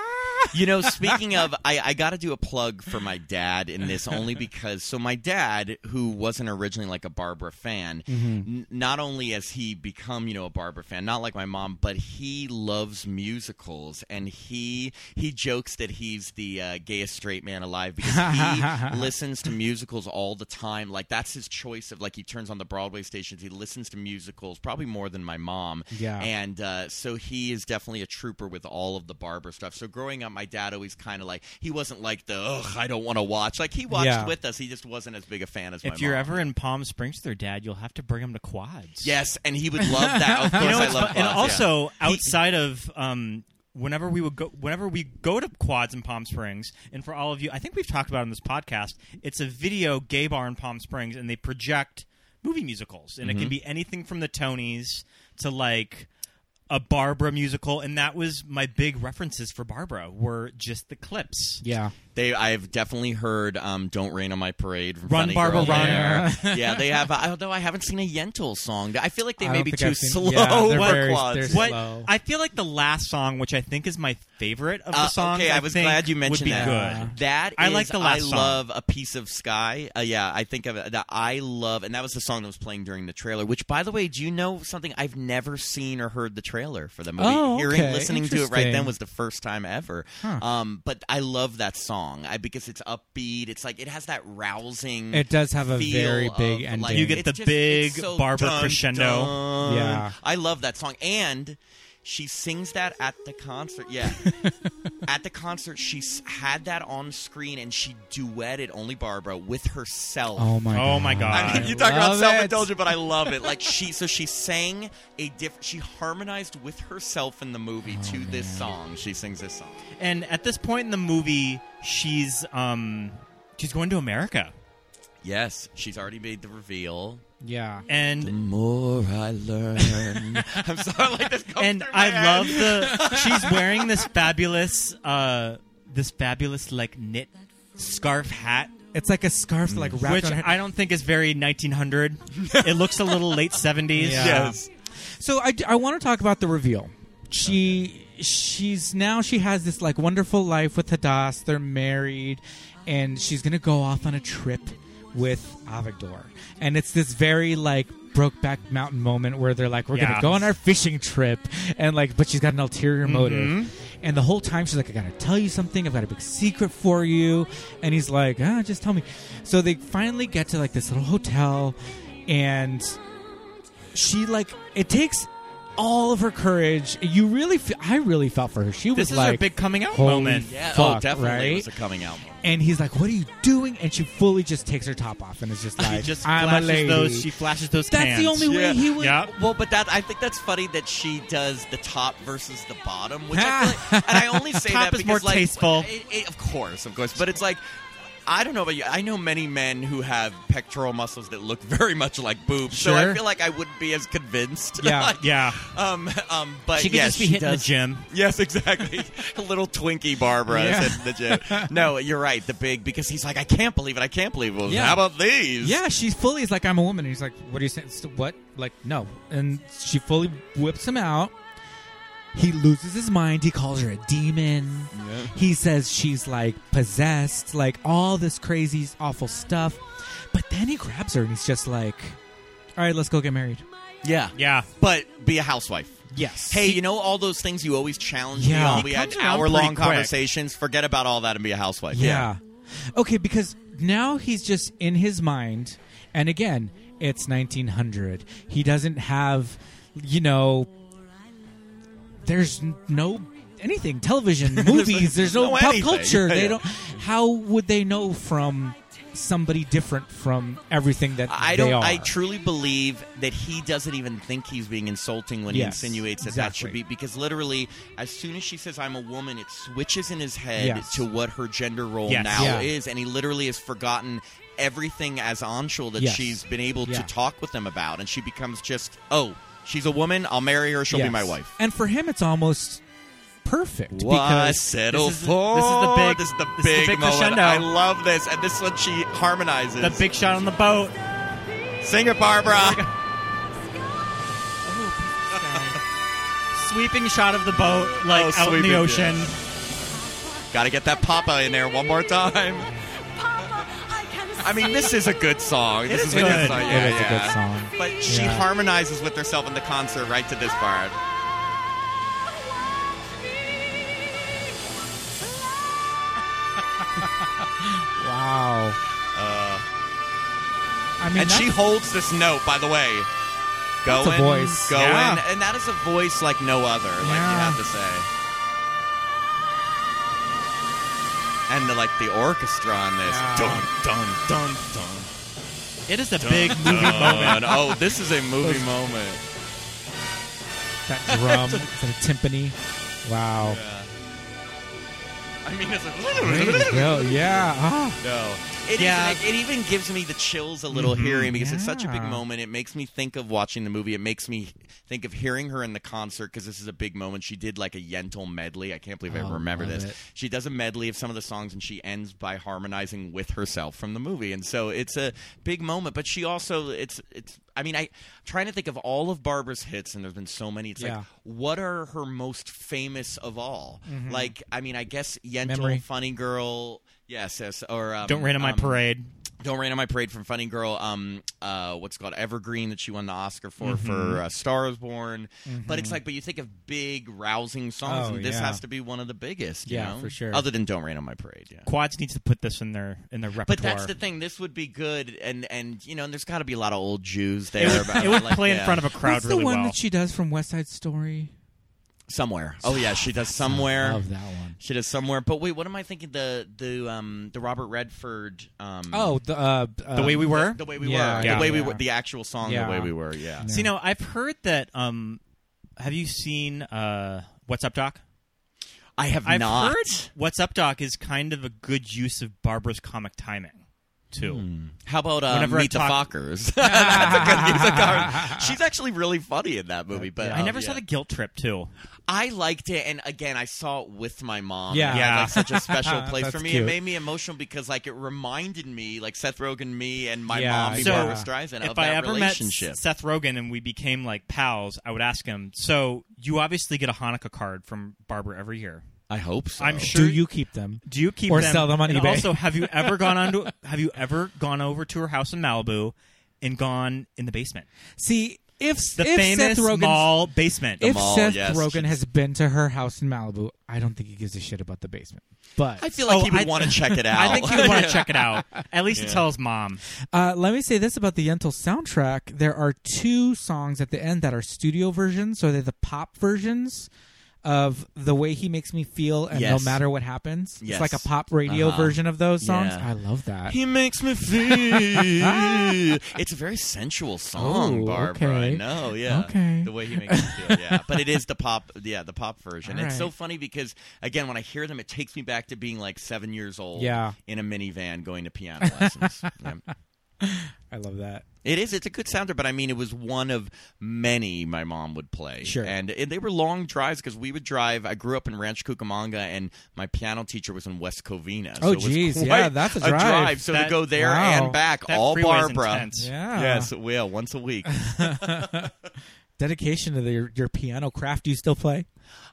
[SPEAKER 8] You know, speaking of, I, I got to do a plug for my dad in this only because. So, my dad, who wasn't originally like a Barbara fan, n- not only has he become, you know, a Barbara fan, not like my mom, but he loves musicals and he he jokes that he's the uh, gayest straight man alive because he listens to musicals all the time. Like, that's his choice of, like, he turns on the Broadway stations, he listens to musicals probably more than my mom.
[SPEAKER 6] Yeah.
[SPEAKER 8] And uh, so he is definitely a trooper with all of the Barber stuff. So growing up, my dad always kind of like, he wasn't like the, ugh, I don't want to watch. Like, he watched
[SPEAKER 6] Yeah.
[SPEAKER 8] with us. He just wasn't as big a fan as my
[SPEAKER 7] If you're
[SPEAKER 8] mom.
[SPEAKER 7] ever in Palm Springs with their dad, you'll have to bring him to quads.
[SPEAKER 8] Yes, and he would love that. Of course,
[SPEAKER 7] You know,
[SPEAKER 8] I
[SPEAKER 7] it's
[SPEAKER 8] love
[SPEAKER 7] fu- and
[SPEAKER 8] quads,
[SPEAKER 7] also outside of um, whenever we would go, whenever we go to quads in Palm Springs, and for all of you, I think we've talked about it on this podcast. It's a video gay bar in Palm Springs, and they project movie musicals, and it
[SPEAKER 8] Mm-hmm.
[SPEAKER 7] can be anything from the Tonys to like a Barbara musical, and that was my big references for Barbara were just the clips.
[SPEAKER 6] Yeah,
[SPEAKER 8] They, I've definitely heard um, "Don't Rain on My Parade." From
[SPEAKER 7] Run,
[SPEAKER 8] Funny Girl
[SPEAKER 7] Barbara, run.
[SPEAKER 8] There. yeah, they have. Although I haven't seen a Yentl song. I feel like they
[SPEAKER 6] I
[SPEAKER 8] may
[SPEAKER 6] don't
[SPEAKER 8] be
[SPEAKER 6] think
[SPEAKER 8] too
[SPEAKER 6] I've seen-
[SPEAKER 8] slow.
[SPEAKER 6] yeah, they're
[SPEAKER 8] for
[SPEAKER 6] very-
[SPEAKER 8] quads.
[SPEAKER 6] they're
[SPEAKER 7] What
[SPEAKER 6] slow.
[SPEAKER 7] I feel like the last song, which I think is my favorite of the
[SPEAKER 8] Uh,
[SPEAKER 7] songs,
[SPEAKER 8] okay, I was
[SPEAKER 7] think
[SPEAKER 8] glad you
[SPEAKER 7] would
[SPEAKER 8] mentioned
[SPEAKER 7] be
[SPEAKER 8] that.
[SPEAKER 7] good.
[SPEAKER 8] That
[SPEAKER 7] I
[SPEAKER 8] is-
[SPEAKER 7] like the last
[SPEAKER 8] I
[SPEAKER 7] song.
[SPEAKER 8] love a piece of sky. Uh, yeah, I think of it. That I love, and that was the song that was playing during the trailer. Which, by the way, do you know something? I've never seen or heard the trailer for the movie.
[SPEAKER 6] Oh,
[SPEAKER 8] Hearing,
[SPEAKER 6] okay,
[SPEAKER 8] listening to it right then
[SPEAKER 6] interesting.
[SPEAKER 8] was the first time ever. Um, but I love that song I, because it's upbeat. It's like it has that rousing.
[SPEAKER 6] it does have a
[SPEAKER 8] feel
[SPEAKER 6] very
[SPEAKER 8] of,
[SPEAKER 6] big
[SPEAKER 8] like,
[SPEAKER 6] ending.
[SPEAKER 7] You get
[SPEAKER 8] it's
[SPEAKER 7] the
[SPEAKER 8] just-
[SPEAKER 7] big
[SPEAKER 8] it's so
[SPEAKER 7] Barbara
[SPEAKER 8] dun,
[SPEAKER 7] crescendo.
[SPEAKER 8] dun.
[SPEAKER 6] Yeah.
[SPEAKER 8] I love that song, and she sings that at the concert. Yeah, at the concert, she s- had that on screen, and she duetted only Barbara with herself.
[SPEAKER 6] oh my.
[SPEAKER 7] Oh my God.
[SPEAKER 8] I mean, you talk about
[SPEAKER 6] love
[SPEAKER 8] self-indulgent, but I love it. Like she, so she sang a diff. She harmonized with herself in the movie
[SPEAKER 6] Oh,
[SPEAKER 8] to this song. She sings this song.
[SPEAKER 7] And at this point in the movie, she's um she's going to America.
[SPEAKER 8] Yes, she's already made the reveal.
[SPEAKER 6] Yeah.
[SPEAKER 8] The
[SPEAKER 7] And
[SPEAKER 8] more I learn, I'm sorry. Like this comes
[SPEAKER 7] and
[SPEAKER 8] through my
[SPEAKER 7] I
[SPEAKER 8] head.
[SPEAKER 7] love the she's wearing this fabulous uh this fabulous like knit scarf hat
[SPEAKER 6] It's like a scarf like wrapped
[SPEAKER 7] which
[SPEAKER 6] around her.
[SPEAKER 7] I don't think is very 1900. it looks a little late 70s.
[SPEAKER 6] Yeah.
[SPEAKER 8] Yes.
[SPEAKER 6] So I, d- I want to talk about the reveal. She she's now she has this like wonderful life with Hadass. They're married, and she's gonna go off on a trip with Avigdor, and it's this very like Brokeback Mountain moment where they're like, we're
[SPEAKER 7] Yeah.
[SPEAKER 6] gonna go on our fishing trip, and like, but she's got an ulterior motive, and the whole time she's like, I gotta tell you something, I've got a big secret for you, and he's like, ah, just tell me. So they finally get to like this little hotel, and she like it takes all of her courage. You really, fe- I really felt for her. She was
[SPEAKER 7] This is
[SPEAKER 6] like,
[SPEAKER 7] her big coming out
[SPEAKER 6] holy
[SPEAKER 7] moment.
[SPEAKER 8] Yeah,
[SPEAKER 6] fuck,
[SPEAKER 8] oh, definitely
[SPEAKER 6] right?
[SPEAKER 8] it was a coming out moment.
[SPEAKER 6] and he's like, "What are you doing?" And she fully just takes her top off and is just
[SPEAKER 7] She
[SPEAKER 6] like,
[SPEAKER 7] just
[SPEAKER 6] "I'm a
[SPEAKER 7] flashes
[SPEAKER 6] lady."
[SPEAKER 7] those she flashes those
[SPEAKER 6] That's
[SPEAKER 7] cans.
[SPEAKER 6] the only way he would.
[SPEAKER 7] Yeah.
[SPEAKER 8] Well, but that I think that's funny that she does the top versus the bottom, which I feel like, and I only say
[SPEAKER 7] Ah. Top
[SPEAKER 8] that
[SPEAKER 7] is
[SPEAKER 8] because
[SPEAKER 7] more
[SPEAKER 8] like,
[SPEAKER 7] tasteful.
[SPEAKER 8] it- it- of course, of course, but it's like. I don't know about you. I know many men who have pectoral muscles that look very much like boobs, so I
[SPEAKER 6] Sure.
[SPEAKER 8] feel like I wouldn't be as convinced.
[SPEAKER 6] Yeah,
[SPEAKER 8] Like,
[SPEAKER 7] Yeah.
[SPEAKER 8] Um, um, but
[SPEAKER 7] She could
[SPEAKER 8] yes,
[SPEAKER 7] just be
[SPEAKER 8] she
[SPEAKER 7] hitting
[SPEAKER 8] does.
[SPEAKER 7] the gym.
[SPEAKER 8] Yes, exactly. a little Twinkie Barbara is in the gym. No, you're right. The big because he's like, I can't believe it. I can't believe it. Well,
[SPEAKER 6] Yeah.
[SPEAKER 8] How about these?
[SPEAKER 6] Yeah, she fully is like, I'm a woman. And he's like, What are you saying? St- What? Like, no. And she fully whips him out. He loses his mind. He calls her a demon. He says she's like possessed, like all this crazy, awful stuff. But then he grabs her and he's just like, All right, let's go get married.
[SPEAKER 8] Yeah.
[SPEAKER 7] Yeah.
[SPEAKER 8] But be a housewife.
[SPEAKER 6] Yes.
[SPEAKER 8] Hey, you know all those things you always challenge me
[SPEAKER 6] Yeah.
[SPEAKER 8] on?
[SPEAKER 6] He
[SPEAKER 8] We had
[SPEAKER 7] comes around
[SPEAKER 8] hour long
[SPEAKER 7] pretty quick.
[SPEAKER 8] conversations. Forget about all that and be a housewife.
[SPEAKER 6] Yeah. Okay, because now he's just in his mind, and again, it's 1900. He doesn't have, you know, there's n- no anything television, movies. There's no,
[SPEAKER 8] no
[SPEAKER 6] pop
[SPEAKER 8] anything.
[SPEAKER 6] culture.
[SPEAKER 8] Yeah,
[SPEAKER 6] they
[SPEAKER 8] yeah.
[SPEAKER 6] don't. How would they know from somebody different from everything that
[SPEAKER 8] I
[SPEAKER 6] they
[SPEAKER 8] don't.
[SPEAKER 6] are?
[SPEAKER 8] I truly believe that he doesn't even think he's being insulting when he
[SPEAKER 6] Yes,
[SPEAKER 8] insinuates that that should
[SPEAKER 6] exactly.
[SPEAKER 8] be because literally, as soon as she says "I'm a woman," it switches in his head
[SPEAKER 6] Yes.
[SPEAKER 8] to what her gender role
[SPEAKER 7] Yes.
[SPEAKER 8] now
[SPEAKER 6] Yeah.
[SPEAKER 8] is, and he literally has forgotten everything as Anshul that
[SPEAKER 6] Yes.
[SPEAKER 8] she's been able
[SPEAKER 6] Yeah.
[SPEAKER 8] to talk with them about, and she becomes just oh, she's a woman. I'll marry her. She'll be
[SPEAKER 6] Yes.
[SPEAKER 8] my wife.
[SPEAKER 6] And for him, it's almost perfect
[SPEAKER 8] Why
[SPEAKER 6] because
[SPEAKER 8] settle
[SPEAKER 7] this is the-
[SPEAKER 8] for?
[SPEAKER 7] this is the big-
[SPEAKER 8] This is the
[SPEAKER 7] this is the
[SPEAKER 8] big,
[SPEAKER 7] big
[SPEAKER 8] moment.
[SPEAKER 7] crescendo.
[SPEAKER 8] I love this, and this one she harmonizes.
[SPEAKER 7] The big shot on the boat.
[SPEAKER 8] Sing it, Barbara.
[SPEAKER 7] Sweeping shot of the boat, like
[SPEAKER 8] Oh,
[SPEAKER 7] out in
[SPEAKER 8] sweeping,
[SPEAKER 7] the ocean.
[SPEAKER 8] Got to get that Papa in there one more time.
[SPEAKER 3] Papa, I can
[SPEAKER 8] I mean, this is a good song. This
[SPEAKER 7] is
[SPEAKER 8] a
[SPEAKER 7] good.
[SPEAKER 8] song.
[SPEAKER 7] It
[SPEAKER 8] Yeah,
[SPEAKER 6] is a
[SPEAKER 8] yeah.
[SPEAKER 6] good song.
[SPEAKER 8] But she
[SPEAKER 6] Yeah.
[SPEAKER 8] harmonizes with herself in the concert right to this part.
[SPEAKER 6] wow. I mean,
[SPEAKER 8] Uh, And she
[SPEAKER 6] that's-
[SPEAKER 8] holds this note, by the way. Going,
[SPEAKER 6] That's a voice.
[SPEAKER 8] going,
[SPEAKER 7] Yeah.
[SPEAKER 8] and that is a voice like no other. Like you
[SPEAKER 6] Yeah.
[SPEAKER 8] have to say. And the like the orchestra on this. Dun dun dun dun.
[SPEAKER 7] It is a big movie
[SPEAKER 8] dun.
[SPEAKER 7] moment.
[SPEAKER 8] oh, this is a movie moment.
[SPEAKER 6] that drum, is that a timpani. Wow.
[SPEAKER 8] I mean, it's
[SPEAKER 6] Way to
[SPEAKER 8] a.
[SPEAKER 6] go. Yeah. Ah.
[SPEAKER 8] No. It, is-
[SPEAKER 7] Yeah.
[SPEAKER 8] it, it even gives me the chills a little hearing because it's such a big
[SPEAKER 6] Mm-hmm. Yeah.
[SPEAKER 8] moment. It makes me think of watching the movie. It makes me think of hearing her in the concert because this is a big moment. She did like a Yentl medley. I can't believe I
[SPEAKER 6] Oh,
[SPEAKER 8] remember
[SPEAKER 6] love
[SPEAKER 8] this.
[SPEAKER 6] it.
[SPEAKER 8] She does a medley of some of the songs and she ends by harmonizing with herself from the movie. And so it's a big moment. But she also, it's, it's, I mean, I, am trying to think of all of Barbara's hits, and there's been so many. It's
[SPEAKER 6] Yeah.
[SPEAKER 8] like, what are her most famous of all? Like, I mean, I guess Yentl,
[SPEAKER 6] Mm-hmm. Memory.
[SPEAKER 8] Funny Girl, yes, yes, or um,
[SPEAKER 7] Don't rain on my
[SPEAKER 8] um,
[SPEAKER 7] parade.
[SPEAKER 8] Don't Rain on My Parade from Funny Girl. Um, uh, what's it called Evergreen that she won the Oscar for
[SPEAKER 7] Mm-hmm.
[SPEAKER 8] for uh, Star Is Born. But it's like, but you think of big rousing songs,
[SPEAKER 6] Oh,
[SPEAKER 8] and this
[SPEAKER 6] yeah.
[SPEAKER 8] has to be one of the biggest. you
[SPEAKER 6] Yeah,
[SPEAKER 8] know?
[SPEAKER 6] for sure.
[SPEAKER 8] Other than Don't Rain on My Parade, yeah.
[SPEAKER 7] Quads needs to put this in their in their repertoire.
[SPEAKER 8] But that's the thing. This would be good, and and you know, and there's got to be a lot of old Jews there.
[SPEAKER 7] it would,
[SPEAKER 8] but,
[SPEAKER 7] it would
[SPEAKER 8] like,
[SPEAKER 7] play in
[SPEAKER 8] yeah.
[SPEAKER 7] front of a crowd
[SPEAKER 6] What's the
[SPEAKER 7] really
[SPEAKER 6] one
[SPEAKER 7] well.
[SPEAKER 6] that she does from West Side Story?
[SPEAKER 8] somewhere. Oh yeah, she does somewhere.
[SPEAKER 6] Love that one.
[SPEAKER 8] She does somewhere. But wait, what am I thinking? The the um the Robert Redford. Um,
[SPEAKER 6] Oh, the uh, uh,
[SPEAKER 7] the way we were.
[SPEAKER 8] the way we
[SPEAKER 6] Yeah,
[SPEAKER 8] were.
[SPEAKER 7] yeah,
[SPEAKER 8] the way we
[SPEAKER 6] yeah.
[SPEAKER 8] were. The actual song.
[SPEAKER 6] Yeah.
[SPEAKER 8] The way we were. Yeah.
[SPEAKER 7] So, you know, I've heard that. Um, have you seen uh, What's Up, Doc?
[SPEAKER 8] I have
[SPEAKER 7] I've
[SPEAKER 8] not.
[SPEAKER 7] heard What's Up, Doc is kind of a good use of Barbara's comic timing, too.
[SPEAKER 8] How about um,
[SPEAKER 7] Whenever I
[SPEAKER 8] Meet the
[SPEAKER 7] talk-
[SPEAKER 8] Fockers? That's a good use of Gar- She's actually really funny in that movie. But
[SPEAKER 7] I never
[SPEAKER 8] um,
[SPEAKER 7] saw
[SPEAKER 8] yeah.
[SPEAKER 7] the guilt trip too.
[SPEAKER 8] I liked it, and again, I saw it with my mom.
[SPEAKER 6] Yeah.
[SPEAKER 8] and it had,
[SPEAKER 7] Yeah.
[SPEAKER 8] like, such a special place for
[SPEAKER 6] That's
[SPEAKER 8] me. It
[SPEAKER 6] cute.
[SPEAKER 8] made me emotional because, like, it reminded me, like Seth Rogen, me, and my
[SPEAKER 6] Yeah,
[SPEAKER 8] mom, and
[SPEAKER 7] So,
[SPEAKER 8] Barbara Streisand,
[SPEAKER 7] if
[SPEAKER 8] of
[SPEAKER 7] I
[SPEAKER 8] that
[SPEAKER 7] ever met
[SPEAKER 8] relationship.
[SPEAKER 7] S- Seth Rogen and we became like pals, I would ask him. So you obviously get a Hanukkah card from Barbara every year.
[SPEAKER 8] I hope so.
[SPEAKER 7] I'm sure.
[SPEAKER 6] do you keep them?
[SPEAKER 7] do you keep
[SPEAKER 6] or
[SPEAKER 7] them
[SPEAKER 6] sell them on
[SPEAKER 7] and
[SPEAKER 6] eBay?
[SPEAKER 7] Also, have you ever gone on to, Have you ever gone over to her house in Malibu and gone in the basement?
[SPEAKER 6] See, if
[SPEAKER 7] The
[SPEAKER 6] if
[SPEAKER 7] famous
[SPEAKER 6] Seth Rogen,
[SPEAKER 7] mall basement.
[SPEAKER 6] if
[SPEAKER 8] mall,
[SPEAKER 6] Seth
[SPEAKER 8] yes.
[SPEAKER 6] Rogen has been to her house in Malibu, I don't think he gives a shit about the basement. But
[SPEAKER 8] I feel like
[SPEAKER 7] Oh,
[SPEAKER 8] he would
[SPEAKER 7] I-
[SPEAKER 8] want to check it out.
[SPEAKER 7] I think you would want to check it out. At least tell his mom.
[SPEAKER 6] Uh, let me say this about the Yentl soundtrack. There are two songs at the end that are studio versions, so they're the pop versions of The Way He Makes Me Feel and
[SPEAKER 8] Yes.
[SPEAKER 6] No Matter What Happens.
[SPEAKER 8] Yes.
[SPEAKER 6] It's like a pop radio
[SPEAKER 8] Uh-huh.
[SPEAKER 6] version of those songs.
[SPEAKER 8] Yeah.
[SPEAKER 6] I love that.
[SPEAKER 8] He makes me feel. it's a very sensual song,
[SPEAKER 6] Oh,
[SPEAKER 8] Barbara. I
[SPEAKER 6] okay.
[SPEAKER 8] know, yeah.
[SPEAKER 6] Okay.
[SPEAKER 8] The way he makes me feel, yeah. But it is the pop, yeah, the pop version.
[SPEAKER 6] All
[SPEAKER 8] It's so
[SPEAKER 6] right.
[SPEAKER 8] funny because again, when I hear them, it takes me back to being like seven years old,
[SPEAKER 6] Yeah.
[SPEAKER 8] in a minivan going to piano lessons. Yeah.
[SPEAKER 6] I love that.
[SPEAKER 8] It is. It's a good sounder, but I mean, it was one of many my mom would play.
[SPEAKER 6] Sure.
[SPEAKER 8] And, and they were long drives because we would drive. I grew up in Ranch Cucamonga, and my piano teacher was in West Covina.
[SPEAKER 6] Oh,
[SPEAKER 8] so it was
[SPEAKER 6] geez.
[SPEAKER 8] quite
[SPEAKER 6] Yeah, that's a drive.
[SPEAKER 8] So to
[SPEAKER 7] That-
[SPEAKER 8] go there
[SPEAKER 6] wow.
[SPEAKER 8] and back,
[SPEAKER 7] That
[SPEAKER 8] all
[SPEAKER 7] freeway's
[SPEAKER 8] Barbara.
[SPEAKER 7] intense.
[SPEAKER 6] Yeah.
[SPEAKER 8] Yes, well, once a week.
[SPEAKER 6] Dedication to the, your piano craft. Do you still play?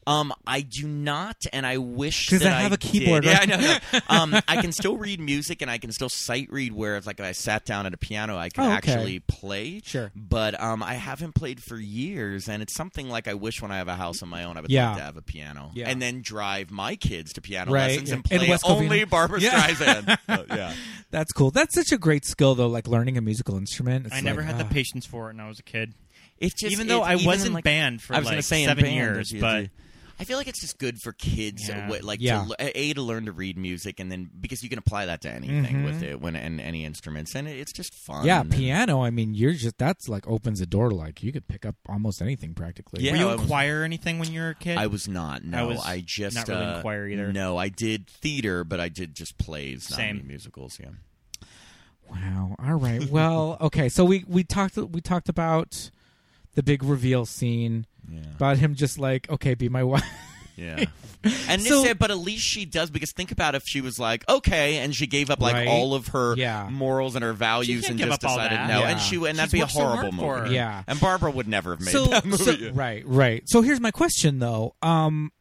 [SPEAKER 8] Um, I do not, and I wish
[SPEAKER 6] 'Cause
[SPEAKER 8] that
[SPEAKER 6] I have
[SPEAKER 8] a
[SPEAKER 6] a keyboard,
[SPEAKER 8] Did.
[SPEAKER 6] right?
[SPEAKER 8] Yeah, I know. I know. um, I can still read music, and I can still sight read. Where if like if I sat down at a piano, I could
[SPEAKER 6] Oh, okay.
[SPEAKER 8] actually play.
[SPEAKER 6] Sure.
[SPEAKER 8] But um, I haven't played for years, and it's something like I wish when I have a house of my own, I would
[SPEAKER 6] Yeah.
[SPEAKER 8] love to have a piano,
[SPEAKER 6] Yeah.
[SPEAKER 8] and then drive my kids to piano
[SPEAKER 6] Right,
[SPEAKER 8] lessons
[SPEAKER 6] yeah.
[SPEAKER 8] and
[SPEAKER 6] In
[SPEAKER 8] play
[SPEAKER 6] West Covina.
[SPEAKER 8] only Barbara
[SPEAKER 6] Yeah.
[SPEAKER 8] Streisand. Uh, yeah.
[SPEAKER 6] That's cool. That's such a great skill, though. Like learning a musical instrument. It's
[SPEAKER 7] I never
[SPEAKER 6] like,
[SPEAKER 7] had the
[SPEAKER 6] ah.
[SPEAKER 7] patience for it when I was a kid.
[SPEAKER 8] It's just
[SPEAKER 7] even though
[SPEAKER 8] it-
[SPEAKER 7] I
[SPEAKER 8] even
[SPEAKER 7] wasn't
[SPEAKER 8] in, like-
[SPEAKER 7] banned for
[SPEAKER 8] I was gonna
[SPEAKER 7] like
[SPEAKER 8] say in
[SPEAKER 7] seven
[SPEAKER 8] band,
[SPEAKER 7] years,
[SPEAKER 8] it's-
[SPEAKER 7] but
[SPEAKER 8] I feel like it's just good for kids, uh,
[SPEAKER 7] Yeah.
[SPEAKER 8] what- like
[SPEAKER 6] Yeah.
[SPEAKER 8] to, le- a to learn to read music, and then because you can apply that to anything
[SPEAKER 7] Mm-hmm.
[SPEAKER 6] Mhm.
[SPEAKER 8] with it when and any instruments, and it, it's just fun.
[SPEAKER 6] Yeah,
[SPEAKER 8] and-
[SPEAKER 6] piano. I mean, you're just that's like opens the door to like you could pick up almost anything practically.
[SPEAKER 8] Yeah.
[SPEAKER 7] were you
[SPEAKER 8] I
[SPEAKER 7] in
[SPEAKER 8] was-
[SPEAKER 7] choir or anything when you were a kid?
[SPEAKER 8] I was not. No,
[SPEAKER 7] I
[SPEAKER 8] I,
[SPEAKER 7] was
[SPEAKER 8] just
[SPEAKER 7] not really in
[SPEAKER 8] uh,
[SPEAKER 7] choir either.
[SPEAKER 8] No, I did theater, but I did just plays, not
[SPEAKER 7] Same.
[SPEAKER 8] any musicals. Yeah,
[SPEAKER 6] Wow. All right. Well, okay. So we we talked we talked about the big reveal scene
[SPEAKER 8] yeah,
[SPEAKER 6] about him just like okay, be my wife.
[SPEAKER 8] yeah. And
[SPEAKER 6] So-
[SPEAKER 8] so, but at least she does because think about if she was like okay, and she gave up like
[SPEAKER 6] Right.
[SPEAKER 8] all of her
[SPEAKER 6] Yeah.
[SPEAKER 8] morals and her values
[SPEAKER 7] can't
[SPEAKER 8] and
[SPEAKER 7] give
[SPEAKER 8] just
[SPEAKER 7] up all
[SPEAKER 8] decided
[SPEAKER 7] that.
[SPEAKER 8] no,
[SPEAKER 6] Yeah.
[SPEAKER 8] and she and that'd
[SPEAKER 7] She's
[SPEAKER 8] be a
[SPEAKER 7] worked so hard
[SPEAKER 8] horrible
[SPEAKER 7] for
[SPEAKER 8] movie.
[SPEAKER 7] her.
[SPEAKER 6] Yeah.
[SPEAKER 8] and Barbara would never have made
[SPEAKER 6] so,
[SPEAKER 8] that movie.
[SPEAKER 6] so- right, right. So here's my question though. Um,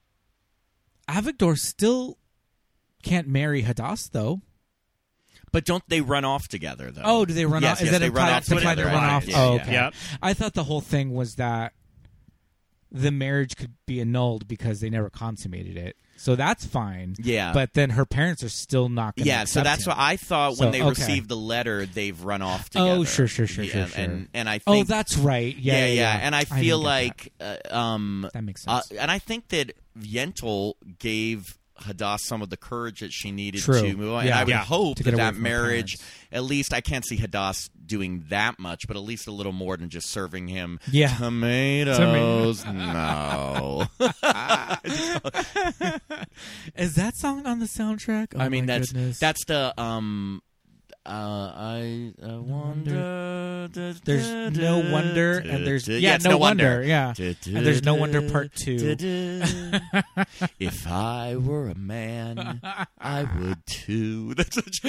[SPEAKER 6] Avigdor still can't marry Hadass though.
[SPEAKER 8] But don't they run off together though?
[SPEAKER 6] Oh, do they run
[SPEAKER 8] Yes,
[SPEAKER 6] off? Is
[SPEAKER 8] yes,
[SPEAKER 6] that
[SPEAKER 8] they run
[SPEAKER 6] implied-
[SPEAKER 8] off
[SPEAKER 6] implied to
[SPEAKER 8] together.
[SPEAKER 6] run off?
[SPEAKER 8] Yeah,
[SPEAKER 6] oh,
[SPEAKER 8] yeah.
[SPEAKER 6] okay.
[SPEAKER 7] Yep.
[SPEAKER 6] I thought the whole thing was that the marriage could be annulled because they never consummated it. So that's fine.
[SPEAKER 8] Yeah.
[SPEAKER 6] But then her parents are still not going to
[SPEAKER 8] Yeah, so that's
[SPEAKER 6] him.
[SPEAKER 8] what I thought
[SPEAKER 6] So,
[SPEAKER 8] when they
[SPEAKER 6] okay.
[SPEAKER 8] received the letter. They've run off together.
[SPEAKER 6] Oh, sure, sure, sure,
[SPEAKER 8] Yeah,
[SPEAKER 6] sure, sure.
[SPEAKER 8] And and I
[SPEAKER 6] Oh,
[SPEAKER 8] think
[SPEAKER 6] that's right. Yeah, yeah.
[SPEAKER 8] And I
[SPEAKER 6] didn't
[SPEAKER 8] feel
[SPEAKER 6] get
[SPEAKER 8] like uh, um
[SPEAKER 6] that. that makes
[SPEAKER 8] uh,
[SPEAKER 6] sense.
[SPEAKER 8] and I think that Yentl gave Hadass some of the courage that she needed
[SPEAKER 6] True.
[SPEAKER 8] to move on. And
[SPEAKER 6] Yeah.
[SPEAKER 8] I would
[SPEAKER 6] Yeah.
[SPEAKER 8] hope
[SPEAKER 6] To get
[SPEAKER 8] that
[SPEAKER 6] away
[SPEAKER 8] that
[SPEAKER 6] from her
[SPEAKER 8] marriage,
[SPEAKER 6] parents.
[SPEAKER 8] at least I can't see Hadass doing that much, but at least a little more than just serving him
[SPEAKER 6] Yeah. Oh
[SPEAKER 8] tomatoes. no.
[SPEAKER 6] Is that song on the soundtrack? Oh,
[SPEAKER 8] I mean
[SPEAKER 6] my
[SPEAKER 8] that's
[SPEAKER 6] goodness.
[SPEAKER 8] that's the um uh I uh, wonder
[SPEAKER 6] There's no wonder, and there's yeah,
[SPEAKER 8] it's
[SPEAKER 6] no, wonder. yeah. And there's no wonder part two.
[SPEAKER 8] if I were a man, I would too. That's such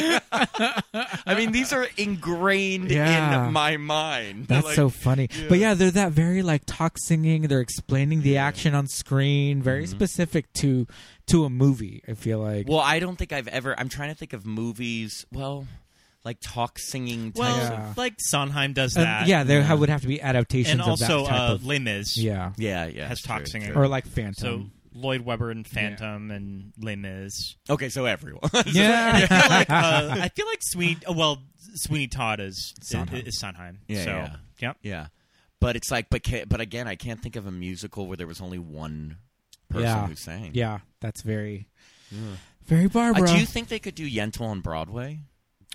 [SPEAKER 8] I mean, these are ingrained
[SPEAKER 6] Yeah.
[SPEAKER 8] in my mind.
[SPEAKER 6] That's
[SPEAKER 8] Like,
[SPEAKER 6] so funny. But yeah, they're that very like talk singing. They're explaining the action on screen, very specific to to a movie. I feel like.
[SPEAKER 8] Mm-hmm. Well, I don't think I've ever. I'm trying to think of movies. Well, like talk singing.
[SPEAKER 7] well,
[SPEAKER 8] types of-
[SPEAKER 6] Yeah.
[SPEAKER 7] Oh, like Sondheim does
[SPEAKER 6] Um,
[SPEAKER 7] that.
[SPEAKER 6] yeah, there ha- would have to be adaptations
[SPEAKER 7] and
[SPEAKER 6] of
[SPEAKER 7] also
[SPEAKER 6] that type
[SPEAKER 7] uh,
[SPEAKER 6] of.
[SPEAKER 7] Les Mis.
[SPEAKER 6] yeah, Um,
[SPEAKER 8] yeah, yeah,
[SPEAKER 7] Has
[SPEAKER 8] sure,
[SPEAKER 7] talk singing.
[SPEAKER 8] sure.
[SPEAKER 6] or like Phantom.
[SPEAKER 7] So Lloyd Webber and Phantom and Les Mis.
[SPEAKER 8] Okay, so everyone.
[SPEAKER 6] yeah,
[SPEAKER 7] like, uh, I feel like Sweeney. uh, Well, Sweeney Todd is
[SPEAKER 6] Sondheim.
[SPEAKER 7] Sondheim. Is Sondheim.
[SPEAKER 8] Yeah,
[SPEAKER 7] so,
[SPEAKER 8] yeah.
[SPEAKER 7] Yep.
[SPEAKER 8] Yeah, but it's like, but ca- but again, I can't think of a musical where there was only one person
[SPEAKER 6] Yeah.
[SPEAKER 8] who sang.
[SPEAKER 6] yeah, that's very, very
[SPEAKER 8] Uh,
[SPEAKER 6] Barbara.
[SPEAKER 8] do you think they could do Yentl on Broadway?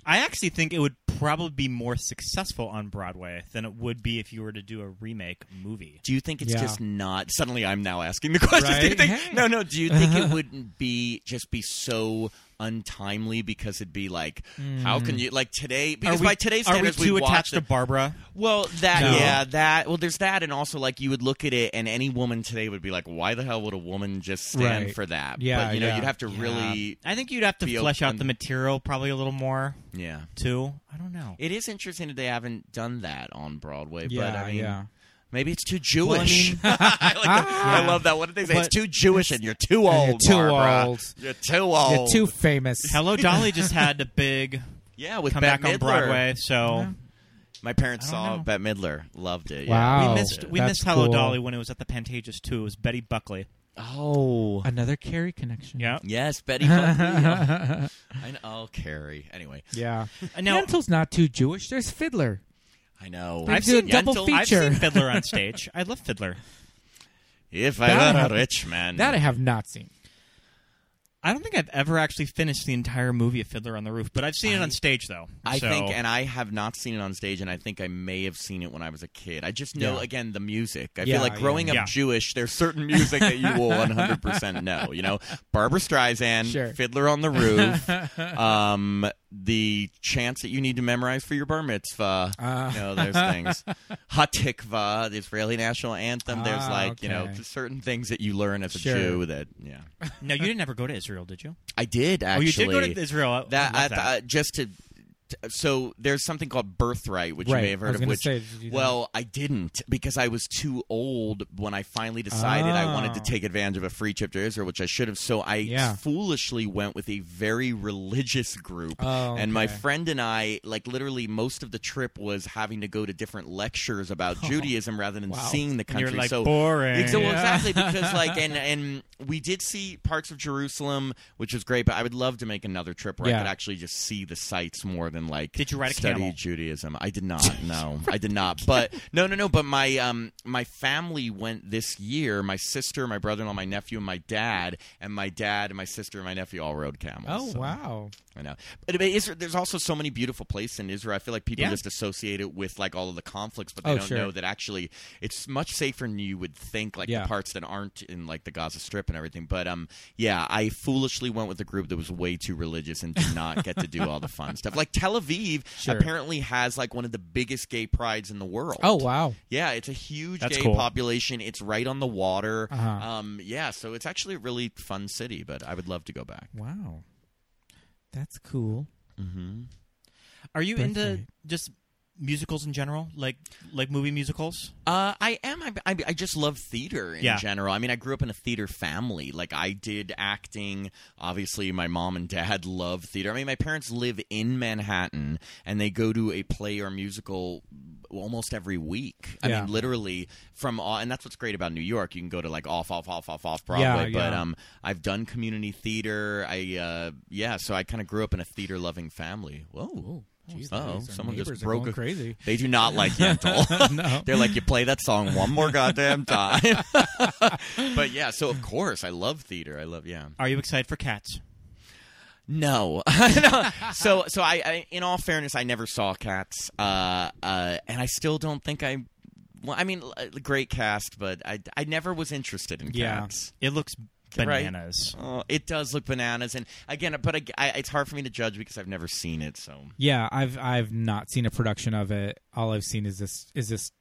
[SPEAKER 7] I actually think it would probably be more successful on Broadway than it would be if you were to do a remake movie.
[SPEAKER 8] Do you think it's
[SPEAKER 6] Yeah.
[SPEAKER 8] just not? Suddenly, I'm now asking the question. Do you
[SPEAKER 6] Right?
[SPEAKER 8] think,
[SPEAKER 6] Hey.
[SPEAKER 8] No, no. Do you think it wouldn't be just be so untimely because it'd be like, how can you like today? Because
[SPEAKER 7] are we,
[SPEAKER 8] by today's
[SPEAKER 7] are we
[SPEAKER 8] standards,
[SPEAKER 7] too
[SPEAKER 8] we watch
[SPEAKER 7] attached
[SPEAKER 8] it-
[SPEAKER 7] to Barbara?
[SPEAKER 8] Well, that
[SPEAKER 6] No.
[SPEAKER 8] yeah, that well, there's that, and also like you would look at it, and any woman today would be like, why the hell would a woman just stand
[SPEAKER 6] Right.
[SPEAKER 8] for that?
[SPEAKER 6] Yeah,
[SPEAKER 8] but you know,
[SPEAKER 6] yeah.
[SPEAKER 8] you'd have to really,
[SPEAKER 7] I think you'd have to
[SPEAKER 8] be
[SPEAKER 7] flesh out
[SPEAKER 8] open-
[SPEAKER 7] the material probably a little more
[SPEAKER 8] yeah.
[SPEAKER 7] too. I don't know.
[SPEAKER 8] It is interesting that they haven't done that on Broadway,
[SPEAKER 6] Yeah,
[SPEAKER 8] but I mean,
[SPEAKER 6] yeah.
[SPEAKER 8] maybe it's too Jewish. I, like that. I love that. What did they say?
[SPEAKER 6] But-
[SPEAKER 8] it's too Jewish, and you're too old.
[SPEAKER 6] too
[SPEAKER 8] Barbara.
[SPEAKER 6] old.
[SPEAKER 8] You're too old.
[SPEAKER 6] You're too famous.
[SPEAKER 7] Hello Dolly just had a big
[SPEAKER 8] yeah, with
[SPEAKER 7] comeback
[SPEAKER 8] Bette
[SPEAKER 7] on
[SPEAKER 8] Midler.
[SPEAKER 7] Broadway, so
[SPEAKER 8] My parents
[SPEAKER 7] I don't
[SPEAKER 8] saw
[SPEAKER 7] know.
[SPEAKER 8] Bette Midler. Loved it. Yeah.
[SPEAKER 6] Wow,
[SPEAKER 7] we missed we
[SPEAKER 6] That's
[SPEAKER 7] missed Hello
[SPEAKER 6] cool.
[SPEAKER 7] Dolly when it was at the Pantages too. It was Betty Buckley.
[SPEAKER 8] Oh.
[SPEAKER 6] Another Carrie connection.
[SPEAKER 7] Yeah.
[SPEAKER 8] Yes, Betty. Buckley. I know. Oh, Carrie. Anyway,
[SPEAKER 6] yeah.
[SPEAKER 7] Now-
[SPEAKER 6] Yentl's not too Jewish. There's Fiddler.
[SPEAKER 8] I know.
[SPEAKER 6] They do a double
[SPEAKER 8] Yentl-
[SPEAKER 7] I've seen
[SPEAKER 6] Feature.
[SPEAKER 7] Fiddler on stage. I love Fiddler.
[SPEAKER 8] If I
[SPEAKER 6] That I
[SPEAKER 8] were
[SPEAKER 6] have-
[SPEAKER 8] a rich man.
[SPEAKER 6] That I have not seen.
[SPEAKER 7] I don't think I've ever actually finished the entire movie of Fiddler on the Roof, but I've seen it on stage though.
[SPEAKER 8] I
[SPEAKER 7] so-
[SPEAKER 8] think, and I have not seen it on stage, and I think I may have seen it when I was a kid. I just know,
[SPEAKER 6] Yeah.
[SPEAKER 8] again, the music. I
[SPEAKER 6] Yeah,
[SPEAKER 8] feel like growing
[SPEAKER 6] yeah.
[SPEAKER 8] up
[SPEAKER 7] Yeah.
[SPEAKER 8] Jewish, there's certain music that you will 100% know. You know, Barbara Streisand,
[SPEAKER 6] Sure.
[SPEAKER 8] Fiddler on the Roof, um, the chants that you need to memorize for your bar mitzvah.
[SPEAKER 6] Uh,
[SPEAKER 8] you know, there's things. Hatikva, the Israeli national anthem. there's
[SPEAKER 6] Ah,
[SPEAKER 8] like, you know,
[SPEAKER 6] okay.
[SPEAKER 8] certain things that you learn as a
[SPEAKER 6] Sure.
[SPEAKER 8] Jew that, yeah.
[SPEAKER 7] No, Oh, you didn't ever go to Israel, did you?
[SPEAKER 8] I did, actually.
[SPEAKER 7] oh, you did go to Israel. I- I
[SPEAKER 8] That,
[SPEAKER 7] love
[SPEAKER 8] I,
[SPEAKER 7] that.
[SPEAKER 8] I, just to first. So there's something called Birthright, which you
[SPEAKER 6] Right.
[SPEAKER 8] may have
[SPEAKER 6] I
[SPEAKER 8] heard
[SPEAKER 6] was
[SPEAKER 8] of.
[SPEAKER 6] gonna
[SPEAKER 8] Which,
[SPEAKER 6] say, did you do
[SPEAKER 8] well, I didn't because I was too old when I finally decided I wanted to
[SPEAKER 6] Ah.
[SPEAKER 8] take advantage of a free trip to Israel, which I should have. So I
[SPEAKER 6] Yeah.
[SPEAKER 8] foolishly went with a very religious group,
[SPEAKER 6] Oh,
[SPEAKER 8] and my
[SPEAKER 6] okay.
[SPEAKER 8] friend and I, like literally most of the trip was having to go to different lectures about
[SPEAKER 6] Oh,
[SPEAKER 8] Judaism rather than seeing the
[SPEAKER 7] And
[SPEAKER 8] country.
[SPEAKER 7] you're like,
[SPEAKER 8] so
[SPEAKER 7] boring.
[SPEAKER 8] Exa- well,
[SPEAKER 7] Yeah.
[SPEAKER 8] exactly because like and and we did see parts of Jerusalem, which was great. But I would love to make another trip where I
[SPEAKER 6] Yeah.
[SPEAKER 8] could actually just see the sites more than like.
[SPEAKER 7] Did you ride a
[SPEAKER 8] study
[SPEAKER 7] camel?
[SPEAKER 8] Judaism? I did not. No, I did not. But no, no, no. But my um my family went this year. My sister, my brother-in-law, my nephew, and my dad. And my dad and my sister and my nephew all rode camels.
[SPEAKER 6] Oh
[SPEAKER 8] So,
[SPEAKER 6] wow!
[SPEAKER 8] I know. But, but Israel, there's also so many beautiful places in Israel. I feel like people
[SPEAKER 7] Yeah.
[SPEAKER 8] just associate it with like all of the conflicts, but they
[SPEAKER 6] Oh,
[SPEAKER 8] don't
[SPEAKER 6] sure.
[SPEAKER 8] know that actually it's much safer than you would think. Like
[SPEAKER 6] Yeah.
[SPEAKER 8] the parts that aren't in like the Gaza Strip and everything. But um, yeah, I foolishly went with a group that was way too religious and did not get to do all the fun stuff. Like Tel Aviv
[SPEAKER 6] Sure.
[SPEAKER 8] apparently has like one of the biggest gay prides in the world.
[SPEAKER 6] Oh wow!
[SPEAKER 8] Yeah, it's a huge
[SPEAKER 7] That's
[SPEAKER 8] gay
[SPEAKER 7] cool.
[SPEAKER 8] population. It's right on the water.
[SPEAKER 6] Uh-huh.
[SPEAKER 8] Um, yeah, so it's actually a really fun city. But I would love to go back.
[SPEAKER 6] Wow, that's cool.
[SPEAKER 7] Are you into
[SPEAKER 6] Birthright.
[SPEAKER 7] just musicals in general, like like movie musicals?
[SPEAKER 8] Uh, I am. I, I, I just love theater in
[SPEAKER 7] Yeah.
[SPEAKER 8] general. I mean, I grew up in a theater family. Like, I did acting. Obviously, my mom and dad love theater. I mean, my parents live in Manhattan and they go to a play or musical almost every week. I
[SPEAKER 6] Yeah.
[SPEAKER 8] mean, literally from all, and that's what's great about New York. You can go to like off, off, off, off, off
[SPEAKER 6] Yeah,
[SPEAKER 8] Broadway. But
[SPEAKER 6] yeah.
[SPEAKER 8] um, I've done community theater. I uh, yeah. So I kind of grew up in a theater loving family. Whoa.
[SPEAKER 6] Jeez,
[SPEAKER 8] Oh,
[SPEAKER 6] Louise, our
[SPEAKER 8] someone just
[SPEAKER 6] neighbors are
[SPEAKER 8] broke
[SPEAKER 6] going
[SPEAKER 8] a
[SPEAKER 6] crazy.
[SPEAKER 8] they do not like Yentl. They're like, you play that song one more goddamn time. but yeah, so of course, I love theater. I love, yeah.
[SPEAKER 7] Are you excited for Cats?
[SPEAKER 8] No. No. So, so I, I, in all fairness, I never saw Cats. Uh, uh, and I still don't think I, well, I mean, l- uh, great cast, but I, I never was interested in
[SPEAKER 6] Yeah.
[SPEAKER 8] Cats.
[SPEAKER 7] It looks
[SPEAKER 8] Right.
[SPEAKER 7] bananas.
[SPEAKER 8] Oh, it does look bananas. And again, but I, I, it's hard for me to judge because I've never seen it, so.
[SPEAKER 6] Yeah, I've I've not seen a production of it. All I've seen is this is this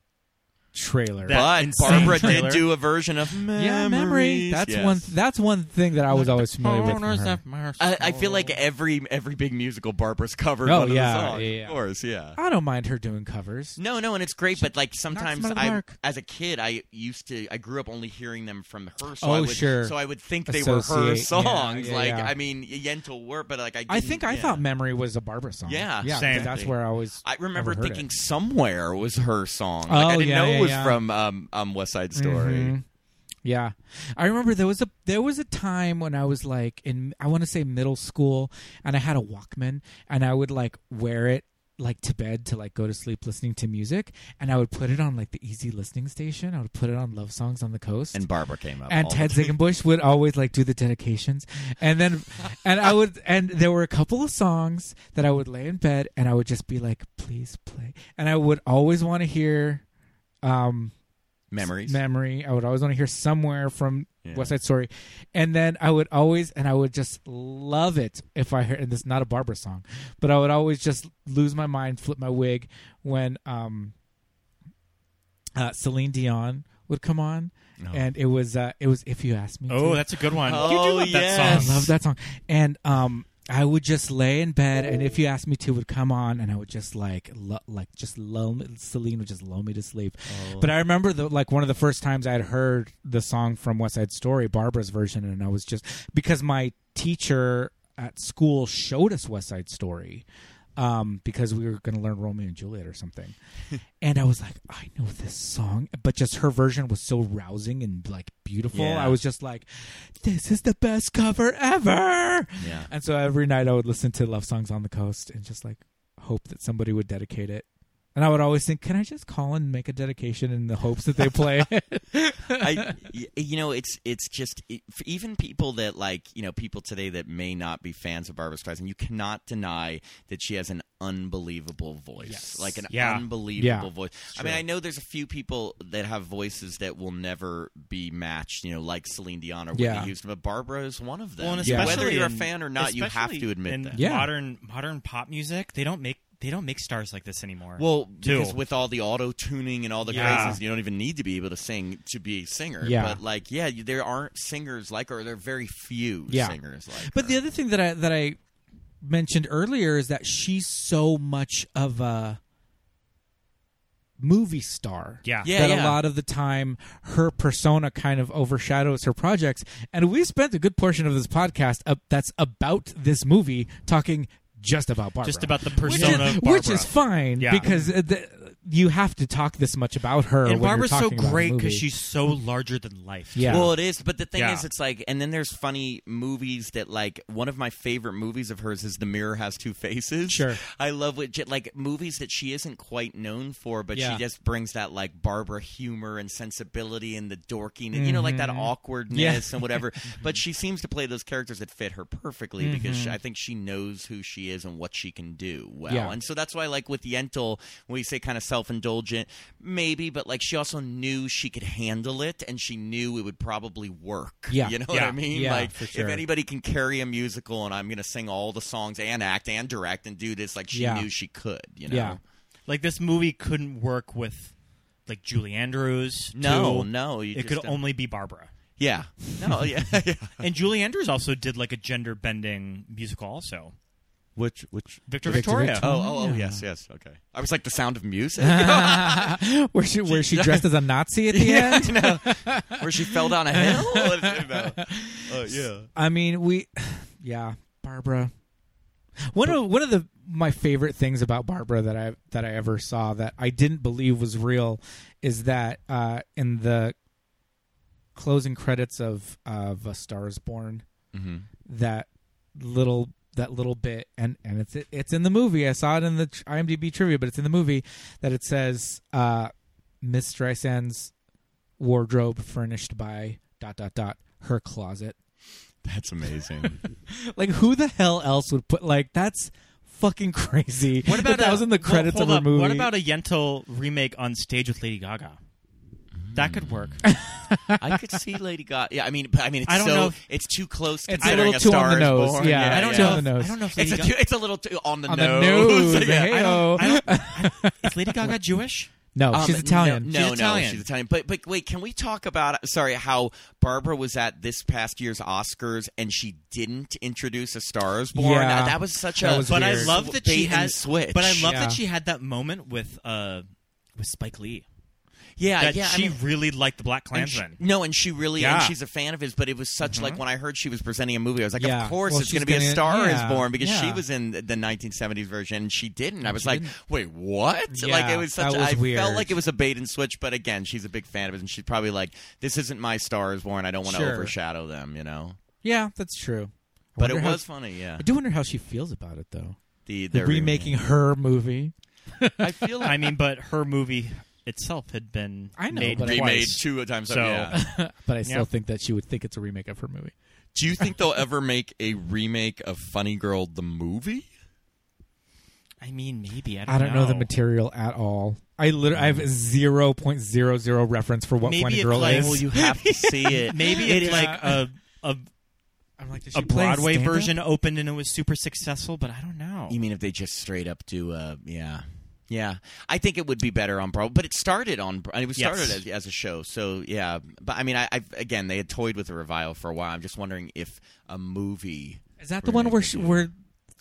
[SPEAKER 6] trailer.
[SPEAKER 7] That
[SPEAKER 8] But
[SPEAKER 7] insane
[SPEAKER 8] Barbara
[SPEAKER 7] trailer.
[SPEAKER 8] did do a version of Memories.
[SPEAKER 6] yeah, memory. That's
[SPEAKER 8] Yes.
[SPEAKER 6] one. That's one thing that I was always familiar
[SPEAKER 7] Oh,
[SPEAKER 6] with. from her.
[SPEAKER 8] I, I feel like every every big musical Barbara's covered
[SPEAKER 6] Oh,
[SPEAKER 8] one of
[SPEAKER 6] yeah,
[SPEAKER 8] the songs.
[SPEAKER 6] yeah, yeah.
[SPEAKER 8] Of course, yeah.
[SPEAKER 6] I don't mind her doing covers.
[SPEAKER 8] No, no, and it's great, but like sometimes
[SPEAKER 6] out of the
[SPEAKER 8] I,
[SPEAKER 6] park.
[SPEAKER 8] as a kid, I used to, I grew up only hearing them from her. So
[SPEAKER 6] Oh,
[SPEAKER 8] I would,
[SPEAKER 6] sure.
[SPEAKER 8] So I would think they were her
[SPEAKER 6] Associate, yeah,
[SPEAKER 8] songs.
[SPEAKER 6] yeah,
[SPEAKER 8] like,
[SPEAKER 6] yeah.
[SPEAKER 8] I mean, Yentl were, but like I,
[SPEAKER 6] I
[SPEAKER 8] didn't-
[SPEAKER 6] think I
[SPEAKER 8] yeah.
[SPEAKER 6] thought memory was a Barbara song.
[SPEAKER 8] Yeah,
[SPEAKER 6] yeah.
[SPEAKER 7] same.
[SPEAKER 6] 'cause That's where I always.
[SPEAKER 8] I remember
[SPEAKER 6] ever heard
[SPEAKER 8] thinking
[SPEAKER 6] it.
[SPEAKER 8] somewhere was her song. Like,
[SPEAKER 6] Oh,
[SPEAKER 8] I didn't
[SPEAKER 6] yeah,
[SPEAKER 8] know
[SPEAKER 6] yeah,
[SPEAKER 8] it was
[SPEAKER 6] yeah.
[SPEAKER 8] from um, um, West Side Story.
[SPEAKER 6] Mhm. Yeah, I remember there was a there was a time when I was like in I want to say middle school, and I had a Walkman, and I would like wear it like to bed to like go to sleep listening to music, and I would put it on like the easy listening station. I would put it on love songs on the coast,
[SPEAKER 8] And Barbara came up.
[SPEAKER 6] and
[SPEAKER 8] all the
[SPEAKER 6] Ted
[SPEAKER 8] time.
[SPEAKER 6] Zickenbush would always like do the dedications, and then, and I would, and there were a couple of songs that I would lay in bed and I would just be like, "Please play," and I would always want to hear, um,
[SPEAKER 8] Memories.
[SPEAKER 6] memory. I would always want to hear somewhere from
[SPEAKER 8] Yeah.
[SPEAKER 6] West Side Story, and then I would always, and I would just love it if I heard. And this is not a Barbara song, but I would always just lose my mind, flip my wig when um, uh, Celine Dion would come on. And it was uh, it was if you ask me.
[SPEAKER 7] Oh,
[SPEAKER 6] to.
[SPEAKER 7] that's a good one.
[SPEAKER 8] Oh,
[SPEAKER 7] you do love that
[SPEAKER 8] yes.
[SPEAKER 6] I
[SPEAKER 7] song.
[SPEAKER 6] love that song. And um, I would just lay in bed, and if you asked me to, would come on, and I would just like, lu- like just lull me. Celine would just lull me to sleep.
[SPEAKER 8] Oh.
[SPEAKER 6] But I remember the, like one of the first times I had heard the song from West Side Story, Barbara's version, and I was just because my teacher at school showed us West Side Story. Um, because we were going to learn Romeo and Juliet or something, and I was like, I know this song, but just her version was so rousing and like beautiful.
[SPEAKER 8] Yeah.
[SPEAKER 6] I was just like, this is the best cover ever.
[SPEAKER 8] Yeah.
[SPEAKER 6] And so every night I would listen to Love Songs on the Coast and just like hope that somebody would dedicate it. And I would always think, can I just call and make a dedication in the hopes that they play it?
[SPEAKER 8] I, y- you know, it's it's just it, for even people that like you know people today that may not be fans of Barbara Streisand, you cannot deny that she has an unbelievable voice,
[SPEAKER 6] Yes.
[SPEAKER 8] like an
[SPEAKER 7] Yeah.
[SPEAKER 8] unbelievable
[SPEAKER 6] Yeah.
[SPEAKER 8] voice. I mean, I know there's a few people that have voices that will never be matched, you know, like Celine Dion or Whitney
[SPEAKER 6] Yeah.
[SPEAKER 8] Houston, but Barbara is one of them.
[SPEAKER 7] Well, and
[SPEAKER 6] Yeah.
[SPEAKER 8] Whether
[SPEAKER 7] especially
[SPEAKER 8] you're
[SPEAKER 7] in-
[SPEAKER 8] a fan or not, you have
[SPEAKER 7] especially
[SPEAKER 8] to admit
[SPEAKER 7] in
[SPEAKER 8] that.
[SPEAKER 6] Yeah.
[SPEAKER 7] modern modern pop music, they don't make they don't make stars like this anymore.
[SPEAKER 8] Well,
[SPEAKER 7] Too.
[SPEAKER 8] because with all the auto tuning and all the
[SPEAKER 7] Yeah.
[SPEAKER 8] craziness, you don't even need to be able to sing to be a singer.
[SPEAKER 6] Yeah.
[SPEAKER 8] But like, yeah, you- there aren't singers like her. There are very few
[SPEAKER 6] Yeah.
[SPEAKER 8] singers like.
[SPEAKER 6] but
[SPEAKER 8] her.
[SPEAKER 6] the other thing that I that I mentioned earlier is that she's so much of a movie star.
[SPEAKER 7] Yeah.
[SPEAKER 8] Yeah,
[SPEAKER 6] that
[SPEAKER 8] yeah.
[SPEAKER 6] a lot of the time her persona kind of overshadows her projects. And we spent a good portion of this podcast up that's about this movie talking just about Barbara.
[SPEAKER 7] Just about the
[SPEAKER 6] Which
[SPEAKER 7] persona
[SPEAKER 6] is-
[SPEAKER 7] of Barbara.
[SPEAKER 6] Which is fine
[SPEAKER 7] Yeah.
[SPEAKER 6] because uh, the, you have to talk this much about her.
[SPEAKER 7] And
[SPEAKER 6] when
[SPEAKER 7] Barbara's
[SPEAKER 6] you're
[SPEAKER 7] so
[SPEAKER 6] talking about a
[SPEAKER 7] great because
[SPEAKER 6] movie.
[SPEAKER 7] she's so larger than life.
[SPEAKER 6] Yeah.
[SPEAKER 8] Well, it is, but the thing
[SPEAKER 7] Yeah.
[SPEAKER 8] is, it's like, and then there's funny movies that, like, one of my favorite movies of hers is The Mirror Has Two Faces.
[SPEAKER 6] Sure.
[SPEAKER 8] I love what, j- like, movies that she isn't quite known for, but
[SPEAKER 6] Yeah.
[SPEAKER 8] she just brings that, like, Barbara humor and sensibility and the dorking, and, you know, like that
[SPEAKER 6] Mm-hmm.
[SPEAKER 8] awkwardness and whatever. but she seems to play those characters that fit her perfectly because she, I think she knows who she is and what she can do well.
[SPEAKER 6] Mm-hmm. Yeah.
[SPEAKER 8] And so that's why, like, with Yentl, when you say kind of self indulgent, maybe, but, like, she also knew she could handle it and she knew it would probably work.
[SPEAKER 6] Yeah.
[SPEAKER 8] You know what
[SPEAKER 7] Yeah.
[SPEAKER 8] I mean?
[SPEAKER 6] Yeah,
[SPEAKER 8] like,
[SPEAKER 6] for sure.
[SPEAKER 8] if anybody can carry a musical and I'm going to sing all the songs and act and direct and do this, like, she
[SPEAKER 6] Yeah.
[SPEAKER 8] knew she could, you know?
[SPEAKER 6] yeah.
[SPEAKER 7] Like this movie couldn't work with like Julie Andrews.
[SPEAKER 8] No,
[SPEAKER 7] too.
[SPEAKER 8] no. you
[SPEAKER 7] It
[SPEAKER 8] just
[SPEAKER 7] could
[SPEAKER 8] don't-
[SPEAKER 7] only be Barbara.
[SPEAKER 8] Yeah. No, yeah. yeah.
[SPEAKER 7] And Julie Andrews also did like a gender bending musical also.
[SPEAKER 8] Which, which.
[SPEAKER 7] Victor,
[SPEAKER 6] Victor
[SPEAKER 7] Victoria.
[SPEAKER 6] Victoria.
[SPEAKER 8] Oh, oh, oh, yes, yes. Okay. I was like the sound of music. where
[SPEAKER 6] where she where she dressed as a Nazi at the end.
[SPEAKER 8] she fell down a hill? No.
[SPEAKER 7] Oh,
[SPEAKER 8] Uh, yeah.
[SPEAKER 6] I mean, we, yeah, Barbara. One of one of the my favorite things about Barbara that I that I ever saw that I didn't believe was real is that uh, in the closing credits of of A Star Is Born, that little that little bit and and it's it's in the movie. I saw it in the tr- IMDb trivia, but it's in the movie that it says uh, Miss Streisand's wardrobe furnished by dot dot dot her closet
[SPEAKER 8] That's amazing.
[SPEAKER 6] like who the hell else would put like that's fucking crazy.
[SPEAKER 7] What about
[SPEAKER 6] that, that
[SPEAKER 7] a-
[SPEAKER 6] was in the
[SPEAKER 7] well,
[SPEAKER 6] credits
[SPEAKER 7] hold
[SPEAKER 6] of a
[SPEAKER 7] up.
[SPEAKER 6] movie?
[SPEAKER 7] What about a Yentl remake on stage with Lady Gaga? That could work.
[SPEAKER 8] I could see Lady Gaga. Yeah, I mean, but I mean, it's
[SPEAKER 7] I don't
[SPEAKER 8] so
[SPEAKER 7] know if-
[SPEAKER 8] it's too close.
[SPEAKER 6] It's a
[SPEAKER 8] considering
[SPEAKER 6] little too
[SPEAKER 8] Star
[SPEAKER 6] on the
[SPEAKER 8] Is
[SPEAKER 6] nose.
[SPEAKER 8] Born.
[SPEAKER 6] Yeah,
[SPEAKER 7] I don't
[SPEAKER 6] yeah.
[SPEAKER 7] know.
[SPEAKER 6] On the
[SPEAKER 7] if-
[SPEAKER 6] nose.
[SPEAKER 7] I don't know if
[SPEAKER 8] It's
[SPEAKER 7] Lady
[SPEAKER 8] a,
[SPEAKER 7] Gaga.
[SPEAKER 8] too, it's a little too on the
[SPEAKER 6] on the
[SPEAKER 8] nose.
[SPEAKER 6] nose?
[SPEAKER 8] Yeah.
[SPEAKER 7] I
[SPEAKER 6] Heyo.
[SPEAKER 7] don't, I don't, I- is Lady Gaga Jewish?
[SPEAKER 6] No,
[SPEAKER 8] Um,
[SPEAKER 6] she's Italian.
[SPEAKER 8] No, no,
[SPEAKER 7] She's
[SPEAKER 8] no,
[SPEAKER 7] Italian.
[SPEAKER 8] she's Italian. But but wait, can we talk about sorry how Barbara was at this past year's Oscars and she didn't introduce a Star is Born?
[SPEAKER 6] Yeah.
[SPEAKER 8] That, that was such
[SPEAKER 6] That
[SPEAKER 8] a.
[SPEAKER 6] was
[SPEAKER 7] But I
[SPEAKER 6] weird.
[SPEAKER 7] love that she
[SPEAKER 8] bait and
[SPEAKER 7] has.
[SPEAKER 8] switch.
[SPEAKER 7] But I love
[SPEAKER 6] Yeah.
[SPEAKER 7] that she had that moment with uh with Spike Lee.
[SPEAKER 8] yeah
[SPEAKER 7] That
[SPEAKER 8] Uh, yeah. I
[SPEAKER 7] she
[SPEAKER 8] mean-
[SPEAKER 7] really liked the Black
[SPEAKER 8] and she-
[SPEAKER 7] Klansman.
[SPEAKER 8] no, and she really and
[SPEAKER 7] Yeah.
[SPEAKER 8] she's a fan of his. But it was such like when I heard she was presenting a movie, I was like,
[SPEAKER 6] Mm-hmm. Yeah.
[SPEAKER 8] of course
[SPEAKER 6] Well,
[SPEAKER 8] it's going to
[SPEAKER 6] she's
[SPEAKER 8] be a
[SPEAKER 6] gonna-
[SPEAKER 8] Star
[SPEAKER 6] yeah.
[SPEAKER 8] is Born because she
[SPEAKER 6] Yeah.
[SPEAKER 8] was in the 1970s version and she didn't. I was like, wait, what? like
[SPEAKER 6] Yeah,
[SPEAKER 8] it was such.
[SPEAKER 6] that was
[SPEAKER 8] I felt
[SPEAKER 6] weird.
[SPEAKER 8] like it was a bait and switch. But again, she's a big fan of his, and she's probably like, this isn't my Star is Born. I don't want to
[SPEAKER 6] Sure.
[SPEAKER 8] overshadow them, you know.
[SPEAKER 6] yeah, that's true. I
[SPEAKER 8] But it
[SPEAKER 6] wonder how-
[SPEAKER 8] was funny, yeah.
[SPEAKER 6] I do wonder how she feels about it though.
[SPEAKER 8] The,
[SPEAKER 6] The
[SPEAKER 8] the
[SPEAKER 6] remaking her movie.
[SPEAKER 8] I feel like
[SPEAKER 7] I mean, but her movie itself had been
[SPEAKER 6] I know,
[SPEAKER 7] made
[SPEAKER 6] but I-
[SPEAKER 7] twice.
[SPEAKER 8] remade two times. So,
[SPEAKER 7] So-
[SPEAKER 8] yeah.
[SPEAKER 6] But I still
[SPEAKER 7] Yeah.
[SPEAKER 6] think that she would think it's a remake of her movie.
[SPEAKER 8] do you think they'll ever make a remake of Funny Girl the movie?
[SPEAKER 7] I mean, maybe I don't,
[SPEAKER 6] I don't know, the material at all. I literally I have 0.00 reference for what
[SPEAKER 7] Maybe
[SPEAKER 6] Funny
[SPEAKER 7] it's
[SPEAKER 6] Girl
[SPEAKER 7] like-
[SPEAKER 6] is.
[SPEAKER 7] Well, you
[SPEAKER 8] have to see it.
[SPEAKER 7] Maybe it's like a a,
[SPEAKER 6] I'm like, does
[SPEAKER 7] a
[SPEAKER 6] she play
[SPEAKER 7] Broadway
[SPEAKER 6] stand-up?
[SPEAKER 7] version opened and it was super successful, but I don't know.
[SPEAKER 8] You mean if they just straight up do uh yeah. Yeah. I think it would be better on Broadway, but it started on it was
[SPEAKER 7] Yes.
[SPEAKER 8] started as, as a show. So, yeah. But I mean, I I've, again, they had toyed with a revival for a while. I'm just wondering if a movie
[SPEAKER 6] Is that the one where
[SPEAKER 8] remake
[SPEAKER 6] she,
[SPEAKER 8] would do it.
[SPEAKER 6] where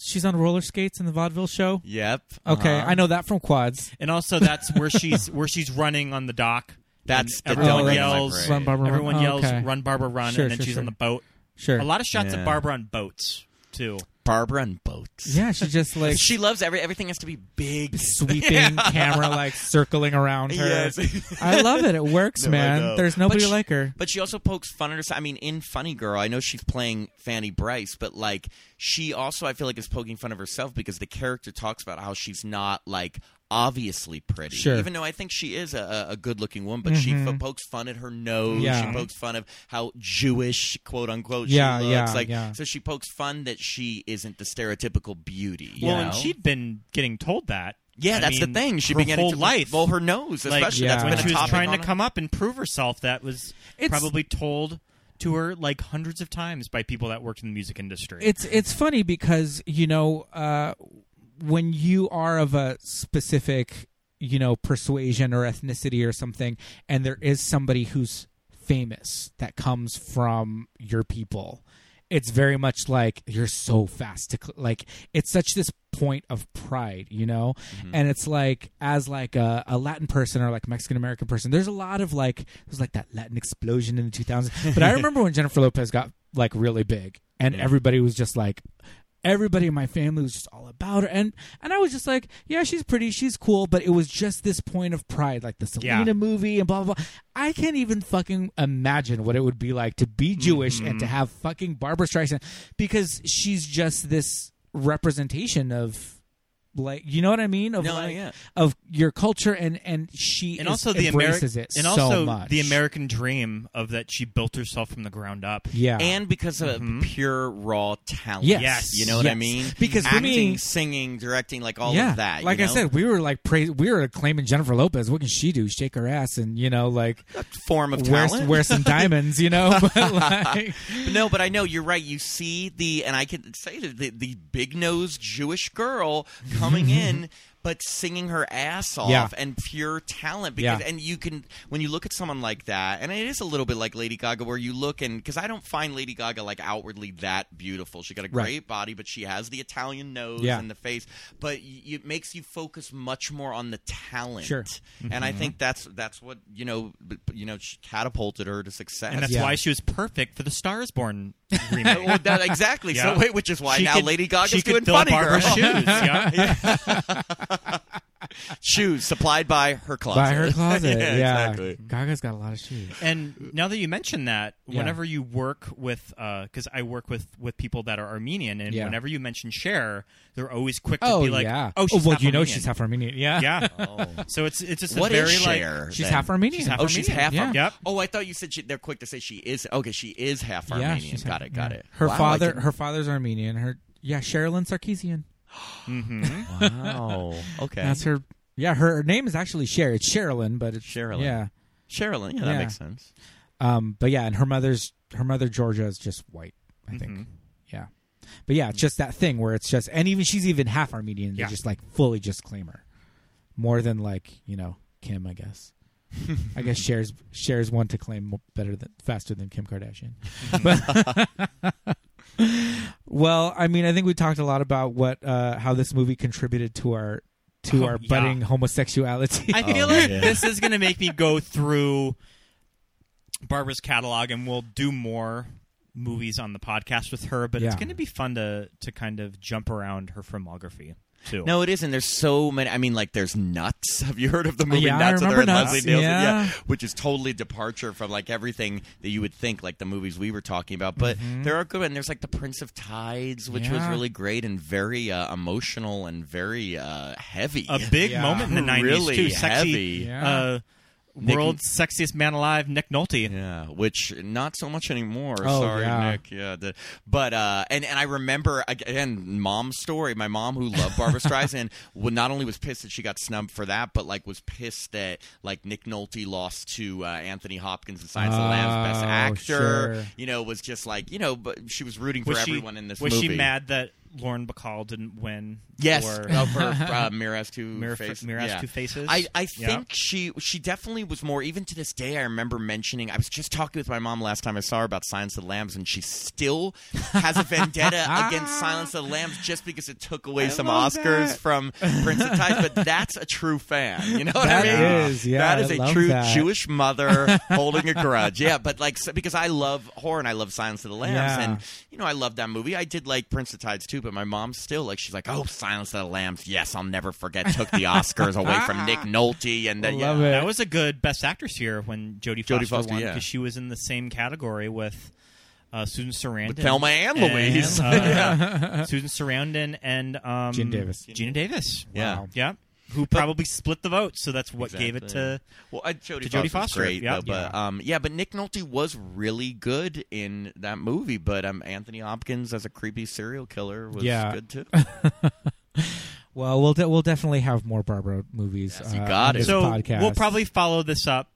[SPEAKER 6] she's on roller skates in the vaudeville show?
[SPEAKER 8] Yep.
[SPEAKER 6] Okay,
[SPEAKER 8] uh-huh.
[SPEAKER 6] I know that from Quads.
[SPEAKER 7] And also, that's where she's where she's running on the dock.
[SPEAKER 8] That's
[SPEAKER 7] and
[SPEAKER 8] the
[SPEAKER 7] everyone
[SPEAKER 8] Delray
[SPEAKER 7] yells.
[SPEAKER 8] Run, Barbara,
[SPEAKER 6] run.
[SPEAKER 7] everyone
[SPEAKER 6] Oh,
[SPEAKER 7] yells,
[SPEAKER 6] okay.
[SPEAKER 7] "Run, Barbara, run!"
[SPEAKER 6] Sure,
[SPEAKER 7] and then
[SPEAKER 6] sure,
[SPEAKER 7] she's on
[SPEAKER 6] sure.
[SPEAKER 7] the boat.
[SPEAKER 6] Sure.
[SPEAKER 7] A lot of shots
[SPEAKER 8] Yeah.
[SPEAKER 7] of Barbara on boats too.
[SPEAKER 8] Barbara and boats.
[SPEAKER 6] Yeah, she just like
[SPEAKER 8] She loves every everything has to be big.
[SPEAKER 6] sweeping camera like circling around her.
[SPEAKER 8] Yes.
[SPEAKER 6] I love it. It works,
[SPEAKER 8] No, I know.
[SPEAKER 6] man. There's nobody
[SPEAKER 8] But she-
[SPEAKER 6] like her.
[SPEAKER 8] But she also pokes fun at herself. I mean, in Funny Girl, I know she's playing Fanny Bryce, but like she also, I feel like, is poking fun of herself because the character talks about how she's not like obviously pretty.
[SPEAKER 6] Sure.
[SPEAKER 8] Even though I think she is a, a good looking woman, but
[SPEAKER 7] Mm-hmm.
[SPEAKER 8] she fo- pokes fun at her nose.
[SPEAKER 6] Yeah.
[SPEAKER 8] She pokes fun of how Jewish, quote unquote,
[SPEAKER 6] Yeah,
[SPEAKER 8] she looks.
[SPEAKER 6] yeah,
[SPEAKER 8] like,
[SPEAKER 6] yeah.
[SPEAKER 8] So she pokes fun that she isn't the stereotypical beauty. you
[SPEAKER 7] Well, and
[SPEAKER 8] know?
[SPEAKER 7] she'd been getting told that.
[SPEAKER 8] Yeah,
[SPEAKER 7] I
[SPEAKER 8] that's
[SPEAKER 7] mean,
[SPEAKER 8] the thing. She
[SPEAKER 7] her
[SPEAKER 8] began
[SPEAKER 7] whole
[SPEAKER 8] to
[SPEAKER 7] life.
[SPEAKER 8] Well, her nose,
[SPEAKER 7] like
[SPEAKER 8] especially.
[SPEAKER 6] yeah.
[SPEAKER 8] That's
[SPEAKER 7] when
[SPEAKER 8] been
[SPEAKER 7] she
[SPEAKER 8] a
[SPEAKER 7] was
[SPEAKER 8] topic
[SPEAKER 7] trying
[SPEAKER 8] on
[SPEAKER 7] to
[SPEAKER 8] the-
[SPEAKER 7] come up and prove herself, that was
[SPEAKER 6] It's-
[SPEAKER 7] probably told to her like hundreds of times by people that worked in the music industry.
[SPEAKER 6] It's it's funny because you know uh, when you are of a specific you know persuasion or ethnicity or something, and there is somebody who's famous that comes from your people. it's very much like you're so fast to cl-. like it's such this point of pride you know and it's like as like a, a latin person or like mexican american person there's a lot of like there's like that latin explosion in the 2000s but i remember when jennifer lopez got like really big and everybody was just like everybody in my family was just all about her and and i was just like yeah she's pretty she's cool but it was just this point of pride like the selena
[SPEAKER 7] Yeah.
[SPEAKER 6] movie and blah blah blah i can't even fucking imagine what it would be like to
[SPEAKER 7] Mm-hmm,
[SPEAKER 6] be jewish and to have fucking barbara streisand because she's just this representation of like you know what i mean of
[SPEAKER 8] No,
[SPEAKER 6] like,
[SPEAKER 8] yeah.
[SPEAKER 6] of your culture and and she
[SPEAKER 7] and
[SPEAKER 6] is-
[SPEAKER 7] also the
[SPEAKER 6] embraces
[SPEAKER 7] American
[SPEAKER 6] it
[SPEAKER 7] and
[SPEAKER 6] so
[SPEAKER 7] also
[SPEAKER 6] much.
[SPEAKER 7] the American dream of that she built herself from the ground up.
[SPEAKER 6] yeah
[SPEAKER 8] And because of pure raw talent.
[SPEAKER 6] Yes. Yes.
[SPEAKER 8] You know what I
[SPEAKER 6] Yes.
[SPEAKER 8] mean?
[SPEAKER 6] Because for
[SPEAKER 8] acting,
[SPEAKER 6] me-
[SPEAKER 8] singing, directing, like all
[SPEAKER 6] yeah,
[SPEAKER 8] of that. you
[SPEAKER 6] Like I
[SPEAKER 8] know?
[SPEAKER 6] said, we were like praise, we were acclaiming Jennifer Lopez. What can she do? Shake her ass and you know like
[SPEAKER 8] form of
[SPEAKER 6] wear,
[SPEAKER 8] talent.
[SPEAKER 6] wear some diamonds, you know. But, like,
[SPEAKER 8] But no, but I know you're right. You see the, and I could say that the, the big nosed Jewish girl coming in, but singing her ass off
[SPEAKER 6] Yeah.
[SPEAKER 8] and pure talent. Because
[SPEAKER 6] Yeah.
[SPEAKER 8] and you can when you look at someone like that, and it is a little bit like Lady Gaga, where you look and because I don't find Lady Gaga like outwardly that beautiful. She got a
[SPEAKER 6] Right.
[SPEAKER 8] great body, but she has the Italian nose
[SPEAKER 6] Yeah.
[SPEAKER 8] and the face. But y- it makes you focus much more on the talent.
[SPEAKER 6] Sure. Mm-hmm.
[SPEAKER 8] and I think that's that's what you know b- b- you know she catapulted her to success.
[SPEAKER 7] And that's
[SPEAKER 6] Yeah.
[SPEAKER 7] why she was perfect for the Stars Born remake.
[SPEAKER 8] Well, that, exactly.
[SPEAKER 7] Yeah.
[SPEAKER 8] So wait, which is why
[SPEAKER 7] She
[SPEAKER 8] now
[SPEAKER 7] could-
[SPEAKER 8] Lady Gaga's
[SPEAKER 7] she
[SPEAKER 8] doing
[SPEAKER 7] could fill
[SPEAKER 8] funny
[SPEAKER 7] Barbara's
[SPEAKER 8] girl.
[SPEAKER 7] shoes. Yeah.
[SPEAKER 8] shoes supplied by her closet.
[SPEAKER 6] by her closet, yeah,
[SPEAKER 8] exactly.
[SPEAKER 6] Gaga's got a lot of shoes.
[SPEAKER 7] And now that you mention that, whenever you work with, because I work with with people that are Armenian, and
[SPEAKER 6] Yeah.
[SPEAKER 7] whenever you mention Cher, they're always quick to
[SPEAKER 6] Oh
[SPEAKER 7] be like,
[SPEAKER 6] yeah.
[SPEAKER 7] "Oh, she's
[SPEAKER 6] well,
[SPEAKER 7] half
[SPEAKER 6] you know
[SPEAKER 7] Armenian.
[SPEAKER 6] she's half Oh. Armenian. Yeah,
[SPEAKER 7] yeah." So it's it's just
[SPEAKER 8] What
[SPEAKER 7] a
[SPEAKER 8] is
[SPEAKER 7] very like
[SPEAKER 8] Cher?
[SPEAKER 6] she's
[SPEAKER 8] then?
[SPEAKER 6] half Armenian.
[SPEAKER 7] She's half
[SPEAKER 8] Oh, she's half.
[SPEAKER 7] Armenian,
[SPEAKER 8] Armenian.
[SPEAKER 7] yeah. Yep.
[SPEAKER 8] Oh, I thought you said she, they're quick to say she is. Okay, she is half
[SPEAKER 6] Yeah,
[SPEAKER 8] Armenian.
[SPEAKER 6] she's half-
[SPEAKER 8] got it. Got
[SPEAKER 6] yeah.
[SPEAKER 8] it.
[SPEAKER 6] Her
[SPEAKER 8] Wow, I
[SPEAKER 6] father,
[SPEAKER 8] didn't-
[SPEAKER 6] her father's Armenian. Her yeah, Sherilyn Sarkeesian.
[SPEAKER 8] Wow. Oh, Okay.
[SPEAKER 6] That's her. Yeah, her name is actually Sher. It's Sherilyn, but it's
[SPEAKER 8] Sherilyn.
[SPEAKER 6] Yeah.
[SPEAKER 8] Sherilyn. Yeah, that
[SPEAKER 6] Yeah.
[SPEAKER 8] makes sense.
[SPEAKER 6] Um, but yeah, and her mother's her mother Georgia is just white, I think.
[SPEAKER 7] Mm-hmm.
[SPEAKER 6] Yeah, but yeah, it's just that thing where it's just, and even she's even half Armenian. They
[SPEAKER 7] Yeah.
[SPEAKER 6] just like fully just claim her more than like you know Kim, I guess. I guess shares shares one to claim mo- better than faster than Kim Kardashian. But- well, I mean, I think we talked a lot about what uh, how this movie contributed to our to
[SPEAKER 7] Oh,
[SPEAKER 6] our
[SPEAKER 7] yeah.
[SPEAKER 6] budding homosexuality.
[SPEAKER 8] Oh,
[SPEAKER 7] I feel like this is going to make me go through Barbara's catalog, and we'll do more movies on the podcast with her. But it's
[SPEAKER 6] Yeah.
[SPEAKER 7] going to be fun to to kind of jump around her filmography too.
[SPEAKER 8] No, it isn't. There's so many. I mean, like, there's Nuts. Have you heard of the movie
[SPEAKER 6] Oh, Yeah, I
[SPEAKER 8] Nuts? with her
[SPEAKER 6] remember
[SPEAKER 8] and
[SPEAKER 6] Nuts.
[SPEAKER 8] Leslie Nielsen?
[SPEAKER 6] Yeah.
[SPEAKER 8] which is totally departure from like everything that you would think, like the movies we were talking about. But there are good, and there's like the Prince of Tides, which was
[SPEAKER 6] Mm-hmm. Yeah.
[SPEAKER 8] really great and very uh, emotional and very uh, heavy.
[SPEAKER 7] a big
[SPEAKER 6] Yeah.
[SPEAKER 7] moment in the nineties
[SPEAKER 8] Really
[SPEAKER 7] too. Sexy,
[SPEAKER 8] heavy.
[SPEAKER 6] Yeah.
[SPEAKER 7] uh,
[SPEAKER 8] Nick-
[SPEAKER 7] world's sexiest man alive, Nick Nolte.
[SPEAKER 8] Yeah, which not so much anymore.
[SPEAKER 6] Oh,
[SPEAKER 8] Sorry,
[SPEAKER 6] yeah.
[SPEAKER 8] Nick. Yeah, the- but uh, and and I remember again, mom's story. My mom, who loved Barbara Streisand, would not only was pissed that she got snubbed for that, but like was pissed that like Nick Nolte lost to uh, Anthony Hopkins in Science of the Lambs Best
[SPEAKER 6] Oh,
[SPEAKER 8] Actor.
[SPEAKER 6] sure.
[SPEAKER 8] You know, was just like you know, but she was rooting for
[SPEAKER 7] Was she,
[SPEAKER 8] everyone in this
[SPEAKER 7] was
[SPEAKER 8] movie.
[SPEAKER 7] she mad that Lauren Bacall didn't win?
[SPEAKER 8] Yes,
[SPEAKER 7] for-
[SPEAKER 8] uh, for uh, Mira's two
[SPEAKER 7] Mira-
[SPEAKER 8] faces.
[SPEAKER 7] Mira's
[SPEAKER 8] yeah.
[SPEAKER 7] Two Faces?
[SPEAKER 8] I, I
[SPEAKER 7] Yeah.
[SPEAKER 8] think she she definitely was more. Even to this day, I remember mentioning. I was just talking with my mom last time I saw her about Silence of the Lambs, and she still has a vendetta against Silence of the Lambs just because it took away some Oscars from Prince of Tides. But that's a true fan. You know what
[SPEAKER 6] That
[SPEAKER 8] I mean?
[SPEAKER 6] is, yeah,
[SPEAKER 8] that is
[SPEAKER 6] I
[SPEAKER 8] a
[SPEAKER 6] love
[SPEAKER 8] true
[SPEAKER 6] that.
[SPEAKER 8] Jewish mother holding a grudge. Yeah, but like so- because I love horror and I love Silence of the Lambs,
[SPEAKER 6] Yeah.
[SPEAKER 8] and you know, I love that movie. I did like Prince of Tides too, but my mom still like she's like, "Oh, Silence of the Lambs, yes, I'll never forget." Took the Oscars away from Nick Nolte, and then
[SPEAKER 6] Love
[SPEAKER 8] yeah.
[SPEAKER 6] it.
[SPEAKER 7] That was a good Best Actress here when Jodie Foster,
[SPEAKER 8] Jodie Foster,
[SPEAKER 7] won
[SPEAKER 8] yeah.
[SPEAKER 7] because she was in the same category with uh, Susan Sarandon,
[SPEAKER 8] With Thelma and Louise.
[SPEAKER 7] uh, yeah, Susan Sarandon and um,
[SPEAKER 6] Gina Davis.
[SPEAKER 7] Gina Davis,
[SPEAKER 8] Yeah.
[SPEAKER 6] Wow.
[SPEAKER 7] yeah, who probably split the vote, so that's what gave it to.
[SPEAKER 8] Well, uh, Jodie Foster,
[SPEAKER 7] to Jodie
[SPEAKER 8] was
[SPEAKER 7] Foster,
[SPEAKER 8] great,
[SPEAKER 7] yeah.
[SPEAKER 8] though, but um, yeah, but Nick Nolte was really good in that movie. But um, Anthony Hopkins as a creepy serial killer was
[SPEAKER 6] Yeah.
[SPEAKER 8] good too.
[SPEAKER 6] well, we'll de- we'll definitely have more Barbara movies.
[SPEAKER 8] you
[SPEAKER 6] uh,
[SPEAKER 8] got
[SPEAKER 6] on
[SPEAKER 8] it.
[SPEAKER 6] this
[SPEAKER 7] So
[SPEAKER 6] podcast.
[SPEAKER 7] we'll probably follow this up.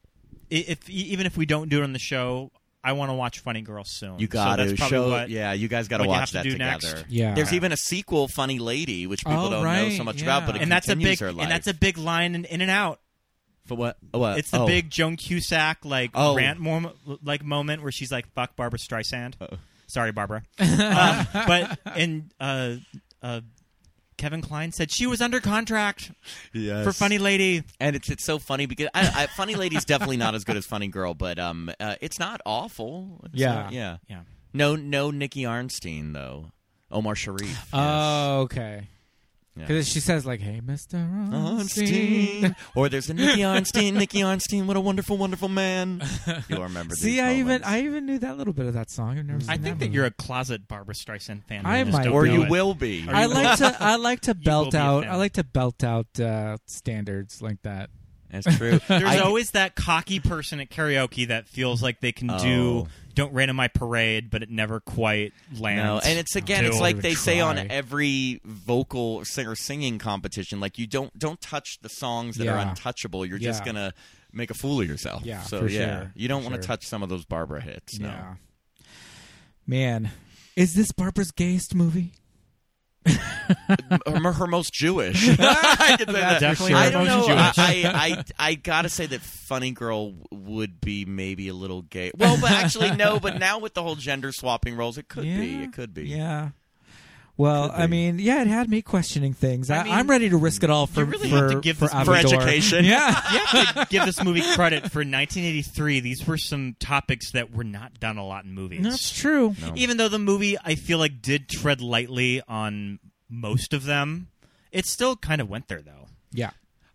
[SPEAKER 7] I- If e- even if we don't do it on the show, I want to watch Funny Girl soon.
[SPEAKER 8] You got
[SPEAKER 7] so that's
[SPEAKER 8] to
[SPEAKER 7] probably
[SPEAKER 8] show.
[SPEAKER 7] what-
[SPEAKER 8] yeah, you guys got to
[SPEAKER 7] what you
[SPEAKER 8] watch
[SPEAKER 7] have to
[SPEAKER 8] that
[SPEAKER 7] do
[SPEAKER 8] together.
[SPEAKER 7] next.
[SPEAKER 6] Yeah.
[SPEAKER 8] there's even a sequel, Funny Lady, which people
[SPEAKER 6] Oh,
[SPEAKER 8] don't know
[SPEAKER 6] right,
[SPEAKER 8] so much
[SPEAKER 6] yeah.
[SPEAKER 8] about, but it
[SPEAKER 7] and that's a
[SPEAKER 8] continues
[SPEAKER 7] big
[SPEAKER 8] her life.
[SPEAKER 7] and that's a big line in In and Out.
[SPEAKER 8] for what? what?
[SPEAKER 7] It's the
[SPEAKER 8] Oh.
[SPEAKER 7] big Joan Cusack like
[SPEAKER 8] Oh.
[SPEAKER 7] rant mom- like moment where she's like "fuck Barbara Streisand." Sorry, Barbara. Um, but and uh, uh, Kevin Klein said she was under contract
[SPEAKER 8] Yes.
[SPEAKER 7] for Funny Lady.
[SPEAKER 8] and it's, it's so funny because I, I, Funny Lady's definitely not as good as Funny Girl, but um, uh, it's not awful. It's
[SPEAKER 6] Yeah.
[SPEAKER 8] not- yeah,
[SPEAKER 7] Yeah.
[SPEAKER 8] No, no, Nikki Arnstein though. Omar Sharif. yes.
[SPEAKER 6] Oh, okay.
[SPEAKER 8] Yeah.
[SPEAKER 6] Because she says like, "Hey, Mister Arnstein."
[SPEAKER 8] Arnstein. or there's a Nikki Arnstein. Nikki Arnstein. What a wonderful, wonderful man. You'll remember. these
[SPEAKER 6] See, I even
[SPEAKER 8] moments.
[SPEAKER 6] I even knew that little bit of that song. I've never seen
[SPEAKER 7] I
[SPEAKER 6] that
[SPEAKER 7] think that
[SPEAKER 6] movie.
[SPEAKER 7] you're a closet Barbara Streisand fan.
[SPEAKER 6] I
[SPEAKER 7] just
[SPEAKER 6] might
[SPEAKER 7] don't
[SPEAKER 6] be.
[SPEAKER 8] or
[SPEAKER 7] know
[SPEAKER 8] you
[SPEAKER 7] it.
[SPEAKER 8] will be.
[SPEAKER 7] Are
[SPEAKER 6] I
[SPEAKER 7] you-
[SPEAKER 6] like to I like to
[SPEAKER 7] will
[SPEAKER 6] belt
[SPEAKER 7] be a
[SPEAKER 6] out
[SPEAKER 7] fan.
[SPEAKER 6] I like to belt out uh, standards like that.
[SPEAKER 8] That's true.
[SPEAKER 7] There's
[SPEAKER 8] I-
[SPEAKER 7] always that cocky person at karaoke that feels like they can
[SPEAKER 8] Oh.
[SPEAKER 7] do "Don't Rain on My Parade," but it never quite lands.
[SPEAKER 8] No, and it's again, it's
[SPEAKER 7] Don't
[SPEAKER 8] like
[SPEAKER 6] even
[SPEAKER 8] they say on
[SPEAKER 6] try.
[SPEAKER 8] every vocal singer singing competition, like you don't don't touch the songs that are
[SPEAKER 6] Yeah.
[SPEAKER 8] untouchable. You're just
[SPEAKER 6] Yeah.
[SPEAKER 8] gonna make a fool of yourself.
[SPEAKER 6] Yeah,
[SPEAKER 8] so
[SPEAKER 6] for
[SPEAKER 8] yeah,
[SPEAKER 6] sure,
[SPEAKER 8] you don't
[SPEAKER 6] for
[SPEAKER 8] want
[SPEAKER 6] sure.
[SPEAKER 8] to touch some of those Barbara hits. No.
[SPEAKER 6] Yeah. Man, is this Barbara's gayest movie?
[SPEAKER 8] her, her most Jewish. I could say that.
[SPEAKER 7] definitely
[SPEAKER 8] I
[SPEAKER 7] her
[SPEAKER 8] don't
[SPEAKER 7] most
[SPEAKER 8] know. I,
[SPEAKER 7] Jewish.
[SPEAKER 8] I, I I gotta say that Funny Girl w- would be maybe a little gay. Well, but actually no. But now with the whole gender swapping roles, it could be.
[SPEAKER 6] Yeah.
[SPEAKER 8] It could be.
[SPEAKER 6] Yeah. Well, I mean, yeah, it had me questioning things. I
[SPEAKER 7] I mean,
[SPEAKER 6] I'm ready to risk it all for
[SPEAKER 7] you really
[SPEAKER 6] for,
[SPEAKER 7] have to give
[SPEAKER 6] for,
[SPEAKER 7] this movie-
[SPEAKER 8] For
[SPEAKER 6] Avador.
[SPEAKER 8] education.
[SPEAKER 6] Yeah.
[SPEAKER 7] you have to give this movie credit for 1983. These were some topics that were not done a lot in movies.
[SPEAKER 6] That's true.
[SPEAKER 7] Even though the movie, I feel like, did tread lightly on most of them, it still kind of went there, though.
[SPEAKER 6] Yeah.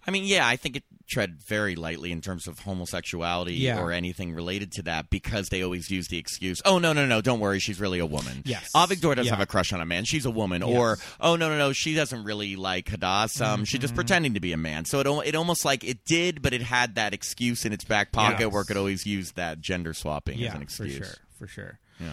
[SPEAKER 8] I mean, yeah, I think it tread very lightly in terms of homosexuality
[SPEAKER 6] Yeah.
[SPEAKER 8] or anything related to that because they always use the excuse, "Oh no, no, no, don't worry, she's really a woman."
[SPEAKER 6] Yes.
[SPEAKER 8] Avigdor doesn't
[SPEAKER 6] Yeah.
[SPEAKER 8] have a crush on a man; she's a woman. Or, "Oh no, no, no, she doesn't really like Hadassah; um, she's
[SPEAKER 6] Mm-hmm.
[SPEAKER 8] just pretending to be a man." So it al- it almost like it did, but it had that excuse in its back pocket
[SPEAKER 6] Yes.
[SPEAKER 8] where it could always use that gender swapping as
[SPEAKER 6] Yeah.
[SPEAKER 8] an
[SPEAKER 6] For
[SPEAKER 8] excuse.
[SPEAKER 6] sure. For sure.
[SPEAKER 8] Yeah.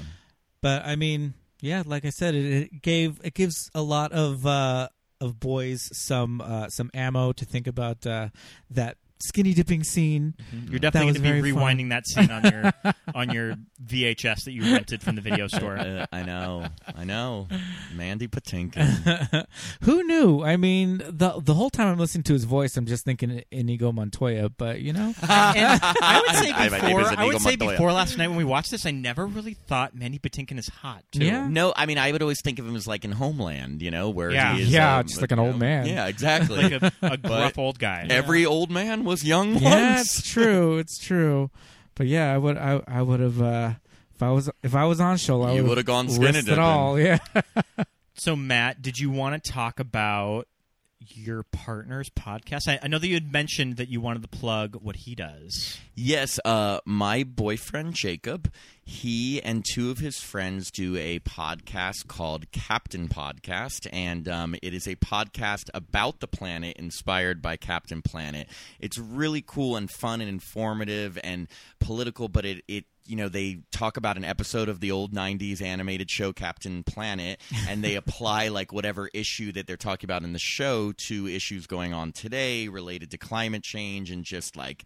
[SPEAKER 6] But I mean, yeah, like I said, it, it gave it gives a lot of uh, of boys some uh, some ammo to think about uh, that skinny dipping scene.
[SPEAKER 8] Mm-hmm.
[SPEAKER 7] You're
[SPEAKER 6] That
[SPEAKER 7] definitely
[SPEAKER 6] was
[SPEAKER 7] going to be
[SPEAKER 6] very fun.
[SPEAKER 7] rewinding that scene on your on your VHS that you rented from the video store.
[SPEAKER 8] Uh, I know, I know, Mandy Patinkin.
[SPEAKER 6] Who knew? I mean, the the whole time I'm listening to his voice, I'm just thinking Inigo Montoya. But you know,
[SPEAKER 7] and I would say
[SPEAKER 8] Hi, my name
[SPEAKER 7] before,
[SPEAKER 8] is
[SPEAKER 7] I would
[SPEAKER 8] Inigo
[SPEAKER 7] say
[SPEAKER 8] Montoya.
[SPEAKER 7] before last night when we watched this, I never really thought Mandy Patinkin is hot. Too.
[SPEAKER 6] Yeah.
[SPEAKER 8] No, I mean I would always think of him as like in Homeland, you know, where
[SPEAKER 7] Yeah.
[SPEAKER 8] he is,
[SPEAKER 6] Yeah,
[SPEAKER 8] um,
[SPEAKER 6] just like an
[SPEAKER 8] you
[SPEAKER 6] old
[SPEAKER 8] know?
[SPEAKER 6] man.
[SPEAKER 8] Yeah, exactly.
[SPEAKER 7] like a, a gruff old guy.
[SPEAKER 8] Every old man was young once.
[SPEAKER 6] yeah, it's true, it's true. But yeah, I would I I would have uh, if I was if I was on show, I
[SPEAKER 8] You
[SPEAKER 6] would
[SPEAKER 8] would've
[SPEAKER 6] have
[SPEAKER 8] gone skinny
[SPEAKER 6] risked it
[SPEAKER 8] dipping.
[SPEAKER 6] all. Yeah.
[SPEAKER 7] So, Matt, did you want to talk about your partner's podcast? I, I know that you had mentioned that you wanted to plug what he does.
[SPEAKER 8] Yes, uh, my boyfriend Jacob, he and two of his friends do a podcast called Captain Podcast, and um, it is a podcast about the planet inspired by Captain Planet. It's really cool and fun and informative and political, but it, it you know they talk about an episode of the old 90s animated show captain planet and they apply like whatever issue that they're talking about in the show to issues going on today related to climate change and just like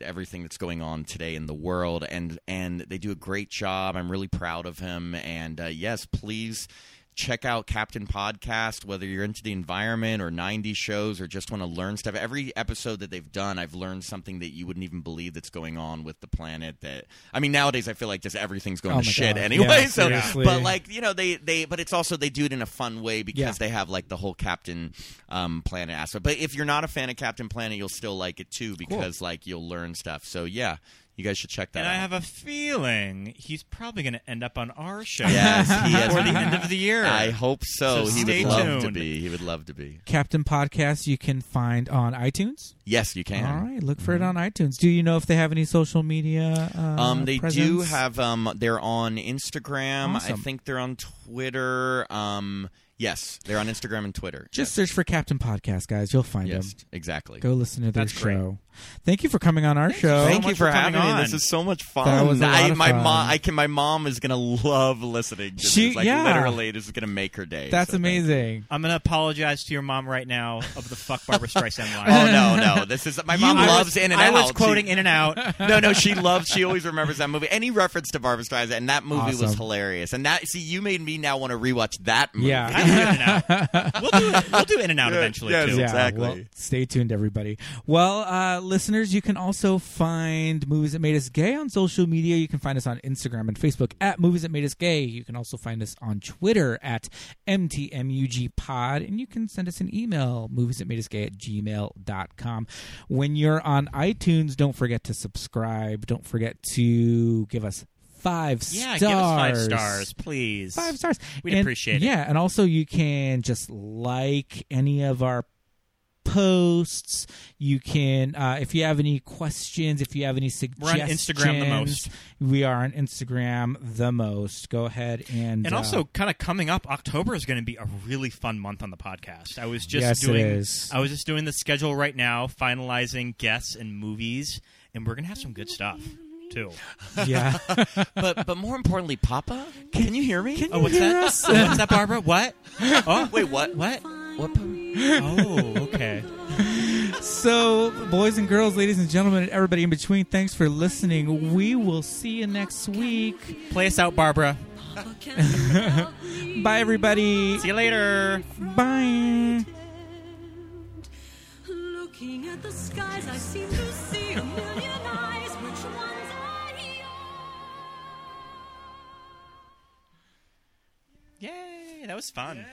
[SPEAKER 8] everything that's going on today in the world and and they do a great job i'm really proud of him and uh, yes please check out Captain Podcast, whether you're into the environment or 90 shows or just want to learn stuff. Every episode that they've done, I've learned something that you wouldn't even believe that's going on with the planet. That I mean, nowadays I feel like just everything's going
[SPEAKER 6] Oh
[SPEAKER 8] to
[SPEAKER 6] my
[SPEAKER 8] shit
[SPEAKER 6] God.
[SPEAKER 8] anyway.
[SPEAKER 6] Yeah,
[SPEAKER 8] so,
[SPEAKER 6] seriously.
[SPEAKER 8] but like you know, they they but it's also they do it in a fun way because
[SPEAKER 6] Yeah.
[SPEAKER 8] they have like the whole Captain um, Planet aspect. But if you're not a fan of Captain Planet, you'll still like it too because like you'll learn stuff. So yeah, you guys should check that
[SPEAKER 7] And
[SPEAKER 8] out.
[SPEAKER 7] I have a feeling he's probably going to end up on our show
[SPEAKER 8] Yes, he has-
[SPEAKER 7] before the end of the year.
[SPEAKER 8] I hope so.
[SPEAKER 7] So
[SPEAKER 8] he
[SPEAKER 7] stay
[SPEAKER 8] would love to
[SPEAKER 7] tuned.
[SPEAKER 8] be. He would love to be.
[SPEAKER 6] Captain Podcast you can find on iTunes.
[SPEAKER 8] Yes, you can.
[SPEAKER 6] All right, look for it on iTunes. Do you know if they have any social media? Uh,
[SPEAKER 8] Um, they do
[SPEAKER 6] presence?
[SPEAKER 8] have. Um, they're on Instagram. I
[SPEAKER 6] Awesome.
[SPEAKER 8] think they're on Twitter. Um, yes, they're on Instagram and Twitter.
[SPEAKER 6] Just search for Captain Podcast, guys. You'll find
[SPEAKER 8] yes,
[SPEAKER 6] them.
[SPEAKER 8] exactly.
[SPEAKER 6] Go listen to their
[SPEAKER 7] That's great.
[SPEAKER 6] show. Thank you for coming on our show.
[SPEAKER 8] Thank
[SPEAKER 7] so
[SPEAKER 8] you
[SPEAKER 7] much
[SPEAKER 8] for
[SPEAKER 7] for coming
[SPEAKER 8] having me. This
[SPEAKER 7] on.
[SPEAKER 8] is so much fun.
[SPEAKER 6] That was a lot
[SPEAKER 8] I,
[SPEAKER 6] of
[SPEAKER 8] my
[SPEAKER 6] fun.
[SPEAKER 8] mom. I can. My mom is gonna love listening. To
[SPEAKER 6] She-
[SPEAKER 8] this. Like,
[SPEAKER 6] yeah.
[SPEAKER 8] Literally, this is gonna make her day.
[SPEAKER 6] That's
[SPEAKER 8] so thank you.
[SPEAKER 6] amazing.
[SPEAKER 7] I'm going to apologize to your mom right now of the fuck Barbara Streisand line.
[SPEAKER 8] Oh no, no. This is my mom
[SPEAKER 7] I was-
[SPEAKER 8] loves In and
[SPEAKER 7] I
[SPEAKER 8] Out.
[SPEAKER 7] was quoting
[SPEAKER 8] She-
[SPEAKER 7] In and Out.
[SPEAKER 8] no, no, she loves. She always remembers that movie. Any reference to Barbra Streisand, and that movie was
[SPEAKER 6] Awesome.
[SPEAKER 8] hilarious. And that, see, you made me now want to rewatch that movie.
[SPEAKER 6] Yeah.
[SPEAKER 7] I do in and out. We'll do it. We'll do in and out eventually
[SPEAKER 8] yes,
[SPEAKER 7] too.
[SPEAKER 8] yeah.
[SPEAKER 6] well,
[SPEAKER 8] Exactly.
[SPEAKER 6] stay tuned, everybody. Well, uh, listeners, you can also find Movies That Made Us Gay on social media. You can find us on Instagram and Facebook at Movies That Made Us Gay. You can also find us on Twitter at MTMUG Pod. And you can send us an email, movies that made us gay at gmail.com. When you're on iTunes, don't forget to subscribe. Don't forget to give us five
[SPEAKER 7] Yeah,
[SPEAKER 6] stars.
[SPEAKER 7] give us five stars, please.
[SPEAKER 6] Five stars.
[SPEAKER 7] We'd
[SPEAKER 6] And-
[SPEAKER 7] appreciate it.
[SPEAKER 6] Yeah, and also you can just like any of our posts. You can, uh, if you have any questions, if you have any
[SPEAKER 7] We're
[SPEAKER 6] suggestions.
[SPEAKER 7] on Instagram the most.
[SPEAKER 6] We are on Instagram the most. Go ahead and
[SPEAKER 7] And
[SPEAKER 6] uh,
[SPEAKER 7] also, kind of coming up, October is going to be a really fun month on the podcast. I was just
[SPEAKER 6] Yes, it
[SPEAKER 7] doing,
[SPEAKER 6] is.
[SPEAKER 7] I was just doing the schedule right now, finalizing guests and movies, and we're going to have some good stuff too.
[SPEAKER 6] yeah.
[SPEAKER 8] but but more importantly, Papa, can, you hear me?
[SPEAKER 7] Oh, what's that? Oh, what's that, Barbara? What? Oh,
[SPEAKER 8] Wait, what?
[SPEAKER 7] what?
[SPEAKER 8] What? Papa?
[SPEAKER 7] Oh, okay.
[SPEAKER 6] so, boys and girls, ladies and gentlemen, and everybody in between, thanks for listening. We will see you next week.
[SPEAKER 7] Play us out, Barbara.
[SPEAKER 6] Bye, everybody.
[SPEAKER 7] See you later.
[SPEAKER 6] Bye.
[SPEAKER 3] Looking at the skies, I seem to see a million eyes. Which ones are yours?
[SPEAKER 7] Yay! That was fun.